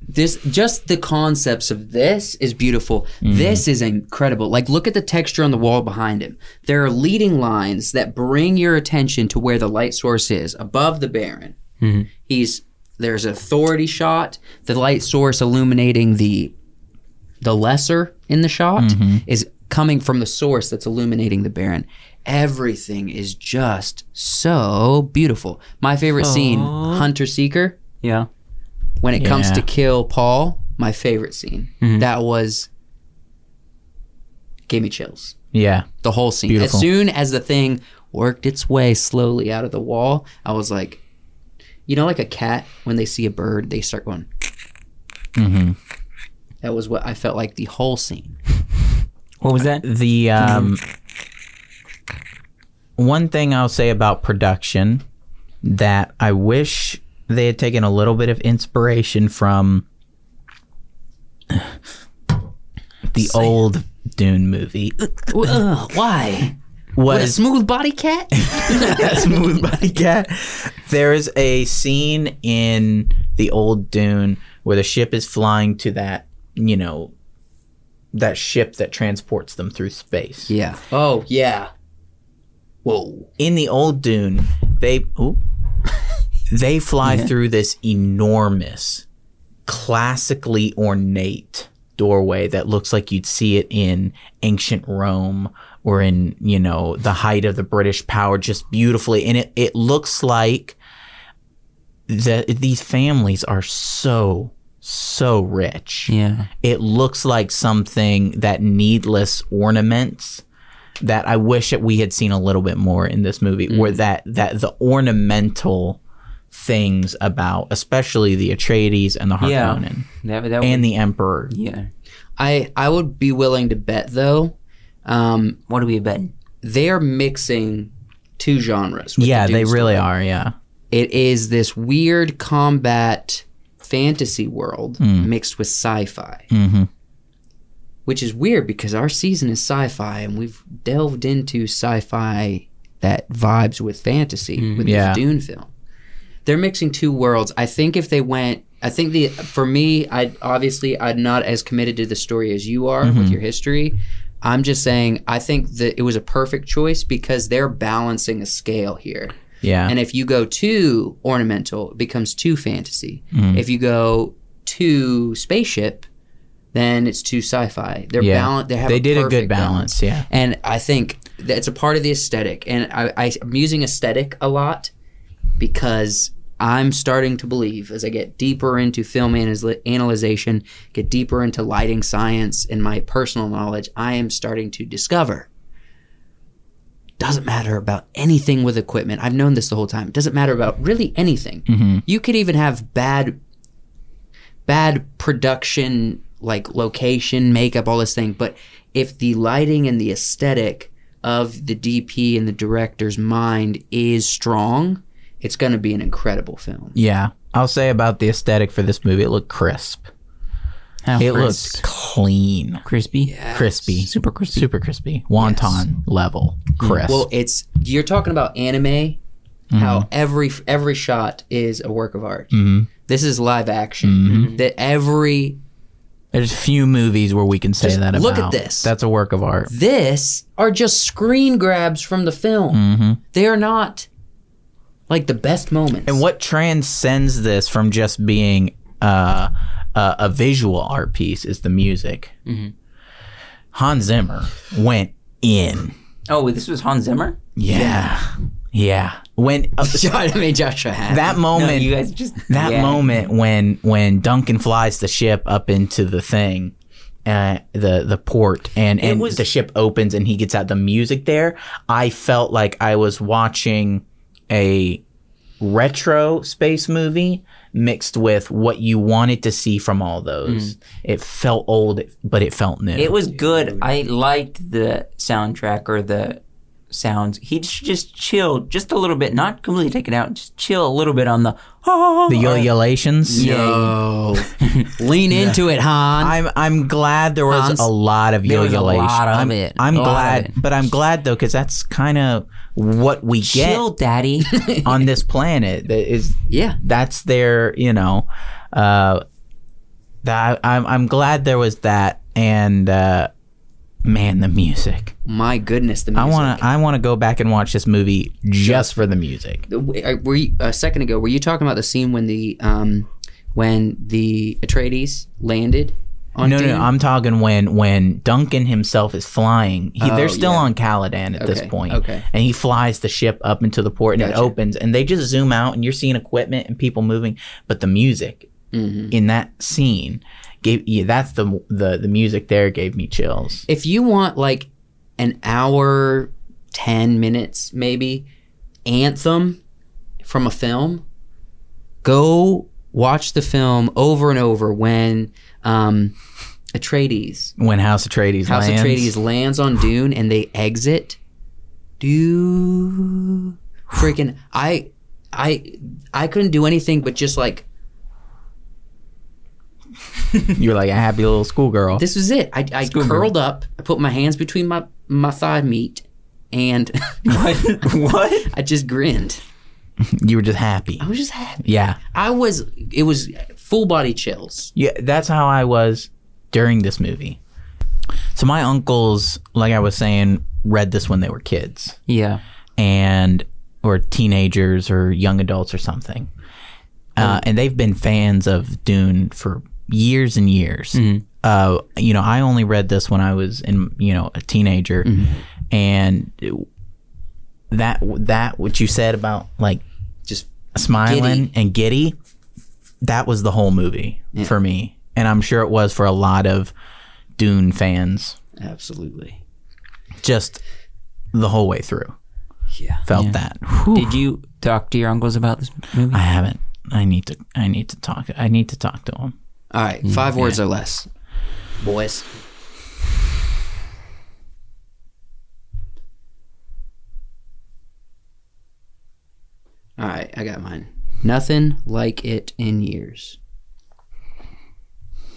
Speaker 4: this just the concepts of this is beautiful this is incredible like look at the texture on the wall behind him there are leading lines that bring your attention to where the light source is above the baron he's there's an authority shot the light source illuminating the the lesser in the shot is coming from the source that's illuminating the baron everything is just so beautiful my favorite scene hunter seeker
Speaker 1: yeah.
Speaker 4: when it comes
Speaker 2: Yeah. Mm-hmm.
Speaker 4: to kill Paul, my favorite scene. That was gave me chills.
Speaker 2: yeah,
Speaker 4: The whole scene.
Speaker 2: Beautiful.
Speaker 4: As soon as the thing worked its way slowly out of the wall, I was like, you know, like a cat when they see a bird, they start going.
Speaker 2: Mm-hmm.
Speaker 4: That was what I felt like the whole scene.
Speaker 1: What was that?
Speaker 2: the um, one thing I'll say about production that I wish they had taken a little bit of inspiration from the old Dune movie
Speaker 4: Ugh, why? What a
Speaker 2: was
Speaker 4: smooth body cat?
Speaker 2: that smooth body cat. There is a scene in the old Dune where the ship is flying to that, you know, that ship that transports them through space.
Speaker 4: yeah. Oh yeah. Whoa.
Speaker 2: In the old Dune, they ooh, they fly through this enormous, classically ornate doorway that looks like you'd see it in ancient Rome or in, you know, the height of the British power just beautifully. And it, it looks like that these families are so, so rich
Speaker 1: Yeah.
Speaker 2: it looks like something that needless ornaments that I wish that we had seen a little bit more in this movie where that that the ornamental things about especially the Atreides and the
Speaker 1: Yeah.
Speaker 2: Harkonnen
Speaker 1: That, that
Speaker 2: and the Emperor
Speaker 1: yeah.
Speaker 4: I I would be willing to bet though, um,
Speaker 1: What are we betting?
Speaker 4: they're mixing two genres. with
Speaker 2: yeah
Speaker 4: the
Speaker 2: they
Speaker 4: Dune
Speaker 2: really
Speaker 4: story.
Speaker 2: are yeah
Speaker 4: It is this weird combat fantasy world mixed with sci-fi,
Speaker 2: Mhm.
Speaker 4: which is weird because our season is sci-fi and we've delved into sci-fi that vibes with fantasy with
Speaker 2: Yeah.
Speaker 4: this Dune film. They're mixing two worlds. I think if they went, I think the for me, I obviously I'm not as committed to the story as you are with your history. I'm just saying I think that it was a perfect choice because they're balancing a scale here.
Speaker 2: yeah
Speaker 4: And if you go too ornamental, it becomes too fantasy.
Speaker 2: Mm. Mm-hmm.
Speaker 4: If you go too spaceship, then it's too sci-fi. They're
Speaker 2: Yeah.
Speaker 4: balanced. They have
Speaker 2: they
Speaker 4: a
Speaker 2: did a good
Speaker 4: perfect
Speaker 2: balance, yeah
Speaker 4: and I think that it's a part of the aesthetic. And I, I, I'm using aesthetic a lot because I'm starting to believe as I get deeper into film analysis, analyzation, get deeper into lighting science and my personal knowledge, I am starting to discover. Doesn't matter about anything with equipment. I've known this the whole time. Doesn't matter about really anything.
Speaker 2: Mm-hmm.
Speaker 4: You could even have bad bad production like location makeup all this thing but if the lighting and the aesthetic of the dp and the director's mind is strong it's going to be an incredible film
Speaker 2: yeah I'll say about the aesthetic for this movie it looked crisp it looked clean
Speaker 1: crispy.
Speaker 2: crispy super crispy super crispy wonton level crisp
Speaker 4: well it's you're talking about anime how every every
Speaker 2: Mm-hmm.
Speaker 4: shot is a work of art this is live action that every
Speaker 2: There's few movies where we can say
Speaker 4: Just
Speaker 2: that about.
Speaker 4: look at this.
Speaker 2: That's a work of art.
Speaker 4: This are just screen grabs from the film.
Speaker 2: Mm-hmm.
Speaker 4: They are not like the best moments.
Speaker 2: And what transcends this from just being uh, a, a visual art piece is the music. Hans Zimmer went in.
Speaker 1: Oh, this was Hans Zimmer.
Speaker 2: Yeah. Yeah. When uh,
Speaker 4: I mean, Joshua had
Speaker 2: that
Speaker 1: No,
Speaker 2: moment
Speaker 1: you guys just
Speaker 2: that
Speaker 1: yeah.
Speaker 2: moment when when Duncan flies the ship up into the thing, uh, the the port, and and
Speaker 1: was-
Speaker 2: the ship opens and he gets out the music there. I felt like I was watching a retro space movie mixed with what you wanted to see from all those. It felt old, but it felt new.
Speaker 1: Mm. It was good. I liked the soundtrack or the sounds. He just, just chilled just a little bit, not completely take it out, just chill a little bit on the oh,
Speaker 2: the ululations.
Speaker 4: No. Lean into it, Han.
Speaker 2: I'm I'm glad there was
Speaker 4: Hans,
Speaker 2: a lot of
Speaker 1: there was a
Speaker 2: ululation.
Speaker 1: lot of
Speaker 2: I'm,
Speaker 1: it.
Speaker 2: I'm
Speaker 1: A lot of
Speaker 2: glad,
Speaker 1: it.
Speaker 2: but I'm glad though because that's kind of what we get
Speaker 1: chill, daddy.
Speaker 2: on this planet. That is
Speaker 4: yeah.
Speaker 2: that's their you know, uh, that I, I'm I'm glad there was that and uh, man the music.
Speaker 4: My goodness, the
Speaker 2: I
Speaker 4: music.
Speaker 2: wanna I wanna go back and watch this movie just for the music.
Speaker 4: to. uh, Were you, a second ago? Were you talking about the scene when the um, when the Atreides landed? On
Speaker 2: No,
Speaker 4: Dune?
Speaker 2: no, I'm talking when when Duncan himself is flying. He,
Speaker 4: Oh,
Speaker 2: they're still
Speaker 4: yeah.
Speaker 2: on Caladan at this
Speaker 4: Okay,
Speaker 2: point.
Speaker 4: okay.
Speaker 2: And he flies the ship up into the port and it
Speaker 4: Gotcha.
Speaker 2: opens and they just zoom out and you're seeing equipment and people moving, but the music
Speaker 4: Mm-hmm.
Speaker 2: in that scene gave yeah, that's the the the music there gave me chills.
Speaker 4: if you want like an hour, ten minutes maybe, anthem from a film, go watch the film over and over when um, Atreides
Speaker 2: When House Atreides
Speaker 4: House
Speaker 2: lands.
Speaker 4: Atreides lands on Dune and they exit. Dude, freaking I, I, I couldn't do anything but just like
Speaker 2: You're like a happy little schoolgirl.
Speaker 4: this was it. I, I
Speaker 1: Schoolgirl.
Speaker 4: curled up. I put my hands between my my thigh meat, and
Speaker 1: what? what?
Speaker 4: I just grinned.
Speaker 2: you were just happy.
Speaker 4: I was just happy.
Speaker 2: Yeah.
Speaker 4: I was. It was full body chills.
Speaker 2: Yeah, that's how I was during this movie. So my uncles, like I was saying, read this when they were kids.
Speaker 1: Yeah.
Speaker 2: and or teenagers or young adults or something. Uh, and they've been fans of Dune for years and years. Uh, you know, I only read this when I was in you know a teenager, and it- that that what you said about like
Speaker 4: Just
Speaker 2: smiling and giddy, that was the whole movie for me, and I'm sure it was for a lot of Dune fans.
Speaker 4: absolutely.
Speaker 2: Just the whole way through,
Speaker 4: Yeah.
Speaker 2: felt that.
Speaker 1: Did you talk to your uncles about this movie?
Speaker 2: I haven't. I need to. I need to talk. I need to talk to him.
Speaker 4: All right, five words or less, boys. All right, I got mine. Nothing like it in years.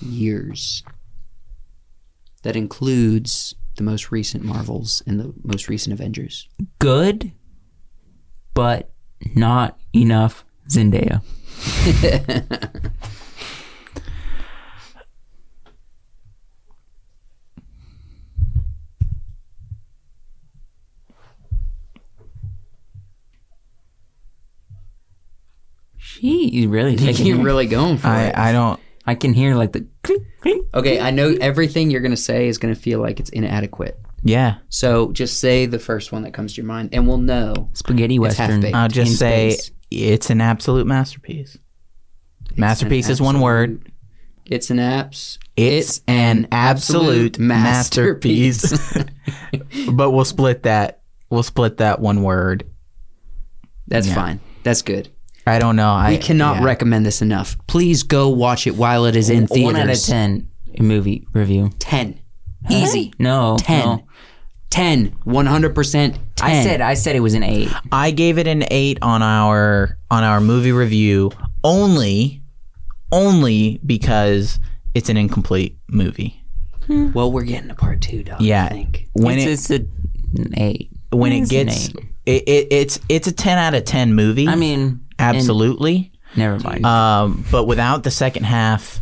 Speaker 4: Years. That includes the most recent Marvels and the most recent Avengers.
Speaker 1: Good, but not enough Zendaya. She really taking
Speaker 4: You're
Speaker 1: it.
Speaker 4: really going for it.
Speaker 2: I. I don't.
Speaker 1: I can hear like the clink, clink.
Speaker 4: Okay, I know everything you're going to say is going to feel like it's inadequate.
Speaker 2: Yeah.
Speaker 4: So just say the first one that comes to your mind, and we'll know.
Speaker 1: spaghetti western. uh,
Speaker 4: half-baked.
Speaker 2: I'll just
Speaker 1: In
Speaker 2: say
Speaker 1: space.
Speaker 2: it's an absolute masterpiece. masterpiece is one word.
Speaker 4: absolute- It's an apps.
Speaker 2: It's an absolute masterpiece. but we'll split that. We'll split that one word.
Speaker 4: That's
Speaker 2: Yeah.
Speaker 4: fine. That's good.
Speaker 2: I don't know. I
Speaker 4: We cannot
Speaker 2: yeah.
Speaker 4: recommend this enough. Please go watch it while it is in theaters.
Speaker 1: One out of ten movie review.
Speaker 4: Ten. Easy.
Speaker 1: No,
Speaker 4: Ten.
Speaker 1: no.
Speaker 4: Ten. One hundred percent. Ten.
Speaker 1: I said I said it was an eight.
Speaker 2: I gave it an eight on our on our movie review only, only because it's an incomplete movie.
Speaker 4: Well, we're getting a part two, dog. I
Speaker 2: Yeah.
Speaker 4: think.
Speaker 2: When it,
Speaker 1: it's, it's a, an eight.
Speaker 2: when it
Speaker 1: It's an
Speaker 2: gets
Speaker 1: eight.
Speaker 2: it, it, it's it's a 10 out of 10 movie
Speaker 1: I mean, uh,
Speaker 2: absolutely
Speaker 1: and- never mind.
Speaker 2: um, but without the second half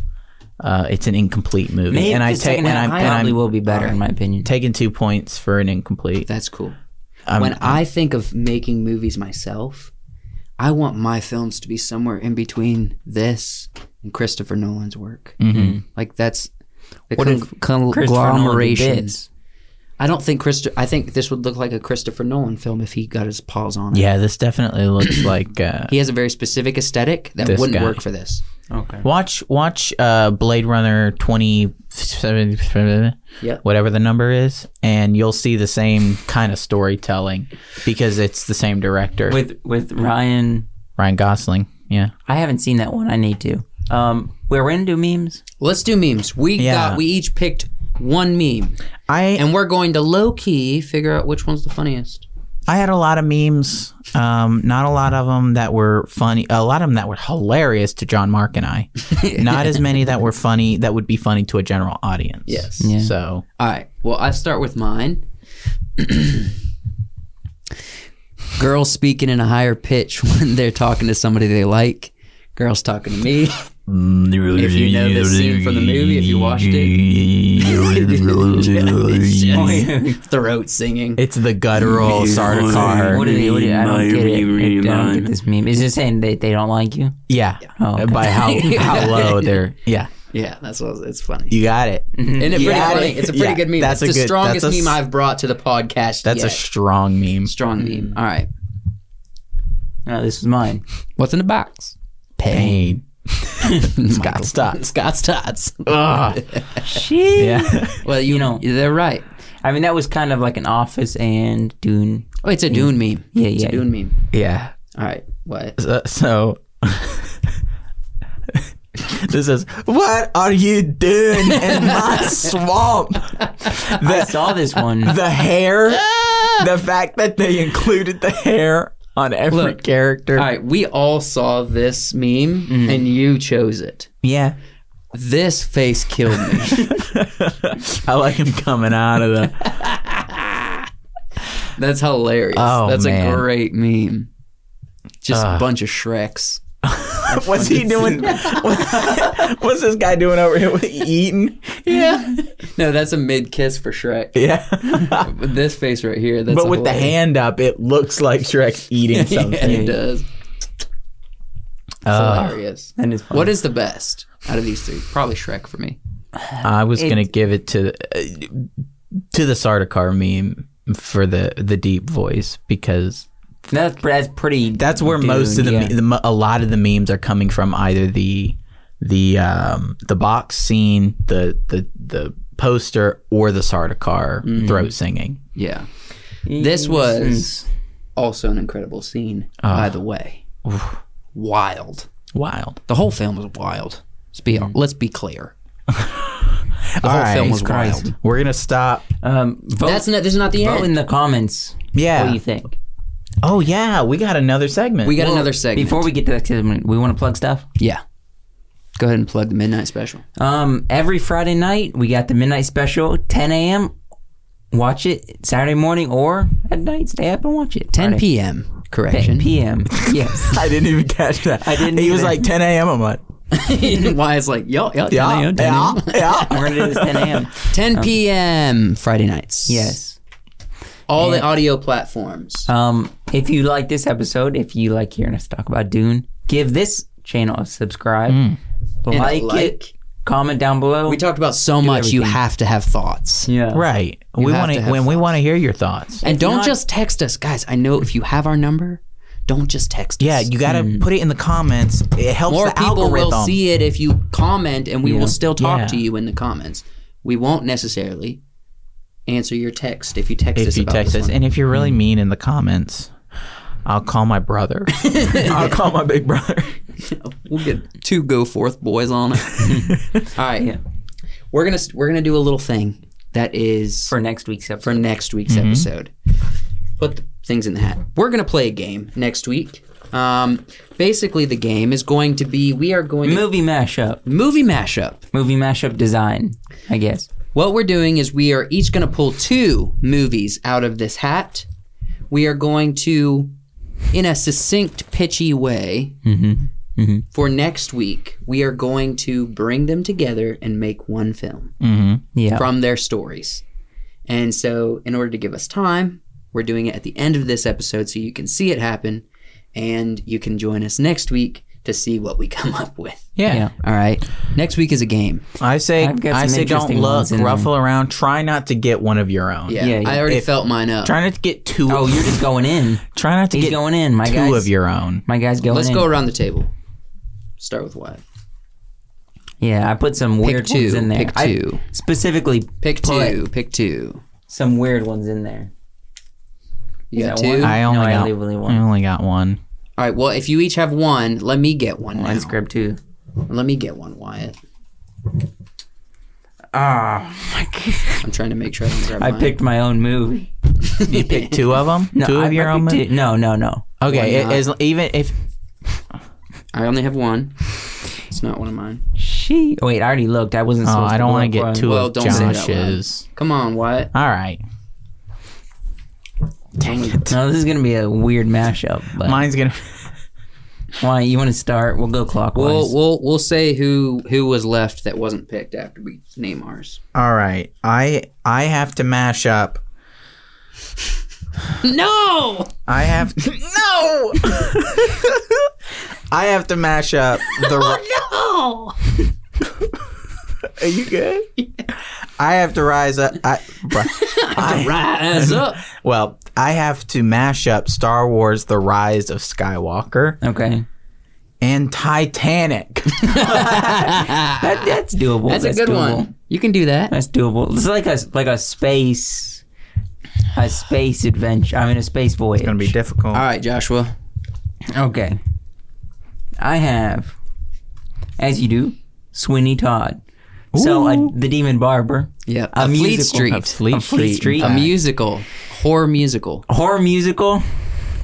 Speaker 2: Uh, it's an incomplete movie,
Speaker 1: Maybe
Speaker 2: and I
Speaker 1: the
Speaker 2: take
Speaker 1: second
Speaker 2: and
Speaker 1: half
Speaker 2: I'm, and
Speaker 1: probably
Speaker 2: I'm
Speaker 1: will be better in my opinion.
Speaker 2: taking two points for an incomplete.
Speaker 4: That's cool.
Speaker 2: I'm-
Speaker 4: when I think of making movies myself, I want my films to be somewhere in between this and Christopher Nolan's work.
Speaker 1: Mm-hmm.
Speaker 2: Mhm.
Speaker 4: Like that's the
Speaker 1: What
Speaker 4: con-
Speaker 1: if Christopher Nolan did
Speaker 4: conglomerations.
Speaker 1: bits?
Speaker 4: I don't think Christo- I think this would look like a Christopher Nolan film if he got his paws on it.
Speaker 2: Yeah, this definitely looks like uh,
Speaker 4: He has a very specific aesthetic that
Speaker 2: This
Speaker 4: wouldn't
Speaker 2: guy.
Speaker 4: work for this.
Speaker 1: Okay.
Speaker 2: watch watch uh, Blade Runner twenty seven,
Speaker 4: Yep.
Speaker 2: whatever the number is, and you'll see the same kind of storytelling because it's the same director,
Speaker 1: With with Ryan,
Speaker 2: Ryan Gosling. Yeah,
Speaker 1: I haven't seen that one. I need to. Um, we're gonna do memes.
Speaker 4: Let's do memes. We
Speaker 2: Yeah.
Speaker 4: got we each picked one meme
Speaker 2: I
Speaker 4: and we're going to low key figure out which one's the funniest.
Speaker 2: I had a lot of memes. Um, not a lot of them that were funny. A lot of them that were hilarious to John Mark and I. not as many that were funny that would be funny to a general audience.
Speaker 4: Yes.
Speaker 1: Yeah.
Speaker 2: So
Speaker 4: All right. Well, I start with mine. Girls speaking in a higher pitch when they're talking to somebody they like. Girls talking to me.
Speaker 2: if
Speaker 4: you know the scene from the movie, if you watched
Speaker 2: it,
Speaker 4: Throat singing.
Speaker 2: it's the guttural Sardaukar.
Speaker 1: What do they? What do they- I don't get it. I don't get this meme. Is it saying they, they don't like you?
Speaker 2: Yeah.
Speaker 1: Oh, okay.
Speaker 2: By how how low they're. Yeah.
Speaker 4: Yeah, that's what it's funny.
Speaker 2: You got it.
Speaker 4: Isn't it
Speaker 2: You
Speaker 4: pretty
Speaker 2: had
Speaker 4: funny?
Speaker 2: it.
Speaker 4: It's a pretty
Speaker 2: Yeah,
Speaker 4: good meme.
Speaker 2: that's
Speaker 4: That's it's
Speaker 2: a
Speaker 4: the
Speaker 2: good-
Speaker 4: strongest
Speaker 2: that's a s-
Speaker 4: meme I've brought to the podcast.
Speaker 2: That's a Mm.
Speaker 4: yet.
Speaker 2: strong meme.
Speaker 4: strong meme. All right.
Speaker 1: No, oh, this is mine.
Speaker 4: What's in the box?
Speaker 2: Pain. Scott Stotts.
Speaker 4: Scott's tots.
Speaker 2: Ugh.
Speaker 1: She.
Speaker 2: Yeah.
Speaker 4: well, you,
Speaker 1: You
Speaker 4: know,
Speaker 1: know.
Speaker 4: they're right.
Speaker 1: I mean, that was kind of like an Office and Dune.
Speaker 4: Oh, it's a Dune meme.
Speaker 1: Yeah,
Speaker 4: It's
Speaker 1: yeah.
Speaker 4: a Dune meme.
Speaker 2: Yeah.
Speaker 4: All right. What?
Speaker 2: so, so this is what are you doing in my swamp
Speaker 1: I
Speaker 2: the,
Speaker 1: saw this one.
Speaker 2: the hair the fact that they included the hair on every
Speaker 4: Look.
Speaker 2: character
Speaker 4: All right. We all saw this meme and you chose it.
Speaker 2: Mm-hmm. yeah
Speaker 4: This face killed me.
Speaker 2: i like him coming out of the
Speaker 4: That's hilarious.
Speaker 2: Oh,
Speaker 4: That's
Speaker 2: man.
Speaker 4: a great meme. Just a
Speaker 2: Ugh.
Speaker 4: bunch of Shreks.
Speaker 2: what's he doing what- what's this guy doing over here eating
Speaker 4: Yeah. no, that's a mid kiss for Shrek.
Speaker 2: yeah
Speaker 4: With this face right here. That's
Speaker 2: but with the
Speaker 4: hilarious.
Speaker 2: hand up it looks like shrek's eating
Speaker 4: yeah, it
Speaker 2: something
Speaker 4: does.
Speaker 2: Uh,
Speaker 4: hilarious.
Speaker 1: And it's
Speaker 4: What is the best out of these three? Probably Shrek for me.
Speaker 2: I was
Speaker 1: It-
Speaker 2: gonna give it to uh, to the Sardaukar meme for the the deep voice because
Speaker 1: That's, that's pretty.
Speaker 2: that's where most of the,
Speaker 1: Dune,
Speaker 2: me- the mo- a lot of the memes are coming from either the the um the box scene the the the poster or the Sardaukar
Speaker 4: Mm-hmm.
Speaker 2: throat singing.
Speaker 4: Yeah. This was also an incredible scene, by the way. Wild.
Speaker 2: Wild.
Speaker 4: The whole film was wild. Let's be, let's be clear. The whole
Speaker 2: Mm. All right,
Speaker 4: film was
Speaker 1: Christ.
Speaker 4: wild.
Speaker 2: We're gonna stop.
Speaker 1: Um, vote,
Speaker 4: That's not, this is not the
Speaker 1: vote
Speaker 4: end.
Speaker 1: in the comments. What
Speaker 2: Yeah.
Speaker 1: do you think?
Speaker 2: Oh yeah, we got another segment.
Speaker 4: We got another segment.
Speaker 1: Before we get to that segment, we want to plug stuff.
Speaker 4: Yeah. Go ahead and plug the midnight special.
Speaker 1: Um, every Friday night we got the midnight special, 10 a.m. Watch it Saturday morning or at night. Stay up and watch it.
Speaker 4: 10
Speaker 1: Friday.
Speaker 4: p.m.
Speaker 1: 10
Speaker 4: Correction.
Speaker 1: p.m. Yes.
Speaker 2: I didn't even catch that. I
Speaker 1: didn't
Speaker 2: He was
Speaker 1: either.
Speaker 2: like 10 a.m. I'm like,
Speaker 4: Why it's like yo yo
Speaker 2: yeah,
Speaker 4: yo, yo,
Speaker 2: yeah, Um,
Speaker 4: yo.
Speaker 2: yeah.
Speaker 1: We're gonna do this 10 a.m.
Speaker 4: 10 p.m. Friday nights.
Speaker 1: Yes.
Speaker 4: All the audio platforms.
Speaker 1: Um, if you like this episode, if you like hearing us talk about Dune, give this channel a subscribe,
Speaker 4: And a
Speaker 1: like, it, comment down below.
Speaker 4: We talked about so much. You have to have
Speaker 2: Mm.
Speaker 4: thoughts.
Speaker 1: yeah.
Speaker 2: Right. we
Speaker 4: have
Speaker 2: want
Speaker 4: to
Speaker 2: to
Speaker 4: have
Speaker 2: when we want to hear your thoughts.
Speaker 4: And don't
Speaker 1: not-
Speaker 4: just text us, guys. I know if you have our number, don't just text
Speaker 2: Yeah,
Speaker 4: us.
Speaker 2: you got to put it in the comments. It helps
Speaker 4: Hmm. More
Speaker 2: the
Speaker 4: people
Speaker 2: algorithm.
Speaker 4: will see it if you comment, and we
Speaker 1: Yeah.
Speaker 4: will still talk
Speaker 2: Yeah.
Speaker 4: to you in the comments. We won't necessarily answer your text if you text us.
Speaker 2: if you
Speaker 4: about
Speaker 2: text
Speaker 4: this
Speaker 2: us,
Speaker 4: one. Hmm.
Speaker 2: and if you're really mean in the comments, I'll call my brother. I'll call my big brother.
Speaker 4: we'll get two go forth boys on it. All right, we're gonna we're gonna do a little thing that is
Speaker 1: For next week's episode.
Speaker 4: for next week's
Speaker 2: mm-hmm.
Speaker 4: episode. Put the things in the hat. We're gonna play a game next week. Um, basically, the game is going to be we are going to
Speaker 1: Movie mashup.
Speaker 4: movie mashup.
Speaker 1: Movie mashup design, I guess.
Speaker 4: What we're doing is we are each going to pull two movies out of this hat. We are going to, in a succinct, pitchy way,
Speaker 2: Mhm.
Speaker 4: for next week, we are going to bring them together and make one film
Speaker 2: Mm-hmm.
Speaker 1: Yeah.
Speaker 4: from their stories. And so, in order to give us time, we're doing it at the end of this episode so you can see it happen and you can join us next week to see what we come up with.
Speaker 2: Yeah.
Speaker 1: Yeah.
Speaker 4: All right. Next week is a game.
Speaker 2: I say
Speaker 1: I've got
Speaker 2: I
Speaker 1: some
Speaker 2: say don't
Speaker 1: interesting
Speaker 2: look,
Speaker 1: ones in
Speaker 2: ruffle around, try not to get one of your own.
Speaker 4: Yeah.
Speaker 1: Yeah, yeah.
Speaker 4: I already
Speaker 2: If-
Speaker 4: felt mine up.
Speaker 2: Try not to get two
Speaker 8: Oh, you're just going in.
Speaker 2: try not to
Speaker 1: He's
Speaker 2: get
Speaker 1: going in, my
Speaker 2: two
Speaker 1: guys.
Speaker 2: of your own.
Speaker 1: my guys going
Speaker 4: Let's
Speaker 1: in.
Speaker 4: go around the table. Start with what?
Speaker 1: Yeah, I put some
Speaker 4: Pick
Speaker 1: weird ones
Speaker 4: two.
Speaker 1: in there.
Speaker 4: Pick
Speaker 1: I
Speaker 4: two.
Speaker 1: specifically
Speaker 4: Pick
Speaker 1: put
Speaker 4: two. Pick two.
Speaker 1: some weird ones in there.
Speaker 4: You
Speaker 1: Is
Speaker 4: got
Speaker 1: that
Speaker 4: two?
Speaker 1: one?
Speaker 2: I only
Speaker 1: no, I
Speaker 2: got Mm-hmm.
Speaker 1: only really
Speaker 2: I
Speaker 1: one.
Speaker 2: only got one.
Speaker 4: All right. Well, if you each have one, let me get one.
Speaker 1: Let's
Speaker 4: now.
Speaker 1: grab two.
Speaker 4: Let me get one, Wyatt.
Speaker 1: Ah, my God.
Speaker 4: I'm trying to make sure I don't grab
Speaker 1: I
Speaker 4: mine.
Speaker 1: picked my own movie.
Speaker 2: You pick two of them?
Speaker 1: No,
Speaker 2: two of
Speaker 1: I- I
Speaker 2: your own?
Speaker 1: picked
Speaker 2: mo-
Speaker 1: two. No, no, no.
Speaker 2: Okay,
Speaker 4: Why
Speaker 2: it,
Speaker 4: not?
Speaker 2: as, even if
Speaker 4: I only have one. It's not one of mine.
Speaker 1: She. Wait, I already looked. I wasn't.
Speaker 2: Oh,
Speaker 1: supposed
Speaker 2: I don't
Speaker 1: want to
Speaker 2: get two
Speaker 4: Well,
Speaker 2: of
Speaker 4: don't say that loud.
Speaker 2: Josh's.
Speaker 4: Come on, Wyatt.
Speaker 2: All right. Dang it.
Speaker 1: No, this is gonna be a weird mashup. But
Speaker 2: Mine's gonna.
Speaker 1: why you want to start? We'll go clockwise.
Speaker 4: We'll we'll we'll say who who was left that wasn't picked after we name ours.
Speaker 2: All right. I I have to mash up.
Speaker 4: No.
Speaker 2: I have no. I have to mash up the.
Speaker 4: No.
Speaker 2: Are you good? I have to rise up. I, bruh. I-
Speaker 4: Rise up.
Speaker 2: well, I have to mash up Star Wars: The Rise of Skywalker
Speaker 1: okay,
Speaker 2: and Titanic.
Speaker 1: that, that's doable.
Speaker 4: That's a good
Speaker 1: doable.
Speaker 4: one. You can do that.
Speaker 1: That's doable. It's like a like a space, a space adventure. I mean, a space voyage.
Speaker 2: It's gonna be difficult.
Speaker 4: All right, Joshua.
Speaker 1: Okay. I have, as you do, Sweeney Todd. So a, the Demon Barber,
Speaker 4: Yeah.
Speaker 1: a,
Speaker 4: A Fleet
Speaker 1: musical-
Speaker 4: Street.
Speaker 1: a Fleet, Street,
Speaker 4: A musical. Horror musical.
Speaker 1: horror musical.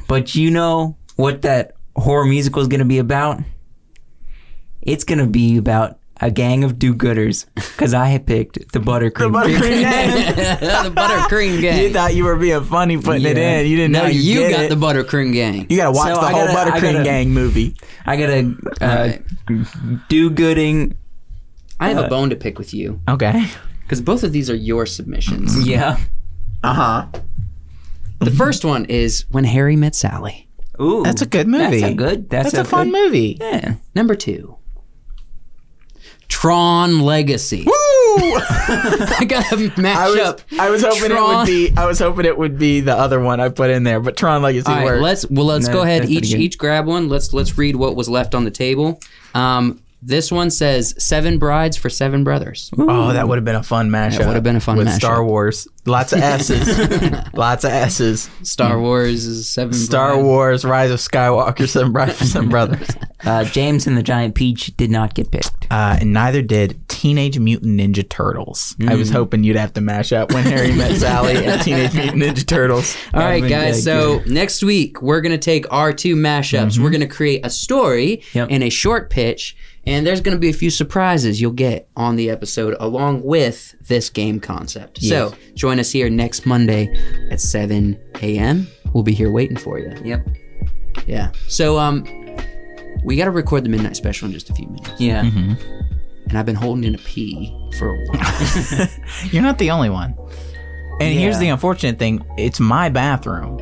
Speaker 1: But you know what that horror musical is going to be about? It's going to be about a gang of do-gooders because I had picked the Buttercream.
Speaker 4: the buttercream gang.
Speaker 2: You thought you were being funny putting it
Speaker 1: Yeah.
Speaker 2: in. You didn't
Speaker 4: no,
Speaker 2: know you,
Speaker 4: you,
Speaker 2: did
Speaker 4: got
Speaker 2: it.
Speaker 4: the buttercream gang.
Speaker 2: You gotta watch the
Speaker 1: So I
Speaker 2: whole
Speaker 1: gotta- I
Speaker 2: Buttercream
Speaker 1: gotta-
Speaker 2: Gang movie.
Speaker 1: I got a uh,
Speaker 4: Alright.
Speaker 1: do-gooding.
Speaker 4: I have a bone to pick with you
Speaker 2: Okay.
Speaker 4: because both of these are your submissions.
Speaker 1: Yeah.
Speaker 2: Uh huh.
Speaker 4: The first one is When Harry Met Sally.
Speaker 1: Ooh,
Speaker 2: That's a good movie.
Speaker 1: That's a good. That's,
Speaker 2: That's a fun
Speaker 1: good-
Speaker 2: movie.
Speaker 1: Yeah.
Speaker 4: Number two, Tron Legacy.
Speaker 2: Woo!
Speaker 4: I got a
Speaker 2: I
Speaker 4: matchup.
Speaker 2: was, I was hoping it
Speaker 4: Tron.
Speaker 2: would be I was hoping it would be the other one I put in there, but Tron Legacy
Speaker 4: All right,
Speaker 2: worked.
Speaker 4: let's well let's
Speaker 1: No,
Speaker 4: go ahead
Speaker 1: that's pretty
Speaker 4: each
Speaker 1: good.
Speaker 4: each grab one. Let's let's read what was left on the table. Um, this one says seven brides for seven brothers.
Speaker 2: oh, that would have been a fun mashup.
Speaker 4: That would've been a fun
Speaker 2: with
Speaker 4: mashup.
Speaker 2: Star Wars. Lots of S's. Lots of S's.
Speaker 4: Star Wars is seven.
Speaker 2: Star
Speaker 4: brides.
Speaker 2: Wars: Rise of Skywalker, Some Bride for Some Brothers,
Speaker 1: Uh, James and the Giant Peach did not get picked.
Speaker 2: uh, and neither did Teenage Mutant Ninja Turtles. I
Speaker 4: Mm.
Speaker 2: was hoping you'd have to mash up when Harry met Sally and Teenage Mutant Ninja Turtles.
Speaker 4: All right,
Speaker 1: That'd be
Speaker 4: guys.
Speaker 1: good, Mm-hmm.
Speaker 4: So next week we're gonna take our two mashups. We're gonna create a story
Speaker 1: Yep.
Speaker 4: and a short pitch, and there's gonna be a few surprises you'll get on the episode along with this game concept. So join us here next Monday at 7 a.m. We'll be here waiting for you.
Speaker 1: Yep.
Speaker 4: Yeah. So um, we gotta record the midnight special in just a few minutes,
Speaker 1: Yeah.
Speaker 2: Mm-hmm.
Speaker 4: and I've been holding in a pee for a while.
Speaker 2: You're not the only one. And here's
Speaker 1: Yeah.
Speaker 2: the unfortunate thing: it's my bathroom.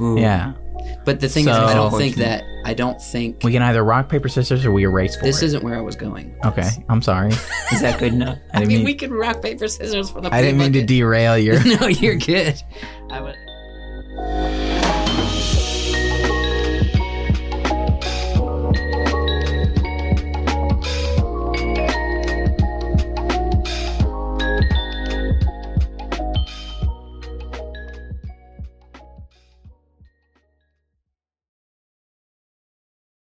Speaker 1: Ooh.
Speaker 2: Yeah,
Speaker 4: But the thing is,
Speaker 2: So-
Speaker 4: I don't think that I don't think
Speaker 2: we can either rock paper scissors or we erase for
Speaker 4: this
Speaker 2: it.
Speaker 4: isn't where I was going.
Speaker 2: okay. I'm sorry.
Speaker 1: Is that good enough?
Speaker 2: I didn't mean,
Speaker 4: could rock paper scissors for the.
Speaker 2: I didn't mean to derail your.
Speaker 4: no, you're good. I would.